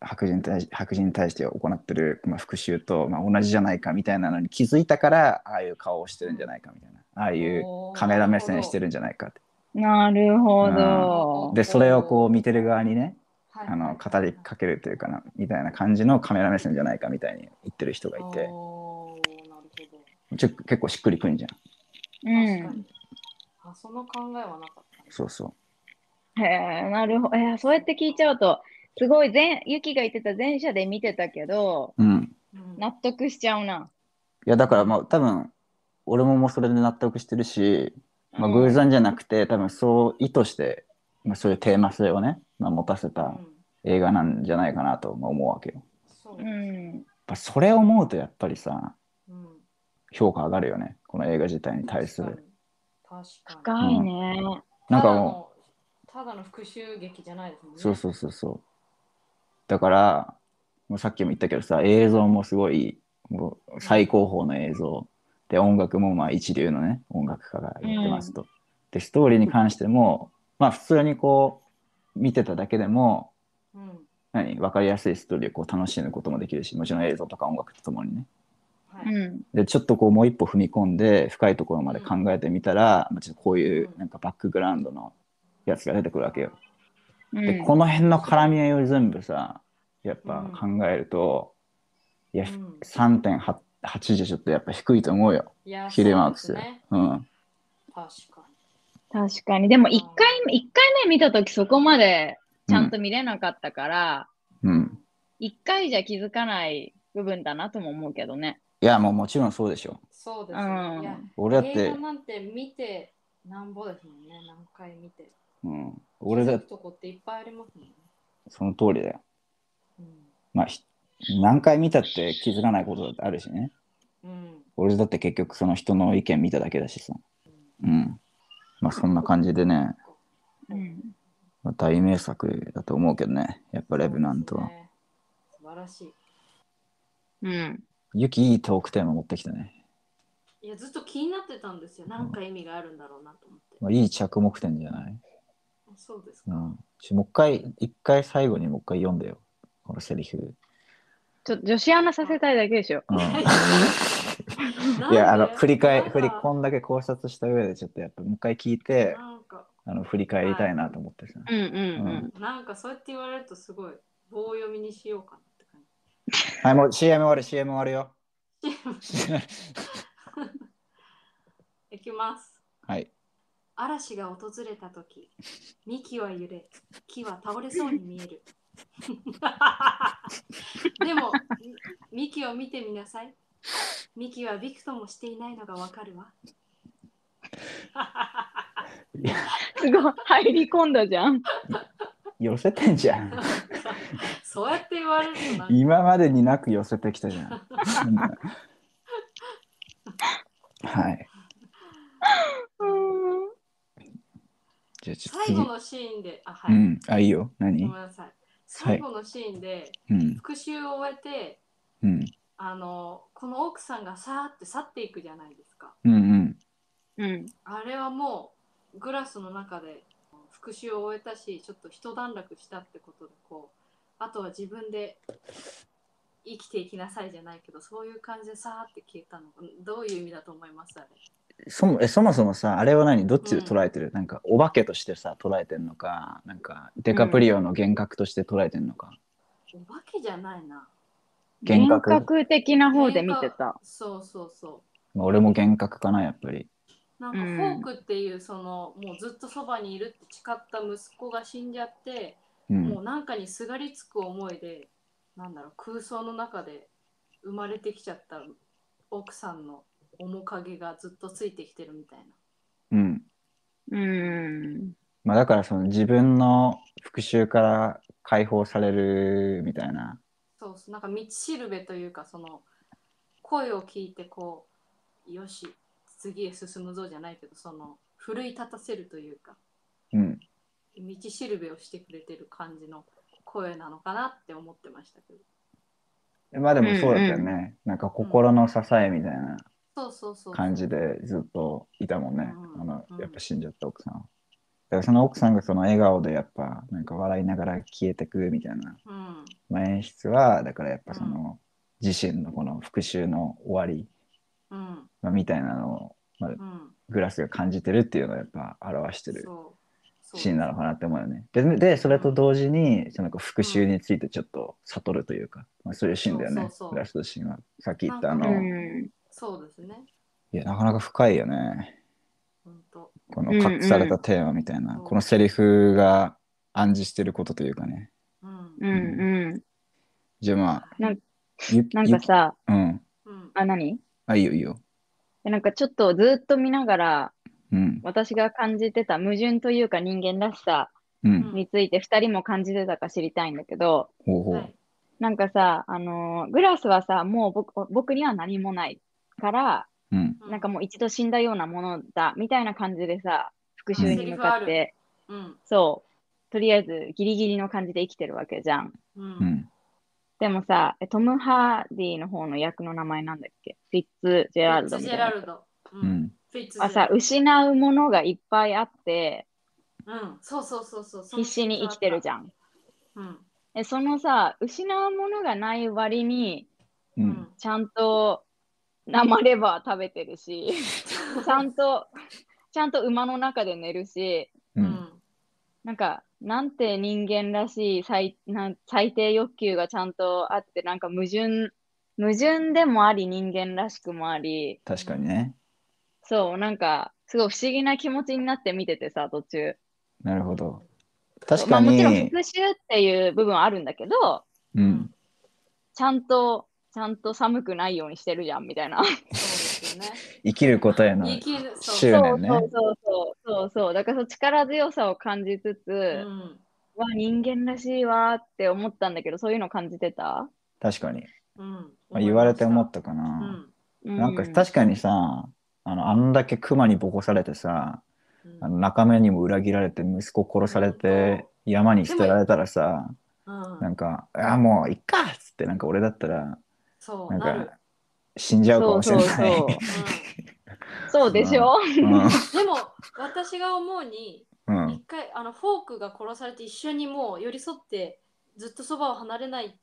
Speaker 2: 白人に対し白人に対して行ってる、まあ、復讐と、まあ、同じじゃないかみたいなのに気づいたからああいう顔をしてるんじゃないかみたいなああいう
Speaker 1: おー
Speaker 2: カメラ目線してるんじゃないかって
Speaker 3: なるほど。
Speaker 2: でそれをこう見てる側にね
Speaker 1: はい
Speaker 2: あの語りかけるというかなみたいな感じのカメラ目線じゃないかみたいに言ってる人がいて
Speaker 1: おーなるほど。
Speaker 2: ちょ結構しっくりくんじゃん
Speaker 3: う
Speaker 1: 確か
Speaker 3: ん。
Speaker 1: に。あ、その考えはなかったね。
Speaker 2: そうそう
Speaker 3: へえ、なるほど。いや、そうやって聞いちゃうと、すごい前、ユキが言ってた前者で見てたけど、
Speaker 2: うん
Speaker 1: うん
Speaker 3: 納得しちゃうな。
Speaker 2: いやだからまあ多分俺ももうそれで納得してるし、まあ、
Speaker 3: うん
Speaker 2: 偶然じゃなくて多分そう意図して、まあ、そういうテーマ性をね、まあ、持たせ
Speaker 1: う
Speaker 2: た
Speaker 1: ん
Speaker 2: 映画なんじゃないかなとまあ思うわけよ。やっ
Speaker 1: そう
Speaker 3: う
Speaker 1: うん
Speaker 3: ん。
Speaker 2: ぱそれを思うとやっぱりさ
Speaker 1: うん
Speaker 2: 評価上がるよねこの映画自体に対する。
Speaker 1: 確かに。確かに
Speaker 3: 深いね。
Speaker 2: な
Speaker 1: た
Speaker 2: ん
Speaker 1: だ
Speaker 2: かも
Speaker 1: のただの復讐劇じゃないですもん
Speaker 2: う
Speaker 1: ね。
Speaker 2: そうそうそうそう。だからもうさっきも言ったけどさ映像もすごいもう最高峰の映像で音楽もまあ一流のね音楽家がやってますと。でストーリーに関してもまあ普通にこう見てただけでも
Speaker 1: うん。
Speaker 2: 何分かりやすいストーリーをこう楽しむこともできるしもちろん映像とか音楽とともにね。
Speaker 1: はい。
Speaker 3: うん。
Speaker 2: でちょっとこうもう一歩踏み込んで深いところまで考えてみたら、まあちょっとこういうなんかバックグラウンドのやつが出てくるわけよ。
Speaker 3: うん
Speaker 2: でこの辺の絡み合いを全部さやっぱ考えると、いや
Speaker 1: うん
Speaker 2: 3.8じゃちょっとやっぱ低いと思うよ
Speaker 1: いや、
Speaker 2: ヒレマーク
Speaker 1: そ
Speaker 2: ス
Speaker 1: うですね。
Speaker 2: うん
Speaker 1: 確かに。
Speaker 3: 確かに。でも一回目、一回目見たときそこまでちゃんと見れなかったから、
Speaker 2: うん
Speaker 3: 一回じゃ気づかない部分だなとも思うけどね。
Speaker 2: いやもうもちろんそうでしょ
Speaker 1: そうです
Speaker 3: う
Speaker 1: ね。いや
Speaker 3: ん。
Speaker 2: 俺だっ
Speaker 1: 映
Speaker 2: て
Speaker 1: 画、なんて見てなんぼですもんね。何回見て。
Speaker 2: うん、俺だ
Speaker 1: 気づくとこっていっぱいありますもんね。
Speaker 2: その通りだよ
Speaker 1: うん
Speaker 2: まあひ何回見たって気づかないことだってあるしね
Speaker 1: うん。
Speaker 2: 俺だって結局その人の意見見ただけだしさうんまあそんな感じでね
Speaker 3: うん
Speaker 2: まあ大名作だと思うけどねやっぱレブナント
Speaker 1: そう
Speaker 2: は
Speaker 1: ですね素晴らし
Speaker 3: うん。
Speaker 2: ユキいいトークテーマ持ってきたね
Speaker 1: い。いや、ずっと気になってたんですよ。なんか意味があるんだろうなと思って。
Speaker 2: まあ、いい着目点じゃない
Speaker 1: そうです
Speaker 2: う
Speaker 1: か。
Speaker 2: ん、ちょもう一回、一回最後にもう一回読んでよ。このセリフ。
Speaker 3: ちょっと女子アナさせたいだけでしょ。
Speaker 2: うん、
Speaker 1: なん
Speaker 2: い
Speaker 1: で
Speaker 2: や、あの、振り返、
Speaker 1: なんか
Speaker 2: 振り、こんだけ考察した上で、ちょっとやっぱもう一回聞いて、
Speaker 1: なんか、
Speaker 2: あの、振り返りたいなと思ってさ。
Speaker 3: うんうんうん。
Speaker 1: なんかそうやって言われるとすごい棒読みにしようかなって感
Speaker 2: はい、もう CM 終わる、CM 終わるよ。
Speaker 1: じ。いきます。
Speaker 2: はい。
Speaker 1: 嵐が訪れた 時、幹は揺れ、木は倒れそうに見え る。でも、み幹を見てみなさい。幹はびくともしていないのがわかるわ。
Speaker 3: すごい、入り込んだじゃん。
Speaker 2: 寄せてんじ ゃん。
Speaker 1: そうやって言われるとなんか
Speaker 2: 今までになく寄せてき たじゃん。はい。
Speaker 3: うん
Speaker 2: じゃあちょっと
Speaker 1: 最
Speaker 2: 次
Speaker 1: 後。のシーンで、あ、は
Speaker 2: う
Speaker 1: い、
Speaker 2: ん。あ、いいよ。
Speaker 1: ご
Speaker 2: 何
Speaker 1: めんなさい。最後のシーンで
Speaker 2: うん。
Speaker 1: 復習を終えて、
Speaker 2: うん。
Speaker 1: あのこの奥さんがさーって去っていくじゃないですか。
Speaker 2: うんうん。
Speaker 3: うん。
Speaker 1: あれはもうグラスの中で復習を終えたし、ちょっと一段落したってことでこう、あとは自分で生きていきなさいじゃないけど、そういう感じでさーって消えたの、どういう意味だと思いますあれ。
Speaker 2: そもえそもそもさ、あれは何どっちで捉えてる、なんか、お化けとしてさ、捉えてんのか、なんか、デカプリオの幻覚として捉えてんのか。
Speaker 1: お化けじゃないな。
Speaker 2: 幻覚
Speaker 3: 幻覚的な方で見てた。
Speaker 1: そうそうそう。
Speaker 2: まあ俺も幻覚かな、やっぱり。
Speaker 1: なんかフ
Speaker 3: うん
Speaker 1: ォークっていうその、もうずっとそばにいるって誓った息子が死んじゃって、
Speaker 2: う
Speaker 1: も
Speaker 2: ん。
Speaker 1: うなんかにすがりつく思いでなんだろう空想の中で生まれてきちゃった奥さんの面影がずっとついてきてるみたいな。
Speaker 2: うん。
Speaker 3: うん。
Speaker 2: まあ、だから、その自分の復讐から解放されるみたいな。
Speaker 1: そうそうなんか道しるべというかその声を聞いてこうよし次へ進むぞじゃないけどその奮い立たせるというか
Speaker 2: うん。
Speaker 1: 道しるべをしてくれてる感じの声なのかなって思ってましたけど
Speaker 2: まあでもそうだったよね。なんか心の支えみたいな
Speaker 1: そうそうそうそう
Speaker 2: 感じでずっといたもんね。
Speaker 1: うん
Speaker 2: あの
Speaker 1: うん
Speaker 2: やっぱ死んじゃった奥さんは。だからその奥さんがその笑顔でやっぱなんか笑いながら消えてくみたいな、
Speaker 1: うん
Speaker 2: まあ、演出はだからやっぱその自身のこの復讐の終わり、
Speaker 1: うん
Speaker 2: まあ、みたいなのを、まあ、
Speaker 1: うん
Speaker 2: グラスが感じてるっていうのをやっぱ表してる
Speaker 1: そうそう
Speaker 2: シーンなのかなって思うよね。ででそれと同時にそのなんか復讐についてちょっと悟るというか、まあ、そういうシーンだよね
Speaker 1: そうそうそう
Speaker 2: グラスのシーンは。さっき言ったあの、
Speaker 3: うん。
Speaker 1: そうですね
Speaker 2: いや、なかなか深いよね。
Speaker 1: 本当
Speaker 2: この隠されたテーマみたいな、
Speaker 1: うんうん
Speaker 2: このセリフが暗示してることというかね。
Speaker 1: うん
Speaker 3: うんうん。
Speaker 2: じゃあまあ、
Speaker 3: なん
Speaker 2: ゆ
Speaker 3: なんか、さ、
Speaker 2: ゆうん。
Speaker 1: うん
Speaker 3: あ、何
Speaker 2: あ、いいよいいよ。
Speaker 3: でなんかちょっとずっと見ながら、
Speaker 2: うん。
Speaker 3: 私が感じてた矛盾というか人間らしさ
Speaker 2: うん。
Speaker 3: について2人も感じてたか知りたいんだけど、
Speaker 2: ほうほ
Speaker 1: は
Speaker 2: う
Speaker 1: い。
Speaker 3: なんかさ、あのーグラスはさ、もう僕僕には何もないから、
Speaker 2: うん。
Speaker 1: う
Speaker 3: なんかもう一度死んだようなものだ、みたいな感じでさ、復讐に向か
Speaker 1: セ
Speaker 3: っ
Speaker 1: リフあ
Speaker 3: て、
Speaker 1: うん
Speaker 3: そう、とりあえずギリギリの感じで生きてるわけじゃん。
Speaker 1: う
Speaker 2: うんん。
Speaker 3: でもさ、えトム・ハーディの方の役の名前なんだっけフィッツ・ジェ
Speaker 1: フ
Speaker 3: ラ
Speaker 1: ィ
Speaker 3: ル
Speaker 1: ッ
Speaker 3: ド
Speaker 1: ツ
Speaker 3: み
Speaker 1: ジェ
Speaker 3: たいな
Speaker 1: ラ。ルドう
Speaker 2: うんん。
Speaker 1: フィッツジ
Speaker 3: あ
Speaker 1: ェラ
Speaker 3: さ、
Speaker 1: ル
Speaker 3: 失うものがいっぱいあって、
Speaker 1: ドうんそうそうそうそう
Speaker 3: 必死に生きてるじ
Speaker 1: ゃ
Speaker 3: ゃん。
Speaker 1: んうん
Speaker 3: え、そのさ、失うものがない割に、
Speaker 2: う。
Speaker 1: うんん
Speaker 3: ちゃんと生レバー食べてる し、ちゃんと、ちゃんと馬の中で寝るし、
Speaker 2: う。
Speaker 1: うんん
Speaker 3: なんか、なんて人間らしい最なん最低欲求がちゃんとあって、なんか矛盾、矛盾でもあり人間らしくもあり、
Speaker 2: 確かにね。
Speaker 3: そう、なんか、すごい不思議な気持ちになって見ててさ、途中。
Speaker 2: なるほど。確か
Speaker 3: まあ、もちろん
Speaker 2: に
Speaker 3: 復、讐っていう部分はあるんだけど、
Speaker 2: うん。
Speaker 3: ちゃんと、ちゃんと寒くないようにしてるじゃん、みたいな。
Speaker 1: そうですよね
Speaker 2: 生きることへの
Speaker 1: 生きる
Speaker 2: 執
Speaker 1: そう
Speaker 2: 念ね。
Speaker 3: そうそうそうそうそう。だからその力強さを感じつつ、
Speaker 1: うん
Speaker 3: わ、人間らしいわーって思ったんだけど、そういうの感じてた、
Speaker 2: 確かに。
Speaker 1: うん
Speaker 2: まあ、言われて思
Speaker 1: っ
Speaker 2: ったか
Speaker 1: たう
Speaker 2: な。
Speaker 1: ん
Speaker 3: うん、
Speaker 2: なんか確かにさ、あの、あんだけ熊にボコされてさ、
Speaker 1: うん
Speaker 2: あの仲間にも裏切られて息子殺されて山に捨てられたらさ
Speaker 1: う
Speaker 2: なんんか「あもういっか!」っつってなんか俺だったら
Speaker 1: そう
Speaker 2: なん
Speaker 1: なる
Speaker 2: か死んじゃうかもしれない。
Speaker 3: そうそうそう。そうでしょ、
Speaker 2: うん
Speaker 1: うんでも私が思うに
Speaker 2: うん
Speaker 1: 一。回あのフォークが殺されて一緒にもう寄り添ってずっとそばを離れないって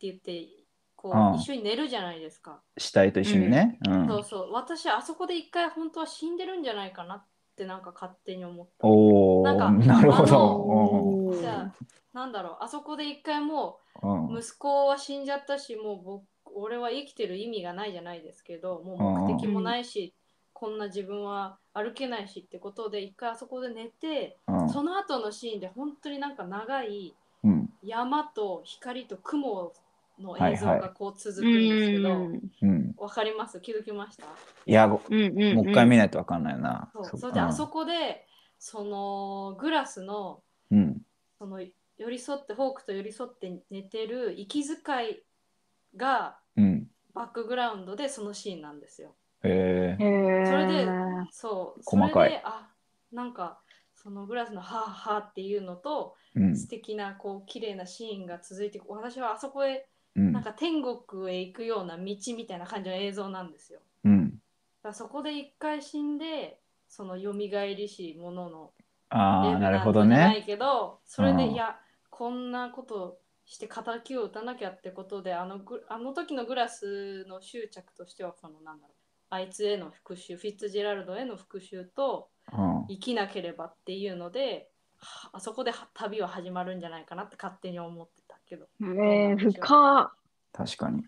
Speaker 1: 言ってこう、
Speaker 2: うん
Speaker 1: 一緒に寝るじゃないですか、
Speaker 2: 死体と一緒にね。うん。
Speaker 1: そうそう私あそこで一回本当は死んでるんじゃないかなってなんか勝手に思った
Speaker 2: おお
Speaker 1: なんか
Speaker 2: なるほ
Speaker 1: あ
Speaker 2: ど。
Speaker 1: の
Speaker 2: うん
Speaker 1: じゃあなんだろうあそこで一回も
Speaker 2: うん
Speaker 1: う息子は死んじゃったしもう僕俺は生きてる意味がないじゃないですけどもう目的もないし、こんな自分は歩けないしってことで一回あそこで寝て、
Speaker 2: うん
Speaker 1: その後のシーンで本当になんか長い
Speaker 2: うん
Speaker 1: 山と光と雲の
Speaker 2: はい
Speaker 1: 映像
Speaker 2: はい
Speaker 1: がこう続く
Speaker 3: うん
Speaker 1: ですけど、わ、
Speaker 3: ん。
Speaker 2: うん。
Speaker 1: かります気づきました
Speaker 2: いや、ご
Speaker 3: うんうん。
Speaker 2: もう一回見ないとわかんないな。
Speaker 1: そう
Speaker 2: う
Speaker 1: それであそこでそのグラスの
Speaker 2: うん。
Speaker 1: その寄り添ってフォークと寄り添って寝てる息遣いが
Speaker 2: うん。
Speaker 1: バックグラウンドでそのシーンなんですよ。
Speaker 2: ええ。
Speaker 3: へー
Speaker 1: それでそうそれ
Speaker 2: 細かい
Speaker 1: であなんかそのグラスの「はあはあ」っていうのと
Speaker 2: うん。
Speaker 1: 素敵なこう綺麗なシーンが続いて私はあそこへ
Speaker 2: うん
Speaker 1: なん。か天国へ行くような道みたいな感じの映像なんですよ。
Speaker 2: うん。
Speaker 1: だからそこで一回死んでその蘇りしものの
Speaker 2: ああ、なるほど
Speaker 1: な
Speaker 2: ね。
Speaker 1: いけど、それで、
Speaker 2: うん
Speaker 1: いや、こんなことして敵を打たなきゃってことで、あのぐあの時のグラスの執着としては、そのなんだろう、あいつへの復讐、フィッツジェラルドへの復讐と
Speaker 2: うん。
Speaker 1: 生きなければっていうので、はあそこでは旅は始まるんじゃないかなって勝手に思ってたけど、
Speaker 3: えー、深っ。
Speaker 2: 確かに。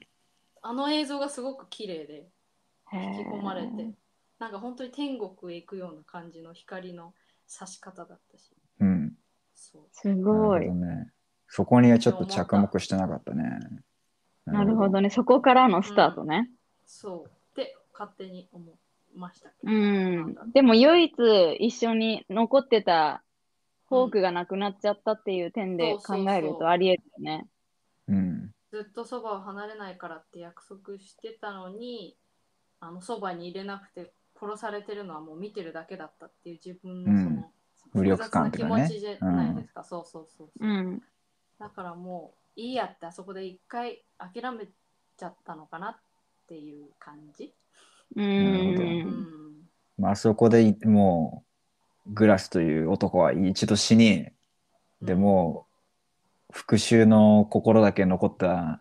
Speaker 1: あの映像がすごく綺麗で、
Speaker 3: へー
Speaker 1: 引き込まれて、なんか本当に天国へ行くような感じの光の差し方だったし、
Speaker 2: うん。
Speaker 1: そう。
Speaker 3: す
Speaker 2: なるほ
Speaker 3: ご
Speaker 2: ど
Speaker 3: い。
Speaker 2: ね。そこにはちょっと着目してなかったね。
Speaker 3: なるほどね。そこからのスタートね。
Speaker 1: そうって勝手に思いましたけ
Speaker 3: う
Speaker 1: ど。
Speaker 3: ん。でも唯一一緒に残ってたフォークがなくなっちゃったっていう点で
Speaker 1: うんそうそう
Speaker 3: 考
Speaker 1: そう
Speaker 3: えるとありえるよね。
Speaker 2: うん。
Speaker 1: ずっとそばを離れないからって約束してたのに、あのそばに入れなくて殺されてるのはもう見てるだけだったっていう自分のその、
Speaker 2: うん無
Speaker 1: 複
Speaker 2: 力
Speaker 1: 雑
Speaker 2: 感
Speaker 1: な
Speaker 2: ってい
Speaker 1: 気
Speaker 2: うかね
Speaker 1: 持ちじゃないですか。そうそうそうそうう、
Speaker 3: ん。
Speaker 1: だからもういいやってあそこで一回諦めちゃったのかなっていう感じ。
Speaker 3: う。
Speaker 2: るほど
Speaker 1: うんん。
Speaker 2: まあそこでいもうグラスという男は一度死にでもう復讐の心だけ残った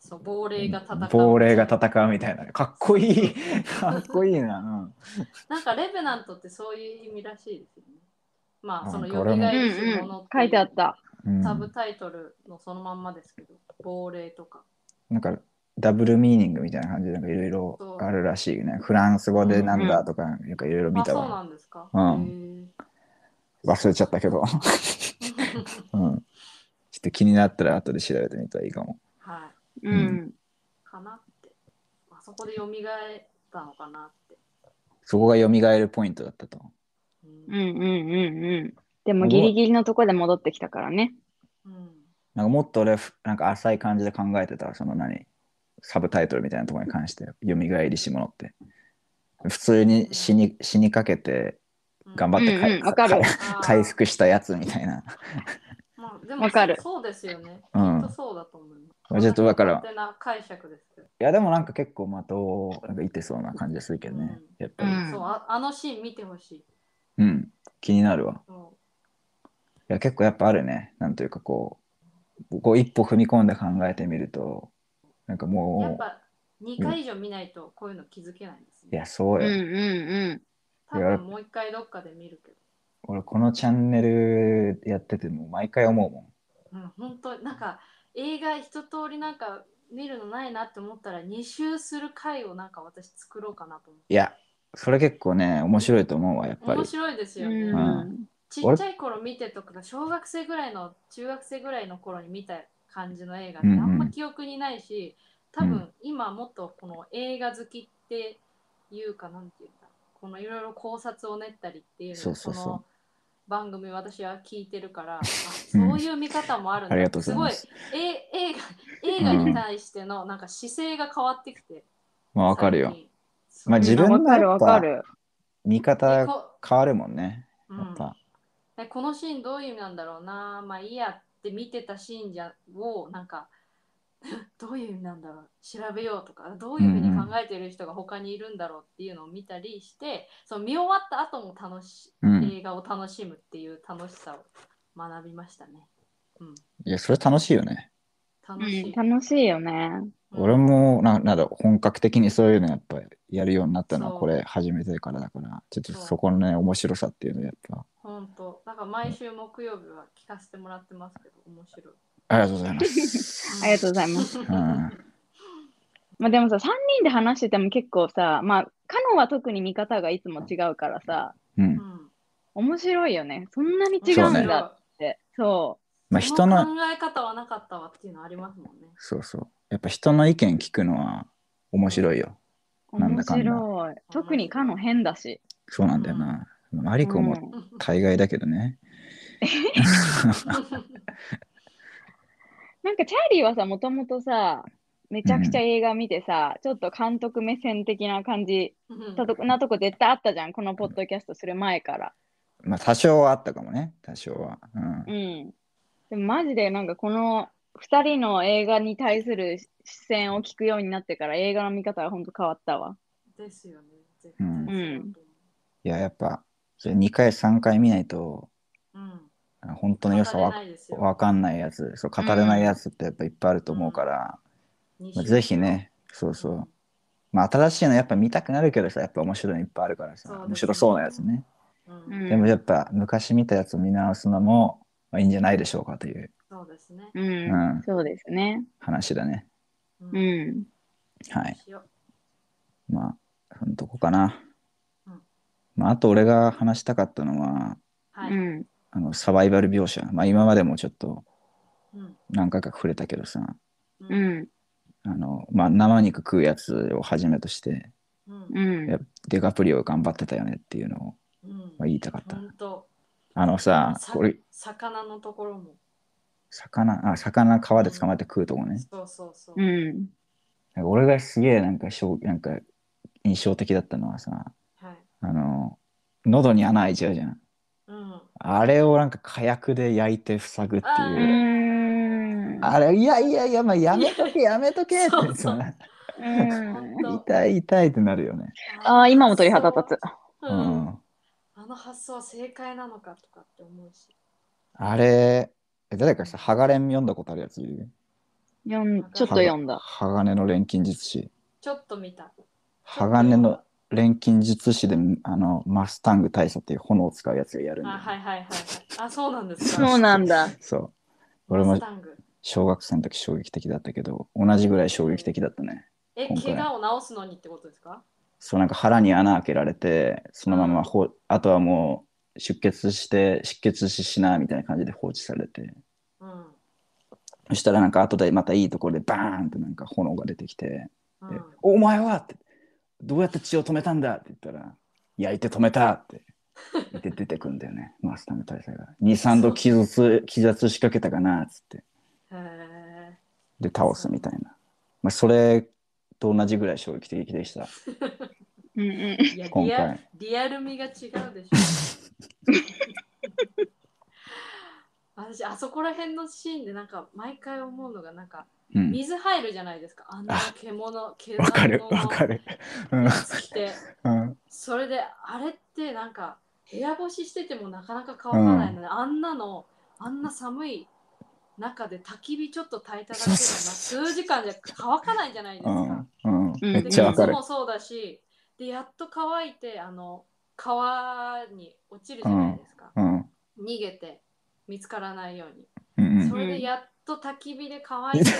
Speaker 1: そう、亡霊が戦う。
Speaker 2: 亡霊が戦うみたいなかっこい いかっこいいな、
Speaker 1: なんかレベナントってそういう意味らしいですよね。まあ、その
Speaker 2: なんか俺も
Speaker 1: 蘇
Speaker 3: うん
Speaker 1: りし
Speaker 3: う
Speaker 1: 者
Speaker 3: ん。書いてあっ
Speaker 1: う
Speaker 3: た。
Speaker 2: うん、
Speaker 1: サブタイトルのそのまんまですけど、亡霊とか。
Speaker 2: なんかダブルミーニングみたいな感じでなんかいろいろあるらしいねフランス語でなんだとかなんかいろいろ見
Speaker 1: あ、
Speaker 2: た
Speaker 1: そう
Speaker 2: わ
Speaker 1: なんですか。
Speaker 2: うん忘れちゃったけど、
Speaker 1: へー
Speaker 2: うん、ちょっと気になったら後で調べてみたらいいかも
Speaker 1: はい。
Speaker 3: う。
Speaker 2: うん
Speaker 1: かなって。あそこで蘇ったのかなって。
Speaker 2: そこが蘇るポイントだったと
Speaker 1: うん
Speaker 3: うんうんうんうん。でもギリギリのところで戻ってきたからね。
Speaker 1: うん
Speaker 2: なんかもっと俺ふ、なんか浅い感じで考えてた、その何、サブタイトルみたいなところに関して、蘇りし者って。普通に死に死にかけて、
Speaker 1: うん
Speaker 2: 頑張ってかい
Speaker 3: うんうんわかる
Speaker 2: か
Speaker 1: あー
Speaker 2: 回復したやつみたいな。
Speaker 1: まあ、でも
Speaker 3: わかる
Speaker 1: そうですよね。
Speaker 2: う
Speaker 1: き
Speaker 2: ん。
Speaker 1: っと
Speaker 2: い
Speaker 1: そうだと思います。
Speaker 2: まあちょっとわからん
Speaker 1: 勝手な解釈ですけど。
Speaker 2: や、でもなんか結構、まとう、なんかいてそうな感じがするけどね。やっぱり。
Speaker 3: うん
Speaker 1: そうあ、あのシーン見てほしい。
Speaker 2: うん。気になるわ。
Speaker 1: そ
Speaker 2: いや、結構やっぱあるね。なんというかこう、こう一歩踏み込んで考えてみると、なんか
Speaker 1: うやっ
Speaker 2: も
Speaker 1: ぱ2回以上見ないとこういうの気づけないです
Speaker 2: う、い
Speaker 1: ね。
Speaker 2: や、そう
Speaker 3: うん
Speaker 2: よ。
Speaker 3: う
Speaker 1: 多分もう一回どっかで見るけど。
Speaker 2: 俺、このチャンネルやってても、毎回思うもん。
Speaker 1: うん、本当なんか映画一通りなんか見るのないなって思ったら2周する回をなんか私作ろうかなと思っ
Speaker 2: いや、それ結構ね、面白いと思うわ、やってぱり
Speaker 1: 面。白いです
Speaker 3: ん
Speaker 1: よ
Speaker 3: う
Speaker 1: ね、
Speaker 3: ん。
Speaker 2: うん
Speaker 1: ちっちゃい頃見てとか小学生ぐらいの中学生ぐらいの頃に見た感じの映画ってあ
Speaker 2: うんうん
Speaker 1: んま記憶にないし、
Speaker 2: うん
Speaker 1: 多分今もっとこの映画好きっていうかなんていうんだこのいろいろ考察を練ったりっていうの
Speaker 2: そう
Speaker 1: を
Speaker 2: そ
Speaker 1: こ
Speaker 2: うそう
Speaker 1: の番組私は聞いてる から、あそういう見方もあるんだ
Speaker 2: ありがとうございます
Speaker 1: すごいえ映画映画に対してのなんか姿勢が変わってきて
Speaker 2: まあ、わかるよ
Speaker 1: 最。近
Speaker 2: まあ、自
Speaker 3: うんわ
Speaker 2: 分の
Speaker 3: かる
Speaker 2: や
Speaker 3: わ
Speaker 2: っ
Speaker 3: か
Speaker 2: ぱ
Speaker 3: る。
Speaker 2: 見
Speaker 1: で
Speaker 2: 方
Speaker 1: こ
Speaker 2: 変わるもんね。
Speaker 1: う
Speaker 2: や
Speaker 1: ん
Speaker 2: っぱ。
Speaker 1: えこのシーンどういう意味なんだろうなまあいいやって見てたシーンじゃをなんか どういう意味なんだろう調べようとかどういうふうに考えてる人が他にいるんだろうっていうのを見たりして、その見終わった後も楽し
Speaker 2: うん。
Speaker 1: 映画を楽しむっていう楽しさを学びましたね。
Speaker 2: いや、それ楽しいよね。
Speaker 1: 楽し
Speaker 3: うん
Speaker 1: い。
Speaker 3: 楽しいよね。
Speaker 1: うん
Speaker 2: 俺もな、なんだろう、本格的にそういうのやっぱやるようになったの
Speaker 1: そ
Speaker 2: は
Speaker 1: う
Speaker 2: これ初めてからだから、ちょっと
Speaker 1: そう
Speaker 2: そこのね、面白さっていうのやっぱ。
Speaker 1: 本当なんか毎週木曜日は聞かせてもらってますけど面白い。
Speaker 2: ありがとうございます。
Speaker 3: ありがとうござ います。
Speaker 2: うん。
Speaker 3: まあでもさ、3人で話してても結構さ、まあ、カノンは特に見方がいつも違うからさ、
Speaker 2: う。
Speaker 1: うんん
Speaker 3: 面白いよね。そんなに違
Speaker 2: そううんね
Speaker 3: だって。そ
Speaker 2: まあ
Speaker 1: そ
Speaker 2: 人の、
Speaker 1: 考え方はなかったわっていうのありますもん ね。
Speaker 2: そうそう。やっぱ人の意見聞くのは面白いよ。
Speaker 3: う。
Speaker 2: なん
Speaker 3: 面
Speaker 2: だかんだ
Speaker 3: 白い。特にカノン変だし。
Speaker 2: そうなんだよな。マリコ
Speaker 3: う
Speaker 2: も
Speaker 3: ん
Speaker 2: 大概だけどね。
Speaker 3: なんかチャーリーはさ、もともとさ、めちゃくちゃ映画見てさ、ちょっと監督目線的な感じたとなとこ絶対あったじゃん、このポッドキャストする前から。
Speaker 2: まあ多少はあったかもね。多少は。うん
Speaker 3: う。ん。でもマジでなんかこの2人の映画に対する視線を聞くようになってから映画の見方がほんと変わったわ。
Speaker 1: ですよね。絶
Speaker 2: う
Speaker 1: 対
Speaker 2: ん
Speaker 1: そうだと
Speaker 2: いや、やっぱ、それ2回、3回見ないと、
Speaker 1: 思ううん。
Speaker 2: あ本当の良さ
Speaker 1: 語れ
Speaker 2: わ
Speaker 1: ないですよ
Speaker 2: わかんないやつ、そう語れないやつってやっぱいっぱいあると思うから、まあ、ぜひ。ね、そうそう。まあ、新しいのやっぱ見たくなるけどさ、やっぱ面白いのいっぱいあるからさ、
Speaker 1: そうですね
Speaker 2: 面白そうなやつね。
Speaker 1: うん
Speaker 3: うん
Speaker 2: でもやっぱ、昔見たやつを見直すのも、まあ、いいんじゃないでしょうかという
Speaker 1: そうですね。
Speaker 3: うん。
Speaker 2: うん
Speaker 3: そうですね。
Speaker 2: 話だね。
Speaker 1: うん
Speaker 3: うん。
Speaker 2: はい。
Speaker 1: しよう
Speaker 2: まあ、そのとこかな
Speaker 1: うん。
Speaker 2: まあ、あと俺が話したかったのは、
Speaker 1: は
Speaker 3: う
Speaker 1: い。
Speaker 3: ん。
Speaker 2: あの、サバイバル描写。まあ、今までもちょっと
Speaker 1: うん
Speaker 2: 何回か触れたけどさ、
Speaker 1: う
Speaker 3: うんん。
Speaker 2: あの、まあ、生肉食うやつをはじめとして、
Speaker 1: うん
Speaker 3: うん。
Speaker 2: やデカプリオ頑張ってたよねっていうのを
Speaker 1: うん
Speaker 2: まあ言いたかった。
Speaker 1: 本当
Speaker 2: あのさ、
Speaker 1: さ
Speaker 2: これ、
Speaker 1: 魚のところも。
Speaker 2: 魚、あ、魚川で捕まえて食うとこね。
Speaker 1: そうそうそう
Speaker 3: う。ん。
Speaker 2: なんか俺がすげえなんかしょう、なんか印象的だったのはさ、
Speaker 1: はい。
Speaker 2: あの、喉に穴開いちゃうじゃん。
Speaker 1: うん。
Speaker 2: あれをなんか火薬で焼いて塞ぐって
Speaker 3: う
Speaker 2: いう。
Speaker 3: ん。
Speaker 2: あれ、いやいやいや、まあ、やめとけ、やめとけって
Speaker 1: そうそう
Speaker 2: さ
Speaker 3: うん
Speaker 1: 本当
Speaker 2: 痛い、痛いってなるよね。
Speaker 3: ああ、今も鳥肌立つ。
Speaker 1: つ
Speaker 2: う
Speaker 1: うん
Speaker 2: ん。
Speaker 1: あの発想は正解なのかとかって思うし。
Speaker 2: あれ、え誰かさ、ハガレン読んだことあるやついる
Speaker 3: よん、ちょっと読んだ。
Speaker 2: 鋼の錬金術師。
Speaker 1: ちょっと見た。
Speaker 2: 鋼の錬金術師で、あの、マスタング大佐っていう炎を使うやつがやるんだよ
Speaker 1: あ、
Speaker 2: ね、
Speaker 1: はいはいはいはい。あ、そうなんですか。
Speaker 3: そうなんだ。
Speaker 2: そう。俺
Speaker 1: マ
Speaker 2: も
Speaker 1: スタング。
Speaker 2: 小学生の時衝撃的だったけど、同じぐらい衝撃的だったね。
Speaker 1: え、
Speaker 2: 今回
Speaker 1: 怪我を治すのにってことですか
Speaker 2: そう、なんか腹に穴開けられて、そのままほう、あとはもう、出血して、出血死しな、みたいな感じで放置されて。
Speaker 1: うん。
Speaker 2: そしたらなんか後でまたいいところでバーンってなんか炎が出てきて、
Speaker 1: うん
Speaker 2: でお前はって、どうやって血を止めたんだって言ったら、焼いて止めたって言って出てくんだよね、 マスターの大佐が。2、3度気絶、気絶しかけたかなっつって、
Speaker 1: へえ。
Speaker 2: で倒すみたいな。まあ、それと同じぐらい衝撃的でした、
Speaker 3: うんうん。
Speaker 1: いや
Speaker 2: 今
Speaker 1: リア
Speaker 2: 回。
Speaker 1: リアル味が違うでしょ 私あそこら辺のシーンでなんか毎回思うのがなんか
Speaker 2: うん。
Speaker 1: 水入るじゃないですかあんな獣獣
Speaker 2: わかる、わかる。うん
Speaker 1: 来て
Speaker 2: うん。
Speaker 1: それであれってなんか部屋干ししててもなかなか乾かないので、あんなのあんな寒い中で焚き火ちょっと焚いただけ でもな
Speaker 2: そう
Speaker 1: 数時間じゃ乾かないじゃないです
Speaker 2: う
Speaker 1: か、
Speaker 2: ん。うん。
Speaker 3: うん
Speaker 2: めっちゃわか
Speaker 1: で
Speaker 2: る
Speaker 1: 靴も。そうだし、でやっと乾いてあの川に落ちるじゃないですか。
Speaker 2: うん。
Speaker 1: 逃げて見つからないように。
Speaker 2: うんうん
Speaker 1: それでやっと焚き火で乾いた、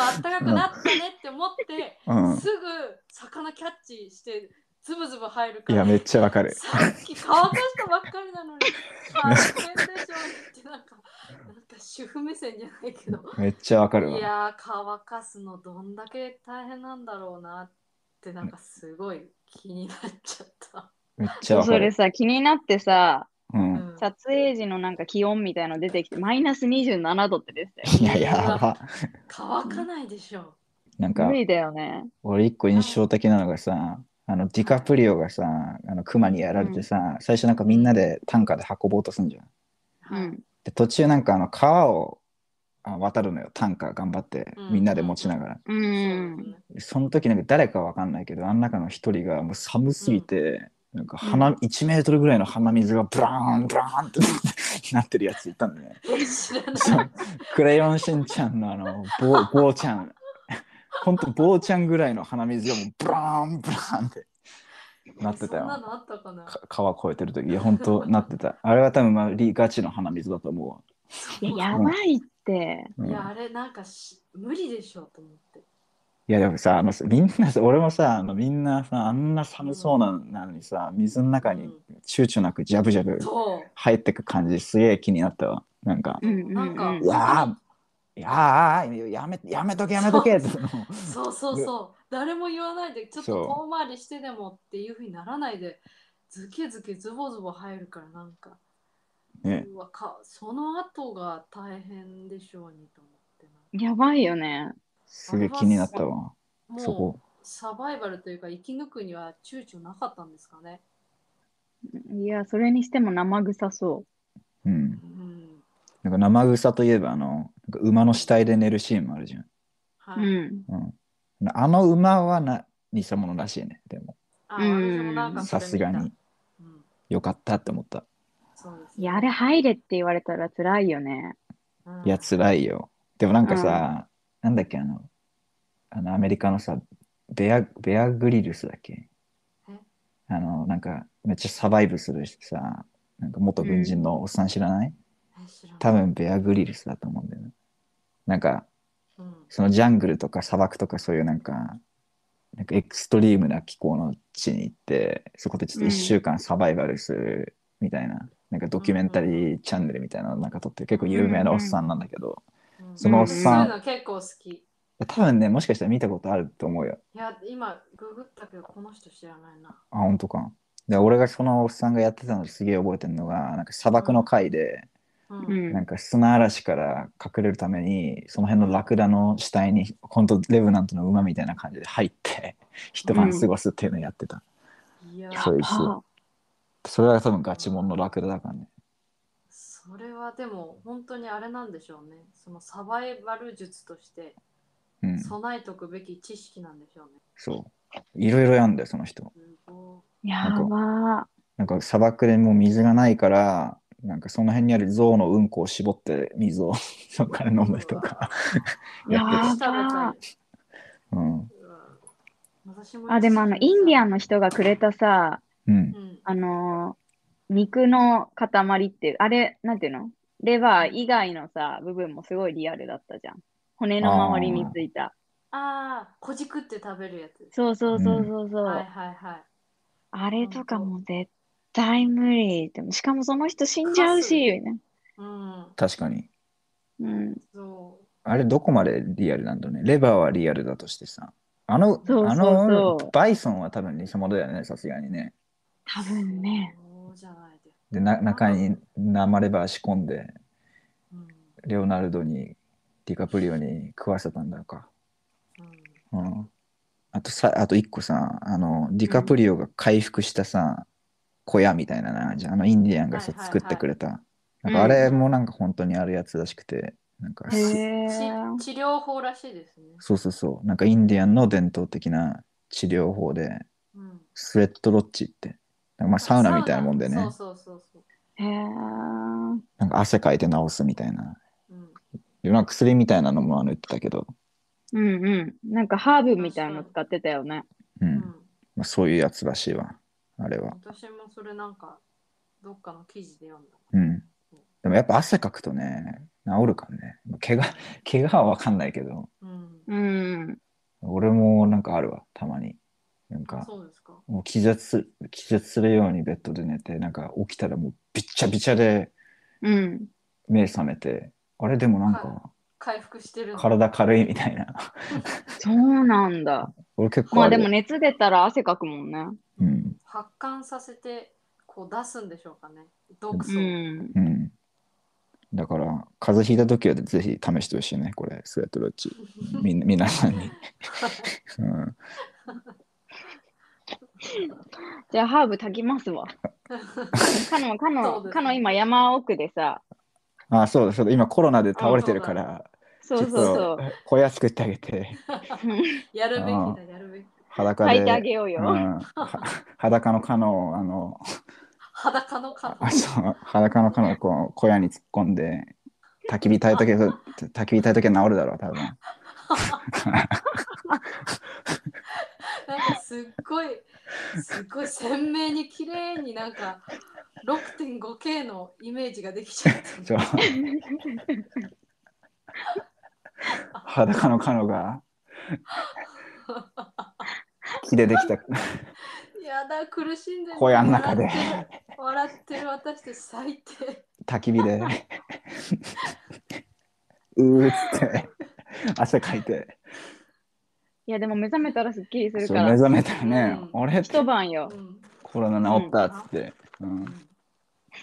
Speaker 1: あったかくなったねって思って、
Speaker 2: うん。
Speaker 1: すぐ魚キャッチしてズブズブ入るか
Speaker 2: いや、
Speaker 1: ら。
Speaker 2: めっちゃわかる。
Speaker 1: さっき乾かしたばっかりなのに、乾燥でしょってなんか、なんか主婦目線じゃないけど、
Speaker 2: めっちゃわかる
Speaker 1: い
Speaker 2: わ。
Speaker 1: やー乾かすのどんだけ大変なんだろうなってなんかすごい気になっちゃった。
Speaker 2: めっちゃ
Speaker 3: そう
Speaker 2: わ
Speaker 3: そ
Speaker 2: か
Speaker 3: れ
Speaker 2: る。
Speaker 3: さ、気になってさ、
Speaker 2: うん。
Speaker 1: うん
Speaker 3: 撮影時のなんか気温みたいの出てきて、マイナス27度って出てたよ。
Speaker 2: いや、やば。
Speaker 1: 乾かないでしょ。
Speaker 2: なんか
Speaker 3: 無、理だよね。
Speaker 2: 俺一個印象的なのがさ、あの、ディカプリオがさ、あの、熊にやられてさ、最初なんかみんなで担架で運ぼうとすんじゃん。
Speaker 3: うん。
Speaker 2: で、途中なんかあの、川を、あ渡るのよ短歌頑張って
Speaker 1: うん
Speaker 2: みんなで持ちながら、
Speaker 1: う
Speaker 3: う。
Speaker 1: ん
Speaker 2: その時なんか誰かわかんないけどあの中の一人がもう寒すぎて、なんか鼻、1メートルぐらいの鼻水がブラーンブラーンって なってるやついたんだ ね
Speaker 1: 知らない。
Speaker 2: そうクレヨンしんちゃんのあのぼうぼうちゃんほんとぼうちゃんぐらいの鼻水がもうブラーンブラーンってなってた
Speaker 1: そんな
Speaker 2: よ
Speaker 1: のあったかな。
Speaker 2: か川越えてる時いやほんとなってたあれは多分まあリガチの鼻水だと思うわ
Speaker 3: いや、やばいって。
Speaker 2: うん
Speaker 1: いやあれなんかし無理でしょと思って。
Speaker 2: いやでもさあのさみんなさ俺もさあのみんなさあんな寒そうななのにさ水の中に躊躇なくジャブジャブ
Speaker 1: そ
Speaker 2: 入ってく感じすげえ気になったわなんか
Speaker 1: う。
Speaker 3: うんうんうん
Speaker 1: なんか
Speaker 2: 「うわあいやーやめやめとけやめとけ」ってその
Speaker 1: そうそうそう。誰も言わないでちょっ
Speaker 2: そう
Speaker 1: と遠回りしてでもっていうふうにならないで。ズケズケズボズボ入るからなんか、
Speaker 2: ね
Speaker 1: うわかその後が大変でしょうにと思って
Speaker 3: やばいよね。
Speaker 2: すげえ気になったわ
Speaker 1: な
Speaker 2: そ
Speaker 1: もう
Speaker 2: こ
Speaker 1: サバイバルというか生き抜くには躊躇なかったんですかね
Speaker 3: いや、それにしても生臭そう。
Speaker 2: うん
Speaker 1: うん
Speaker 2: なんか生臭といえばあのなんか馬の死体で寝るシーンもあるじゃん、
Speaker 1: はい、
Speaker 3: うん。
Speaker 2: うん、あの馬はな偽物らしいねでも
Speaker 1: あ
Speaker 3: うん
Speaker 1: 私もなんかそ
Speaker 2: さ
Speaker 1: れ見た
Speaker 2: すがに
Speaker 1: うん、
Speaker 2: よかったって思った
Speaker 1: そうです
Speaker 3: いや、あれ入れって言われたら辛いよね。
Speaker 1: うん
Speaker 2: いや、辛いよ。でもなんかさ、なんだっけ、あの、あのアメリカのさ、ベア、ベアグリルスだっけ
Speaker 1: え
Speaker 2: あの、なんか、めっちゃサバイブするさ、なんか元軍人のおっさん知らない、
Speaker 1: え知らん
Speaker 2: 多分ベアグリルスだと思うんだよね。なんか、
Speaker 1: うん
Speaker 2: そのジャングルとか砂漠とかそういうなんか、なんかエクストリームな気候の地に行って、そこでちょっと1週間サバイバルするみたいな、なんかドキュメンタリーチャンネルみたいなのなんか撮ってる結構有名なおっさんなんだけど、
Speaker 1: うん
Speaker 2: そ
Speaker 3: のおっさ
Speaker 2: ん
Speaker 1: そういうの結構好き。い
Speaker 2: 多分ね、もしかしたら見たことあると思うよ。
Speaker 1: や、今、ググったけど、この人知らないな。
Speaker 2: あ、本当か。で、俺がそのおっさんがやってたのすげえ覚えてるのが、なんか砂漠の回で、
Speaker 1: うん
Speaker 3: う
Speaker 2: なん
Speaker 3: ん。
Speaker 2: か砂嵐から隠れるために、その辺のラクダの死体に、ほんとレブナントの馬みたいな感じで入って、一晩過ごすっていうのやってた。
Speaker 1: いや、
Speaker 2: そうです
Speaker 3: あ
Speaker 2: それは多分ガチモンのラクダだからね。
Speaker 1: それはでも、本当にあれなんでしょうね。そのサバイバル術として
Speaker 2: うん、
Speaker 1: 備えとくべき知識なんでしょうね。
Speaker 2: そう。いろいろやんだよ、その人。
Speaker 1: すご
Speaker 3: やば。
Speaker 2: なんか砂漠でもう水がないから、なんかその辺にある象のうんこを絞って水を そこから飲んだりとか。
Speaker 1: い。
Speaker 2: やってた
Speaker 1: 私食べた
Speaker 2: うん。
Speaker 1: い。うわ私も
Speaker 3: あ、でもあの、インディア
Speaker 1: ン。
Speaker 3: ンの人がくれたさ、
Speaker 2: うん
Speaker 1: う。ん。
Speaker 3: あのー肉の塊っていう、あれ、なんていうのレバー以外のさ、部分もすごいリアルだったじゃん。骨の周りについた。
Speaker 1: ああ、こじくって食べるやつ。
Speaker 3: そうそうそうそうそう。
Speaker 1: はいはいはい。
Speaker 3: あれとかも絶対無理。でも、しかもその人死んじゃうし、みたいな
Speaker 1: うん。
Speaker 2: 確かに。
Speaker 3: うん。
Speaker 1: そう。
Speaker 2: あれどこまでリアルなんだろうね。レバーはリアルだとしてさ。あの、
Speaker 3: そう
Speaker 2: あ
Speaker 3: そうそ
Speaker 2: の
Speaker 3: う、
Speaker 2: バイソンは多分偽物だよね、さすがにね。
Speaker 3: 多分ね。
Speaker 1: そうじゃないで。
Speaker 2: で、な中に生レバー仕込んで、
Speaker 1: うん。
Speaker 2: レオナルドに、ディカプリオに食わせたんだか。
Speaker 1: うん
Speaker 2: うん。あとさ、あと一個さ、あの、ディカプリオが回復したさ、小屋みたいなな、じゃあ、あのインディアンが
Speaker 1: は
Speaker 2: さ、
Speaker 1: いはいはい
Speaker 2: 作ってくれた。なん
Speaker 3: ん
Speaker 2: かあれもなんか本当にあるやつらしくて、なんかす、
Speaker 3: へ
Speaker 1: ち
Speaker 3: ー
Speaker 1: 治療法らしいですね。
Speaker 2: そうそうそう、なんかインディアンの伝統的な治療法で、
Speaker 1: うん、
Speaker 2: スウェットロッチって、なんかまあサウナみたいなもんでね、
Speaker 1: そうそうそうそう。
Speaker 3: へー
Speaker 2: なんか汗かいて治すみたいな。
Speaker 1: うん、
Speaker 2: でなんか薬みたいなのもあの言ってたけど、
Speaker 3: うんうん。なんかハーブみたいの使ってたよね。
Speaker 2: うん
Speaker 1: う
Speaker 2: ま
Speaker 1: ん、
Speaker 2: あ、そういうやつらしいわ、あれは。
Speaker 1: 私もそれなんか、どっかの記事で読んだ。
Speaker 2: うん。でもやっぱ汗かくとね、治るからね。怪我、 怪我はわかんないけど、
Speaker 1: うん、
Speaker 3: うん。
Speaker 2: 俺もなんかあるわ、たまに。なん
Speaker 1: あ
Speaker 2: か、
Speaker 1: そうですか。
Speaker 2: もう気絶する、気絶するようにベッドで寝て、なんか起きたらもうびっちゃびちゃで
Speaker 3: うん。
Speaker 2: 目覚めて、あれでもなん
Speaker 1: は
Speaker 2: か
Speaker 1: 回復してるの。
Speaker 2: 体軽いみたいな。
Speaker 3: そうなんだ。
Speaker 2: 俺結構
Speaker 3: まあ
Speaker 2: る
Speaker 3: でも熱出たら汗かくもんね。
Speaker 2: うん。
Speaker 1: 発汗させて、こう出すんでしょうかね。毒
Speaker 3: う
Speaker 1: 素。
Speaker 3: ん。
Speaker 2: うん。だから、風邪ひいた時はぜひ試してほしいね、これ、スウェットロッチ。みんな、皆さん に。うん。
Speaker 3: じゃあハーブ炊きま すわ。かの、か
Speaker 1: そう
Speaker 3: の、
Speaker 1: です
Speaker 3: かの今山奥でさ、
Speaker 2: あ、そうだ、そうだ、今コロナで倒れてるから、
Speaker 3: そうそうそう。
Speaker 2: 小屋作ってあげて、
Speaker 1: やるべきだ、やるべき。
Speaker 2: 裸
Speaker 3: 書
Speaker 2: で。
Speaker 3: いてあげよう
Speaker 2: う
Speaker 3: よ。
Speaker 2: ん、は裸のカノを、あの、
Speaker 1: 裸のカ
Speaker 2: あそう裸のカノをこう小屋に突っ込んで、焚き火焚いとけ、焚き火焚いとけ治るだろう、多分。
Speaker 1: なんかすっごい、すっごい鮮明に綺麗になんか 6.5K のイメージができちゃった。
Speaker 2: そう裸のカノが、木でできた
Speaker 1: やだ、苦しんでる
Speaker 2: 小屋の中で。
Speaker 1: 笑ってる笑ってる私たち最低。
Speaker 2: 焚き火で うーっつって汗かいて
Speaker 3: いや、でも目覚めたらすっきりする
Speaker 2: そ
Speaker 3: か
Speaker 2: う目
Speaker 3: ら。
Speaker 2: 覚めたらね、
Speaker 1: うん
Speaker 2: あれ
Speaker 3: 一晩よ
Speaker 1: う。ん、
Speaker 2: コロナ治ったっつって、うん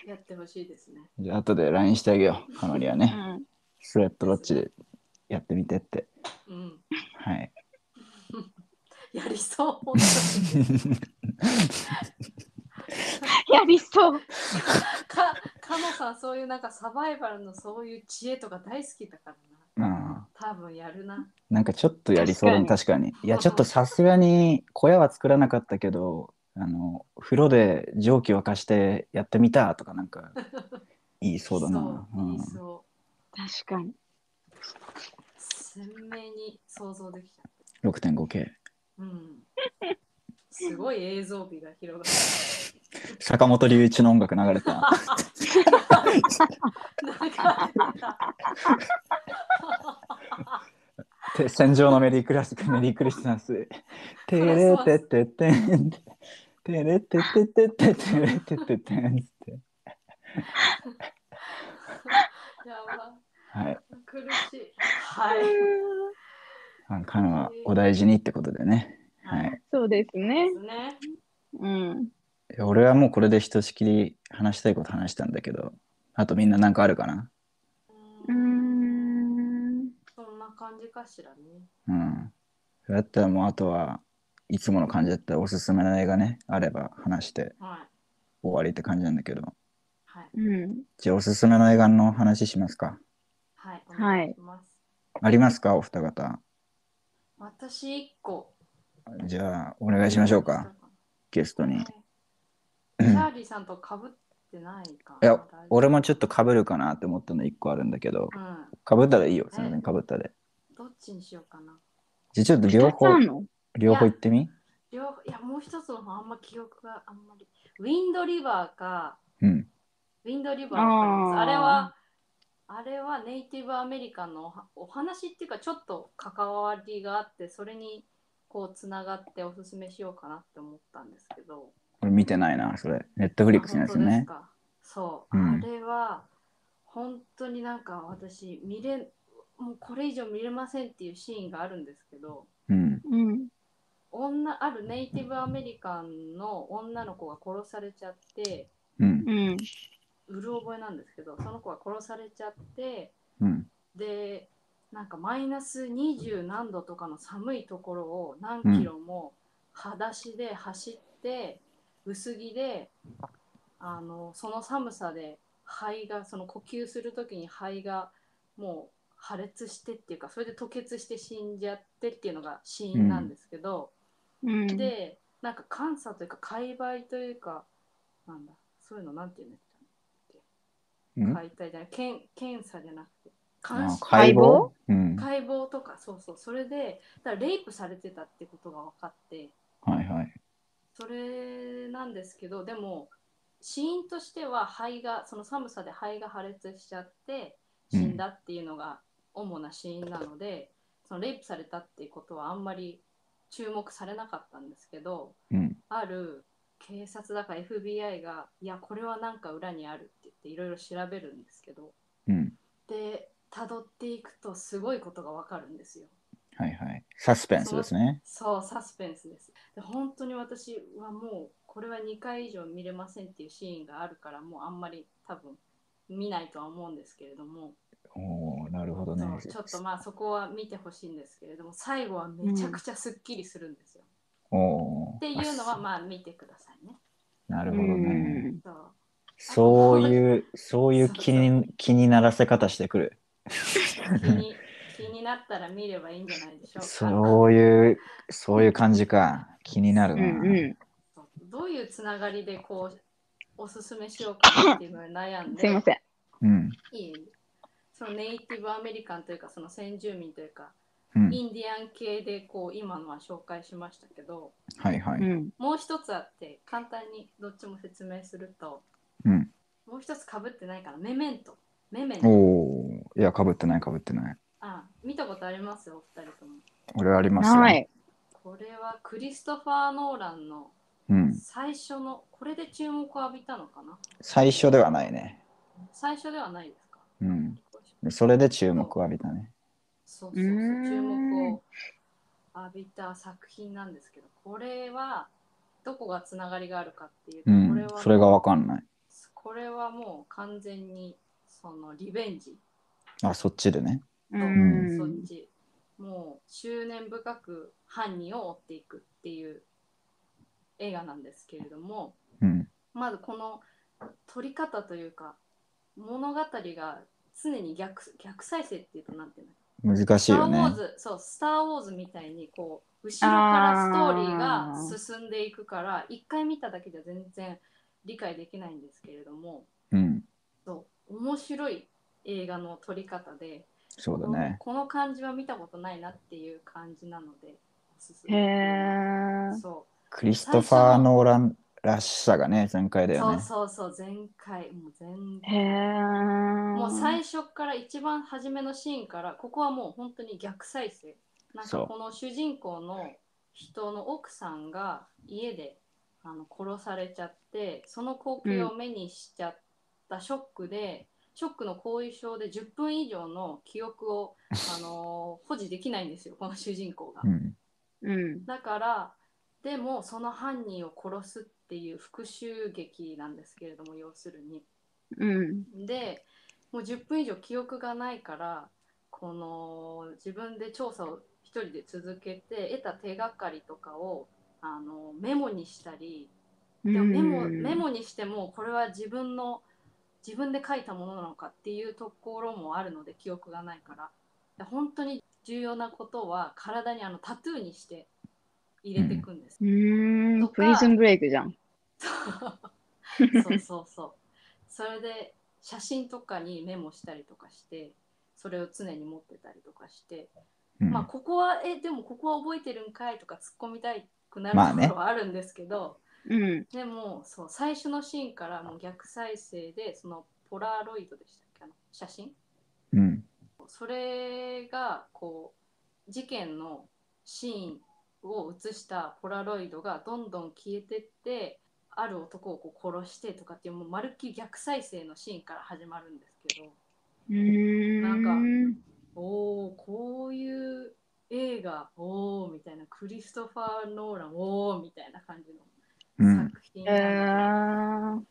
Speaker 1: やってほしいですね。
Speaker 2: じゃあ後で LINE してあげようカノリは
Speaker 3: う
Speaker 2: ね、
Speaker 3: ん。
Speaker 2: スウェットロッチでやってみてって
Speaker 1: うん、
Speaker 2: はい
Speaker 1: やりそう、本当に。
Speaker 3: やりそう。
Speaker 1: か、かのさん、そういうなんかサバイバルのそういう知恵とか大好きだからな。
Speaker 2: うん
Speaker 1: 多分やるな。
Speaker 2: なんかちょっとやりそうだね確か
Speaker 3: 確
Speaker 2: にいやちょっとさすがに小屋は作らなかったけどあの風呂で蒸気沸かしてやってみたとかなん か言いそうだな
Speaker 1: そうう、
Speaker 2: ん
Speaker 1: いいそう。
Speaker 3: 確かに。
Speaker 1: 鮮明に想像できた。
Speaker 2: 6.5K
Speaker 1: うん。すごい映像美が広が
Speaker 2: 坂本龍一の音楽流れ た
Speaker 1: る。なんか出た
Speaker 2: て戦場のメリークラスメリークリスマス。てれてててん。てれてててててれてててんって。
Speaker 1: やば。
Speaker 2: はい。
Speaker 1: 苦しい。はい。
Speaker 2: あカノはお大事にってことでね。は
Speaker 1: はい
Speaker 2: い。
Speaker 3: そうですね
Speaker 1: で。すね。
Speaker 3: うん。
Speaker 2: 俺はもうこれでひとしきり話したいこと話したんだけど、あとみんななんかあるかな
Speaker 3: うーん。
Speaker 1: そんな感じかしらね。
Speaker 2: うん。だったらもうあとはいつもの感じだったらおすすめの映画ね、あれば話して
Speaker 1: はい。
Speaker 2: 終わりって感じなんだけど。
Speaker 1: はい。
Speaker 3: うん。
Speaker 2: じゃあおすすめの映画の話しますか。
Speaker 1: はい。お
Speaker 3: はい
Speaker 1: 願いします。
Speaker 2: ありますかお二方。
Speaker 1: 私一個。
Speaker 2: じゃあお願いしましょうか。ゲスト
Speaker 1: はい。
Speaker 2: に。
Speaker 1: チャーリーさんと被ってないかな。
Speaker 2: いや
Speaker 1: 大丈夫
Speaker 2: 俺もちょっとかぶるかなって思ったの1個あるんだけど
Speaker 1: う、ん。
Speaker 2: かぶったらいいよ、すみません、かぶったで。
Speaker 1: どっちにしようかな。
Speaker 2: じゃあちょっと両
Speaker 3: 二つ
Speaker 2: 方
Speaker 3: あ、んの
Speaker 2: 両方言ってみ
Speaker 1: 両方いや、もう一つの方あんま記憶があんまり。ウィンドリバーか。
Speaker 2: うん。
Speaker 1: ウィンドリバーわかります
Speaker 3: あー
Speaker 1: あれは、あれはネイティブアメリカンのおはお話っていうか、ちょっと関わりがあって、それにこうつながっておすすめしようかなって思ったんですけど。
Speaker 2: 俺見てないな、それ。ネットフ
Speaker 1: フ
Speaker 2: リックスのやつね。
Speaker 1: そう、
Speaker 2: うん
Speaker 1: あれは本当になんか私、見れもうこれ以上見れませんっていうシーンがあるんですけど、
Speaker 2: うん。
Speaker 3: うん。
Speaker 1: 女あるネイティブアメリカンの女の子が殺されちゃって、
Speaker 2: うん。
Speaker 3: うん。
Speaker 1: うる覚えなんですけど、その子が殺されちゃって、
Speaker 2: うん。
Speaker 1: でなんかマイナス20何度とかの寒いところを何キロも裸足で走って、薄着であのその寒さで肺がその呼吸する時に肺がもう破裂してっていうかそれで吐血して死んじゃってっていうのが死因なんですけど、
Speaker 3: うん。
Speaker 1: でなんか監査というか界隈というかなんだそういうのなんていうんですか
Speaker 2: うん
Speaker 1: 解体じゃない検検査じゃなくて監
Speaker 2: あ
Speaker 1: 視
Speaker 2: 解剖
Speaker 3: 剖
Speaker 2: うん。は
Speaker 1: 解剖とかそうそうそれでだからレイプされてたってことが分かって
Speaker 2: いはい。
Speaker 1: それなんですけどでも死因としては肺がその寒さで肺が破裂しちゃって死んだっていうのが主な死因なので、そのレイプされたっていうことはあんまり注目されなかったんですけど
Speaker 2: うん。
Speaker 1: ある警察だから FBI がいやこれはなんか裏にあるって言っていろいろ調べるんですけど
Speaker 2: うん。
Speaker 1: で辿っていくとすごいことが分かるんですよ。
Speaker 2: はいはい。サスペンスですね。
Speaker 1: そう、サスペンスです。で本当に私はもう、これは2回以上見れませんっていうシーンがあるから、もうあんまり多分見ないとは思うんですけれども、
Speaker 2: おおなるほどね
Speaker 1: そう。ちょっとまあそこは見てほしいんですけれども、最後はめちゃくちゃすっきりするんですよ。
Speaker 2: おー
Speaker 1: っていうのはまあ見てくださいね。
Speaker 2: な
Speaker 3: う
Speaker 2: るほどね。
Speaker 3: ん。
Speaker 1: そう
Speaker 2: そういう、そういう気
Speaker 1: そ
Speaker 2: に気にならせ方してくる。
Speaker 1: 気に気になったら見ればいいんじゃないでしょうか。
Speaker 2: そういう、そういう感じか。気になる
Speaker 3: う
Speaker 2: な。
Speaker 3: んう
Speaker 1: どういうつながりでこうおすすめしようかなっていうのに悩ん
Speaker 3: ん。すいま
Speaker 1: で、
Speaker 3: せん。
Speaker 2: うん。
Speaker 1: いいそのネイティブアメリカンというか、その先住民というか、
Speaker 2: うん。
Speaker 1: インディアン系でこう今のは紹介しましたけど、
Speaker 2: はいはい。
Speaker 3: うん。
Speaker 1: もう一つあって、簡単にどっちも説明すると、
Speaker 2: うん。
Speaker 1: もう一つかぶってないから、メメント。メメン
Speaker 2: お
Speaker 1: ト。
Speaker 2: おー。いや、かぶってないかぶってない。
Speaker 1: あ見たことありますよ、お二人とも。
Speaker 2: 俺ありますよ。
Speaker 3: はい。
Speaker 1: これはクリストファー・ノーランの
Speaker 2: うん。
Speaker 1: 最初の、これで注目を浴びたのかな
Speaker 2: 最初ではないね。
Speaker 1: 最初ではないですか
Speaker 2: うん。それで注目を浴びたね。
Speaker 1: そうそうそう
Speaker 3: うーん
Speaker 1: 注目を浴びた作品なんですけどこれはどこがつながりがあるかっていうと、
Speaker 2: うん。
Speaker 1: これはもう
Speaker 2: それがわかんない。
Speaker 1: これはもう完全にそのリベンジ
Speaker 2: あ、そっちでね。
Speaker 3: う
Speaker 1: そ
Speaker 3: ん
Speaker 1: っ。ちもう執念深く犯人を追っていくっていう映画なんですけれども
Speaker 2: うん。
Speaker 1: まずこの撮り方というか物語が常に逆逆再生っていうとなんていうの
Speaker 2: 難しいよ
Speaker 1: スター・ウォー
Speaker 2: ね。
Speaker 1: ズ、そう、スター・ウォーズみたいに、こう、後ろからストーリーが進んでいくから、一回見ただけじゃ全然理解できないんですけれども、
Speaker 2: うん。
Speaker 1: そう面白い映画の撮り方で、
Speaker 2: そうだね。
Speaker 1: このこの感じは見たことないなっていう感じなので、おすす
Speaker 3: へ
Speaker 1: め
Speaker 3: え。
Speaker 1: そ
Speaker 2: クリストファー・ノーランらしさがね、全開
Speaker 1: う
Speaker 2: だよ
Speaker 1: そう
Speaker 2: ね。
Speaker 1: そうそう、全開、もう全
Speaker 3: へえ。
Speaker 1: もう最初から一番初めのシーンからここはもう本当に逆再生なんか
Speaker 2: そう
Speaker 1: この主人公の人の奥さんが家であの殺されちゃってその光景を目にしちゃったショックで、ショックの後遺症で10分以上の記憶を、 あのー保持できないんですよこの主人公が
Speaker 2: う。ん。
Speaker 3: うん。
Speaker 1: だからでもその犯人を殺すっていう復讐劇なんですけれども要するに。
Speaker 3: うん。
Speaker 1: でもう10分以上記憶がないからこの自分で調査を一人で続けて得た手がかりとかをあのメモにしたり
Speaker 3: で
Speaker 1: でもメモメモにしてもこれは自分の自分で書いたものなのかっていうところもあるので記憶がないからで本当に重要なことは体にあのタトゥーにして入れていくんです、
Speaker 3: うーん
Speaker 1: とか
Speaker 3: プリズンブレイクじゃん。
Speaker 1: そうそうそう。それで写真とかにメモしたりとかして、それを常に持ってたりとかして、
Speaker 2: うん
Speaker 1: まあここは、え、でもここは覚えてるんかいとか突っ込みたくなる
Speaker 2: まあね
Speaker 1: ところはあるんですけど、
Speaker 3: うん。
Speaker 1: でもそう最初のシーンからもう逆再生で、そのポラロイドでしたっけあの写真
Speaker 2: うん。
Speaker 1: それがこう事件のシーンを映したポラロイドがどんどん消えてってある男をこう殺してとかっていうもうまるっきり逆再生のシーンから始まるんですけど
Speaker 3: うーん。
Speaker 1: なんか
Speaker 3: うん
Speaker 1: おおこういう映画おおみたいなクリストファー・ノーランおおみたいな感じ
Speaker 2: う
Speaker 1: の
Speaker 2: ん。
Speaker 1: 作品
Speaker 3: へ
Speaker 1: なので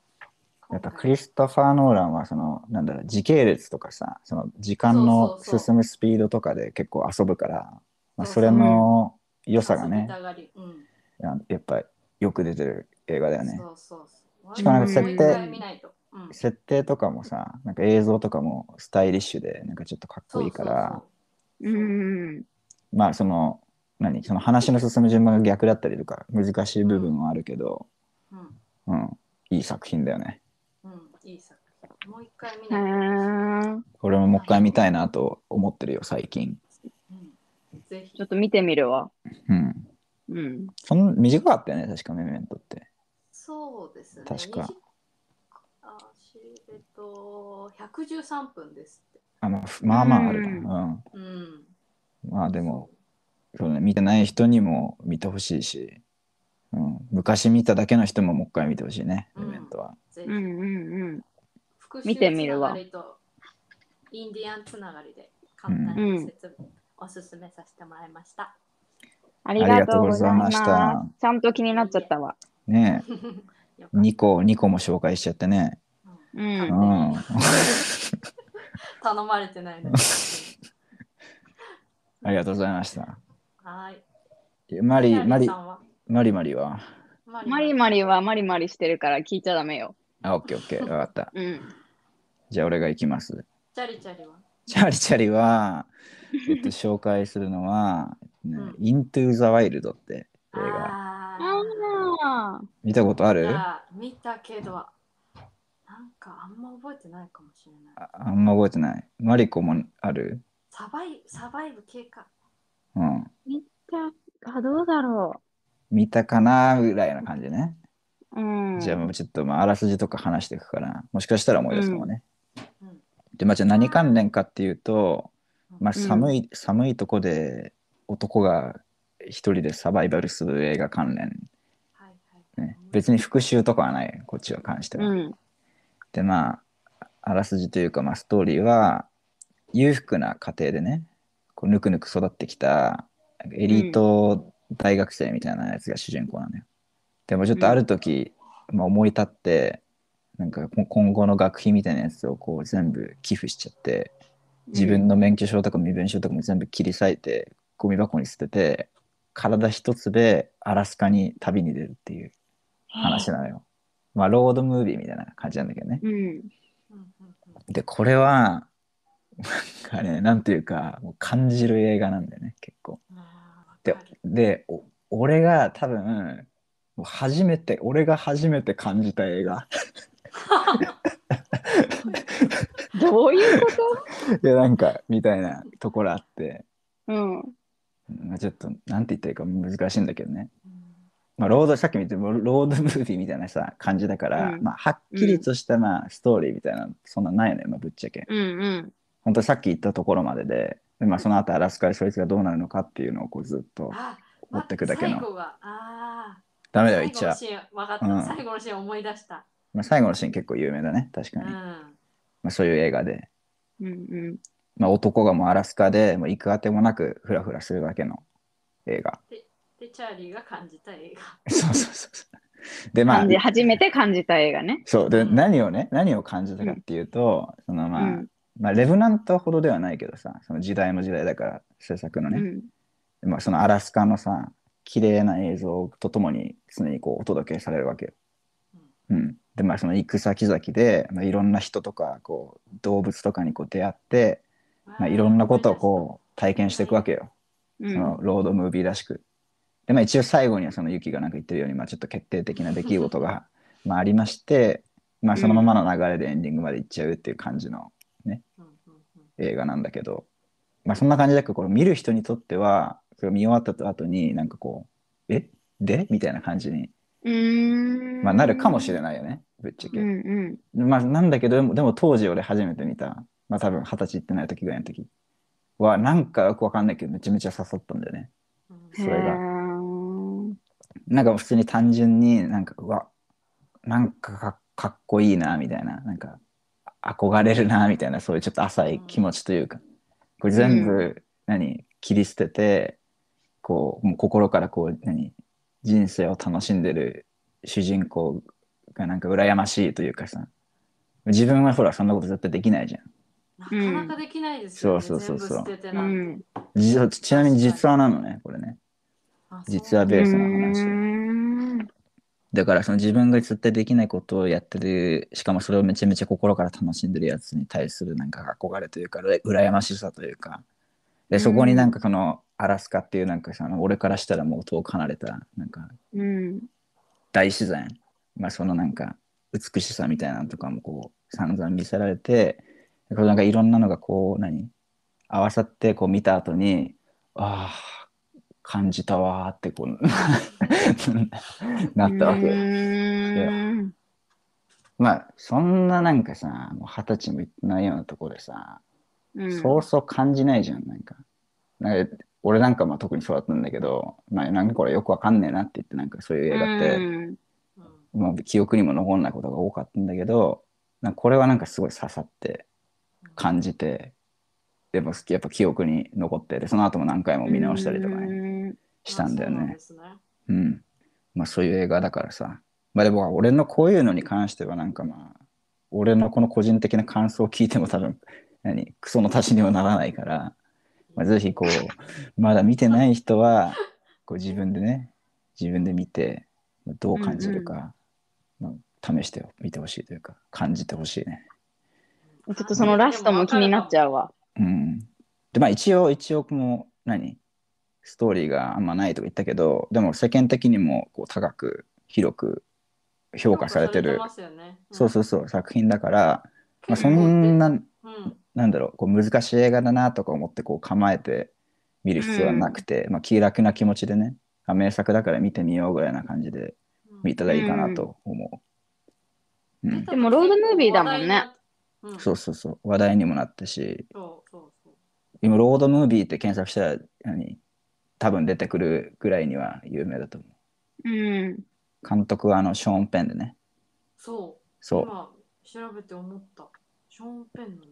Speaker 3: ー
Speaker 2: やっぱ
Speaker 1: 今
Speaker 2: ク
Speaker 1: 回
Speaker 2: リストファー・ノーランはそのなんだろう時系列とかさその時間
Speaker 1: そう
Speaker 2: の
Speaker 1: そうそう
Speaker 2: 進むスピードとかで結構遊ぶからま
Speaker 1: そ
Speaker 2: あ
Speaker 1: う
Speaker 2: そ
Speaker 1: そう
Speaker 2: れの良さが
Speaker 1: 遊び
Speaker 2: ね
Speaker 1: たがりうん
Speaker 2: ややっぱよく出てる映画だよね
Speaker 1: そうそうそう
Speaker 2: しかもなん
Speaker 3: か設
Speaker 1: もう一
Speaker 3: 定
Speaker 1: 回見ないとうん
Speaker 2: 設定とかもさなんか映像とかもスタイリッシュでなんかちょっとかっこいいから
Speaker 1: そうそう
Speaker 3: う。
Speaker 1: そうん
Speaker 2: まあその何その話の進む順番が逆だったりとか難しい部分はあるけど、
Speaker 1: うん
Speaker 2: うん、いい作品だよね
Speaker 1: うん、いい作品。もう一回見な
Speaker 3: へ
Speaker 1: い
Speaker 3: ー
Speaker 2: 俺ももう一回見たいなと思ってるよ最近、
Speaker 1: うん、ぜひ
Speaker 3: ちょ。っと見てみるわ。
Speaker 2: うん、
Speaker 3: うん。
Speaker 2: そん短かったよね確かメメントって
Speaker 1: そうですね。
Speaker 2: 確か
Speaker 1: 二時。あ、しえっと、113分ですって。
Speaker 2: あまあ、ふまあまあある
Speaker 3: うん
Speaker 2: な。
Speaker 1: うん。
Speaker 2: うん。まあでも、そうね、見てない人にも見てほしいし、うん、昔見ただけの人ももう一回見てほしいね、
Speaker 1: う
Speaker 2: メ
Speaker 1: ん
Speaker 2: メントは。
Speaker 1: ぜ
Speaker 3: う
Speaker 1: ひ。
Speaker 3: んうん
Speaker 1: 復
Speaker 3: 見てみるわ
Speaker 1: つながりとインディアンつながりで簡単に説明、おすすめさせてもらいま した。
Speaker 3: ありがとうござい
Speaker 2: あ
Speaker 3: ま
Speaker 2: り
Speaker 3: す
Speaker 2: がとうございまし
Speaker 3: ちゃんと気になっちゃったわ。
Speaker 2: ねえ、
Speaker 1: よかっ
Speaker 2: 2個、2個も紹介しちゃってね。
Speaker 1: た。うん
Speaker 3: う。
Speaker 2: うんん。
Speaker 1: 頼まれてないのに。
Speaker 2: ありがとうございました。
Speaker 1: はい。
Speaker 2: マリ、マリ
Speaker 1: さ、んは
Speaker 2: マリマリは。
Speaker 1: マリ
Speaker 3: マリマリはマリマリしてるから聞いちゃダメよ。
Speaker 2: あ、オッケーオッケー、わかった。
Speaker 3: うん。
Speaker 2: じゃあ俺が行きます。
Speaker 1: チャリチャリは。
Speaker 2: チャリチャリは、えっと、紹介するのは、ね
Speaker 1: うん
Speaker 2: イントゥ・ザ・ワイルドって映画。
Speaker 1: あ
Speaker 3: ああ、
Speaker 2: 見たことあ
Speaker 1: ー
Speaker 2: る
Speaker 1: あー見たけどなんかあんま覚えてないかもしれない
Speaker 2: ああんま覚えてない。マリコもある
Speaker 1: サバイサバイブ系か
Speaker 2: うん。
Speaker 3: じゃあ、どうだろ
Speaker 2: 見たかなぐらいな感じね。
Speaker 3: う。うん。
Speaker 2: じゃあもうちょっと、まあ、あらすじとか話していくから、もしかしたら思い出すかもね。
Speaker 1: うんうん
Speaker 2: で、まあ、じゃあ何関連かっていうと、まあ、
Speaker 3: うん
Speaker 2: 寒い、寒いとこで男が一人でサバイバルする映画関連、
Speaker 1: はいはい、
Speaker 2: ね。別に復讐とかはない、こっちは関しては。
Speaker 3: うん。
Speaker 2: でまああらすじというか、まあ、ストーリーは裕福な家庭でねこうぬくぬく育ってきたエリート大学生みたいなやつが主人公なのよ。でもちょっとある時、まあ、思い立ってなんかこ今後の学費みたいなやつをこう全部寄付しちゃって自分の免許証とか身分証とかも全部切り裂いてゴミ箱に捨てて体一つでアラスカに旅に出るっていう話なのよ。まあロードムービーみたいな感じなんだけどね。
Speaker 3: うん。
Speaker 1: うんうんうん
Speaker 2: でこれはなんかねなんていうかもう感じる映画なんだよね結構。
Speaker 1: あー
Speaker 2: で
Speaker 1: わかる
Speaker 2: でお俺が多分もう初めて俺が初めて感じた映画
Speaker 3: どうい うこと
Speaker 2: でなんかみたいなところあって、
Speaker 3: うん。
Speaker 2: まあ、ちょっとなんて言ったらいいか難しいんだけどね、
Speaker 1: うん
Speaker 2: まあ、ロードさっき見てもロードムービーみたいなさ感じだから、
Speaker 3: うん
Speaker 2: まあ、はっきりとした、まあ、ストーリーみたいなのそんなないのよ、まあ、ぶっちゃけ。
Speaker 3: うんうん。
Speaker 2: 本当にさっき言ったところまででで、まあ、その後アラスカでそいつがどうなるのかっていうのをこうずっと
Speaker 1: あ
Speaker 2: 持ってくだけの
Speaker 1: 最後があ
Speaker 2: ダ
Speaker 1: あ
Speaker 2: メだよ
Speaker 1: 最
Speaker 2: 言
Speaker 1: 後
Speaker 2: っ
Speaker 1: の
Speaker 2: ちゃ、
Speaker 1: シーン分かった、
Speaker 2: うん
Speaker 1: 最後のシーン思い出した
Speaker 2: まあ、最後のシーン結構有名だね確か
Speaker 1: う
Speaker 2: に、ま
Speaker 1: ん
Speaker 2: あ、そういう映画で、
Speaker 3: うんうん。
Speaker 2: まあ、男がもうアラスカでもう行くあてもなくフラフラするだけの映画
Speaker 1: でチャーリーが感じた映画
Speaker 2: そうそうそうそうでまあ
Speaker 3: 感じ、初めて感じた映画ね。
Speaker 2: そうで何をね何を感じたかっていうと、そのまあ、
Speaker 3: うん
Speaker 2: まあ、レブナントほどではないけどさその時代も時代だから制作の
Speaker 3: う
Speaker 2: ね、
Speaker 3: ん。
Speaker 2: まあ、そのアラスカのさ綺麗な映像とともに常にこうお届けされるわけよ。うん、でまあその行く先々で、まあ、いろんな人とかこう動物とかにこう出会って、まあ、いろんなことをこう体験していくわけよ、
Speaker 3: う
Speaker 2: その
Speaker 3: ん。
Speaker 2: ロードムービーらしく。でまあ一応最後にはそのユキがなんか言ってるように、まあ、ちょっと決定的な出来事がまあありまして、まあ、そのままの流れでエンディングまで行っちゃうっていう感じの
Speaker 1: う、うんうんうん
Speaker 2: 映画なんだけど、まあ、そんな感じだけどこれ見る人にとってはそれを見終わった後になんかこう「えで?」みたいな感じに、
Speaker 3: うーん。
Speaker 2: まあ、なるかもしれ
Speaker 3: い。
Speaker 2: ないよねぶっちゃけ。
Speaker 3: うんうん。
Speaker 2: まあ、なんだけどでもでも当時俺初めて見た、まあ、多分二十歳行ってない時ぐらいの時はなんかよくわかんないけどめちゃめちゃ刺さったんだよね。
Speaker 1: うん
Speaker 2: それが
Speaker 3: へー
Speaker 2: なんか普通に単純になんかうわなんかかかっこいいなみたいななんかあ憧れるなみたいなそういうちょっと浅い気持ちというかこれ全部、
Speaker 3: う
Speaker 2: 何切り捨ててこうもう心からこう何人生を楽しんでる主人公がなんか羨ましいというかさ自分はほらそんなこと絶対できないじゃん。
Speaker 1: なかなかできないですよ、ね
Speaker 2: そうそうそうそ
Speaker 1: 全
Speaker 2: う
Speaker 1: 部捨てて
Speaker 3: う
Speaker 1: なんて、
Speaker 3: ん。
Speaker 2: 実ちなみに実話なのねこれね
Speaker 1: あそう
Speaker 2: 実話ベースの話。
Speaker 3: うーん
Speaker 2: だからその自分が絶対できないことをやってるしかもそれをめちゃめちゃ心から楽しんでるやつに対するなんか憧れというかうら羨ましさというかでそこになんかこのアラスカっていうなんかその俺からしたらもう遠く離れたなんか
Speaker 3: うん。
Speaker 2: 大自然、まあ、そのなんか美しさみたいなのとかもこう散々見せられてこうなんかいろんなのがこう何合わさってこう見た後にああ感じたわーってこう なったわけよ。
Speaker 3: うん。
Speaker 2: まあそんななんかさもう二十歳もいってないようなところでさ、
Speaker 3: うん
Speaker 2: そうそう感じないじゃんなんかなんか俺なんかまあ特にそうだったんだけど、まあ、なんかこれよくわかんねえなって言ってなんかそういう映画って、
Speaker 3: うん
Speaker 1: うん
Speaker 2: まあ、記憶にも残んないことが多かったんだけどなんかこれはなんかすごい刺さって感じてでもやっぱ記憶に残ってでその後も何回も見直したりとかね、したんだよ
Speaker 1: あそうな
Speaker 2: ね。
Speaker 1: です
Speaker 2: うん。まあそういう映画だからさ。まあでも俺のこういうのに関してはなんかまあ、俺のこの個人的な感想を聞いても多分、何、クソの足しにはならないから、まあ、ぜひこう、まだ見てない人は、こう自分でね、自分で見て、どう感じるか、まあ、試してみてほしいというか、感じてほしいね。
Speaker 3: ちょっとそのラストも気になっちゃうわ。
Speaker 2: うん。で、まあ一応、一応もう、何ストーリーがあんまないとか言ったけど、でも世間的にもこう高く、広く評価されてる、
Speaker 1: ますよね
Speaker 2: そうそうそう、作品だから、まあ、
Speaker 1: 結構
Speaker 2: そんな、
Speaker 1: うん。うん。
Speaker 2: なんだろう、こう難しい映画だなとか思ってこう構えて見る必要はなくて、まあ気楽な気持ちでね、あ名作だから見てみようぐらいな感じで
Speaker 1: うん
Speaker 2: 見たらいいかなと思う。うん
Speaker 1: 見た
Speaker 3: でもロードムービーだも
Speaker 1: 話題に
Speaker 3: んね
Speaker 1: なっ。うん。
Speaker 2: そうそうそう、話題にもなったし、
Speaker 1: そうそうそう。
Speaker 2: 今、ロードムービーって検索したら、何多分出てくるぐらいには有名だと思
Speaker 3: うん。
Speaker 2: う。監督はあの、ショーン・ペンでね。
Speaker 1: そう。
Speaker 2: そう、
Speaker 1: 今調べて思った。ショーンペンなんだ。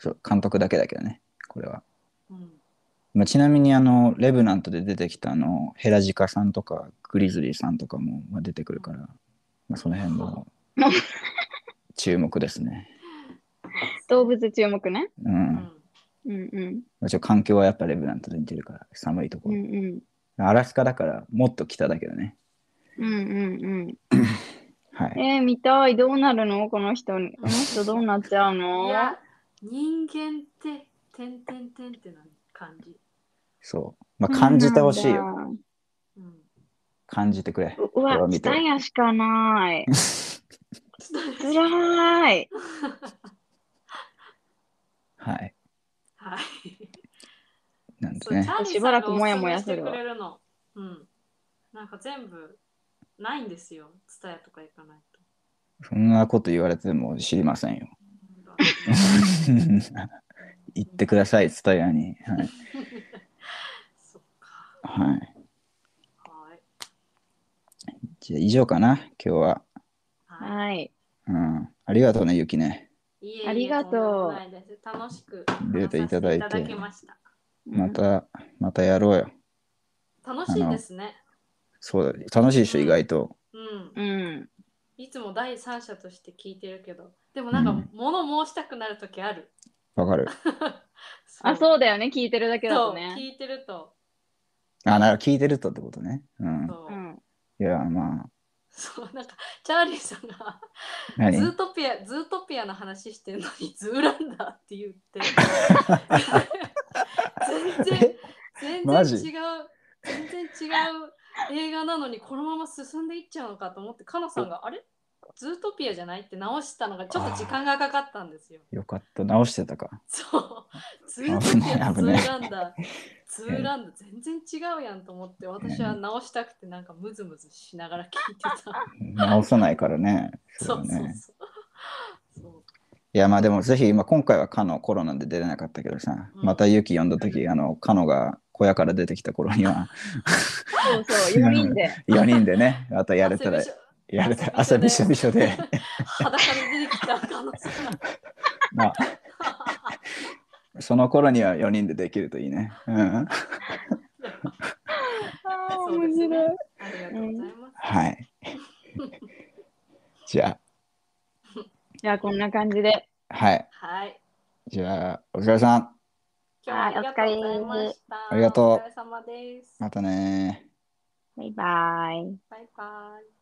Speaker 2: そう監督だけだけどね、これは。
Speaker 1: うん。
Speaker 2: まあ、ちなみにあの、レブナントで出てきたあの、ヘラジカさんとか、グリズリーさんとかも、まあ、出てくるから、まあ、その辺も注目ですね。
Speaker 3: 動物注目ね。
Speaker 2: う。
Speaker 1: うんん。
Speaker 3: うんうん。
Speaker 2: もちろん環境はやっぱレブナントで似てるから、寒いとこ
Speaker 3: うん
Speaker 2: ろ。
Speaker 3: うん。
Speaker 2: アラスカだから、もっと北だけどね。
Speaker 3: うんうん
Speaker 2: はい
Speaker 3: うん。。えー、見たい。どうなるのこの人。この人どうなっちゃうの
Speaker 1: いや、人間って、てんてんてんってな感じ。
Speaker 2: そう。まあ、感じてほしいよ。
Speaker 3: よ。
Speaker 1: うん。
Speaker 2: 感じてくれ。
Speaker 3: う
Speaker 2: これを
Speaker 3: わ、
Speaker 2: 見て
Speaker 3: 蔦屋しかない。つらい。
Speaker 2: はい。
Speaker 1: はい。
Speaker 2: なんです
Speaker 1: そうチ
Speaker 2: ね
Speaker 1: ャ。ーリー
Speaker 3: しばらくもやもやするわ
Speaker 1: さんがおすすめしてくれるの。うん。なんか全部ないんですよ。ツタヤとか行かないと。
Speaker 2: そんなこと言われても知りませんよ。 言ってください、伝え屋に。はい。
Speaker 1: そっか。
Speaker 2: はい、
Speaker 1: はい。
Speaker 2: じゃあ、以上かな、今日は。
Speaker 1: は
Speaker 3: はい。
Speaker 2: うん。ありがとうね、ゆきね。
Speaker 1: い。いえいえ
Speaker 3: ありがとう
Speaker 1: そんなことないです楽しく
Speaker 2: 出ていただいて
Speaker 1: 話させいただきました。
Speaker 2: また、またやろうよ。
Speaker 1: 楽しいですね。
Speaker 2: そうだ、楽しいでしょ、
Speaker 1: うん
Speaker 2: 意外と。
Speaker 1: うん。
Speaker 3: うん。
Speaker 1: いつも第三者として聞いてるけど、でもなんか
Speaker 2: うん
Speaker 1: 物申したくなる時ある。
Speaker 2: わかる。
Speaker 3: あ、そうだよね。聞いてるだけだ
Speaker 1: そ
Speaker 3: と
Speaker 1: う
Speaker 3: ね。
Speaker 1: 聞いてると。
Speaker 2: あ、なら聞いてるとってことね。うん。
Speaker 1: そうう。
Speaker 3: ん。
Speaker 2: いや、まあ、
Speaker 1: そうなんかチャーリーさんがズ
Speaker 2: 何
Speaker 1: ートピアズートピアの話してるのにズーランダーって言 って。全然全然
Speaker 2: マジ
Speaker 1: 違う全然違う映画なのにこのまま進んでいっちゃうのかと思ってかなさんがあれズートピアじゃないって直したのがちょっと時間がかかったんですよ。
Speaker 2: よかった、直してたか。
Speaker 1: そう。ツーズー
Speaker 2: 危ない危ない
Speaker 1: ランダ ー、ツーランダー全然違うやんと思って、私は直したくてなんかムズムズしながら聞いてた。
Speaker 2: 直さないからね。
Speaker 1: そう
Speaker 2: だ
Speaker 1: そう
Speaker 2: ね。
Speaker 1: そう。そう
Speaker 2: いやまあでもぜひ、まあ、今回はカノコロナで出れなかったけどさ、
Speaker 1: うん
Speaker 2: またユキ呼んだ時あのカノが小屋から出てきた頃に は
Speaker 3: そうそう。4人で。
Speaker 2: 4人でねまたやれ たら
Speaker 1: 汗びし
Speaker 2: やれたら
Speaker 1: 汗
Speaker 2: 汗
Speaker 1: び
Speaker 2: び
Speaker 1: し
Speaker 2: し
Speaker 1: ょ
Speaker 2: ょ
Speaker 1: び
Speaker 2: び
Speaker 1: し
Speaker 2: し
Speaker 1: ょ
Speaker 2: ょ
Speaker 1: で
Speaker 2: で
Speaker 1: ょ裸で出てきた可能性が。
Speaker 2: まあその頃には4人でできるといいね、うん、
Speaker 3: ああ、
Speaker 1: そうで
Speaker 3: 面
Speaker 1: すねありが
Speaker 3: 白い。
Speaker 1: とうございます。
Speaker 2: はいじゃ
Speaker 3: じゃあ、こんな感じで。
Speaker 2: あはい
Speaker 1: はい。
Speaker 2: じゃあお疲れさん
Speaker 1: 今日はありがとうございました。
Speaker 2: ありがとう
Speaker 1: お疲れ様です。
Speaker 2: またね
Speaker 3: バイバイ。
Speaker 1: バイバイ。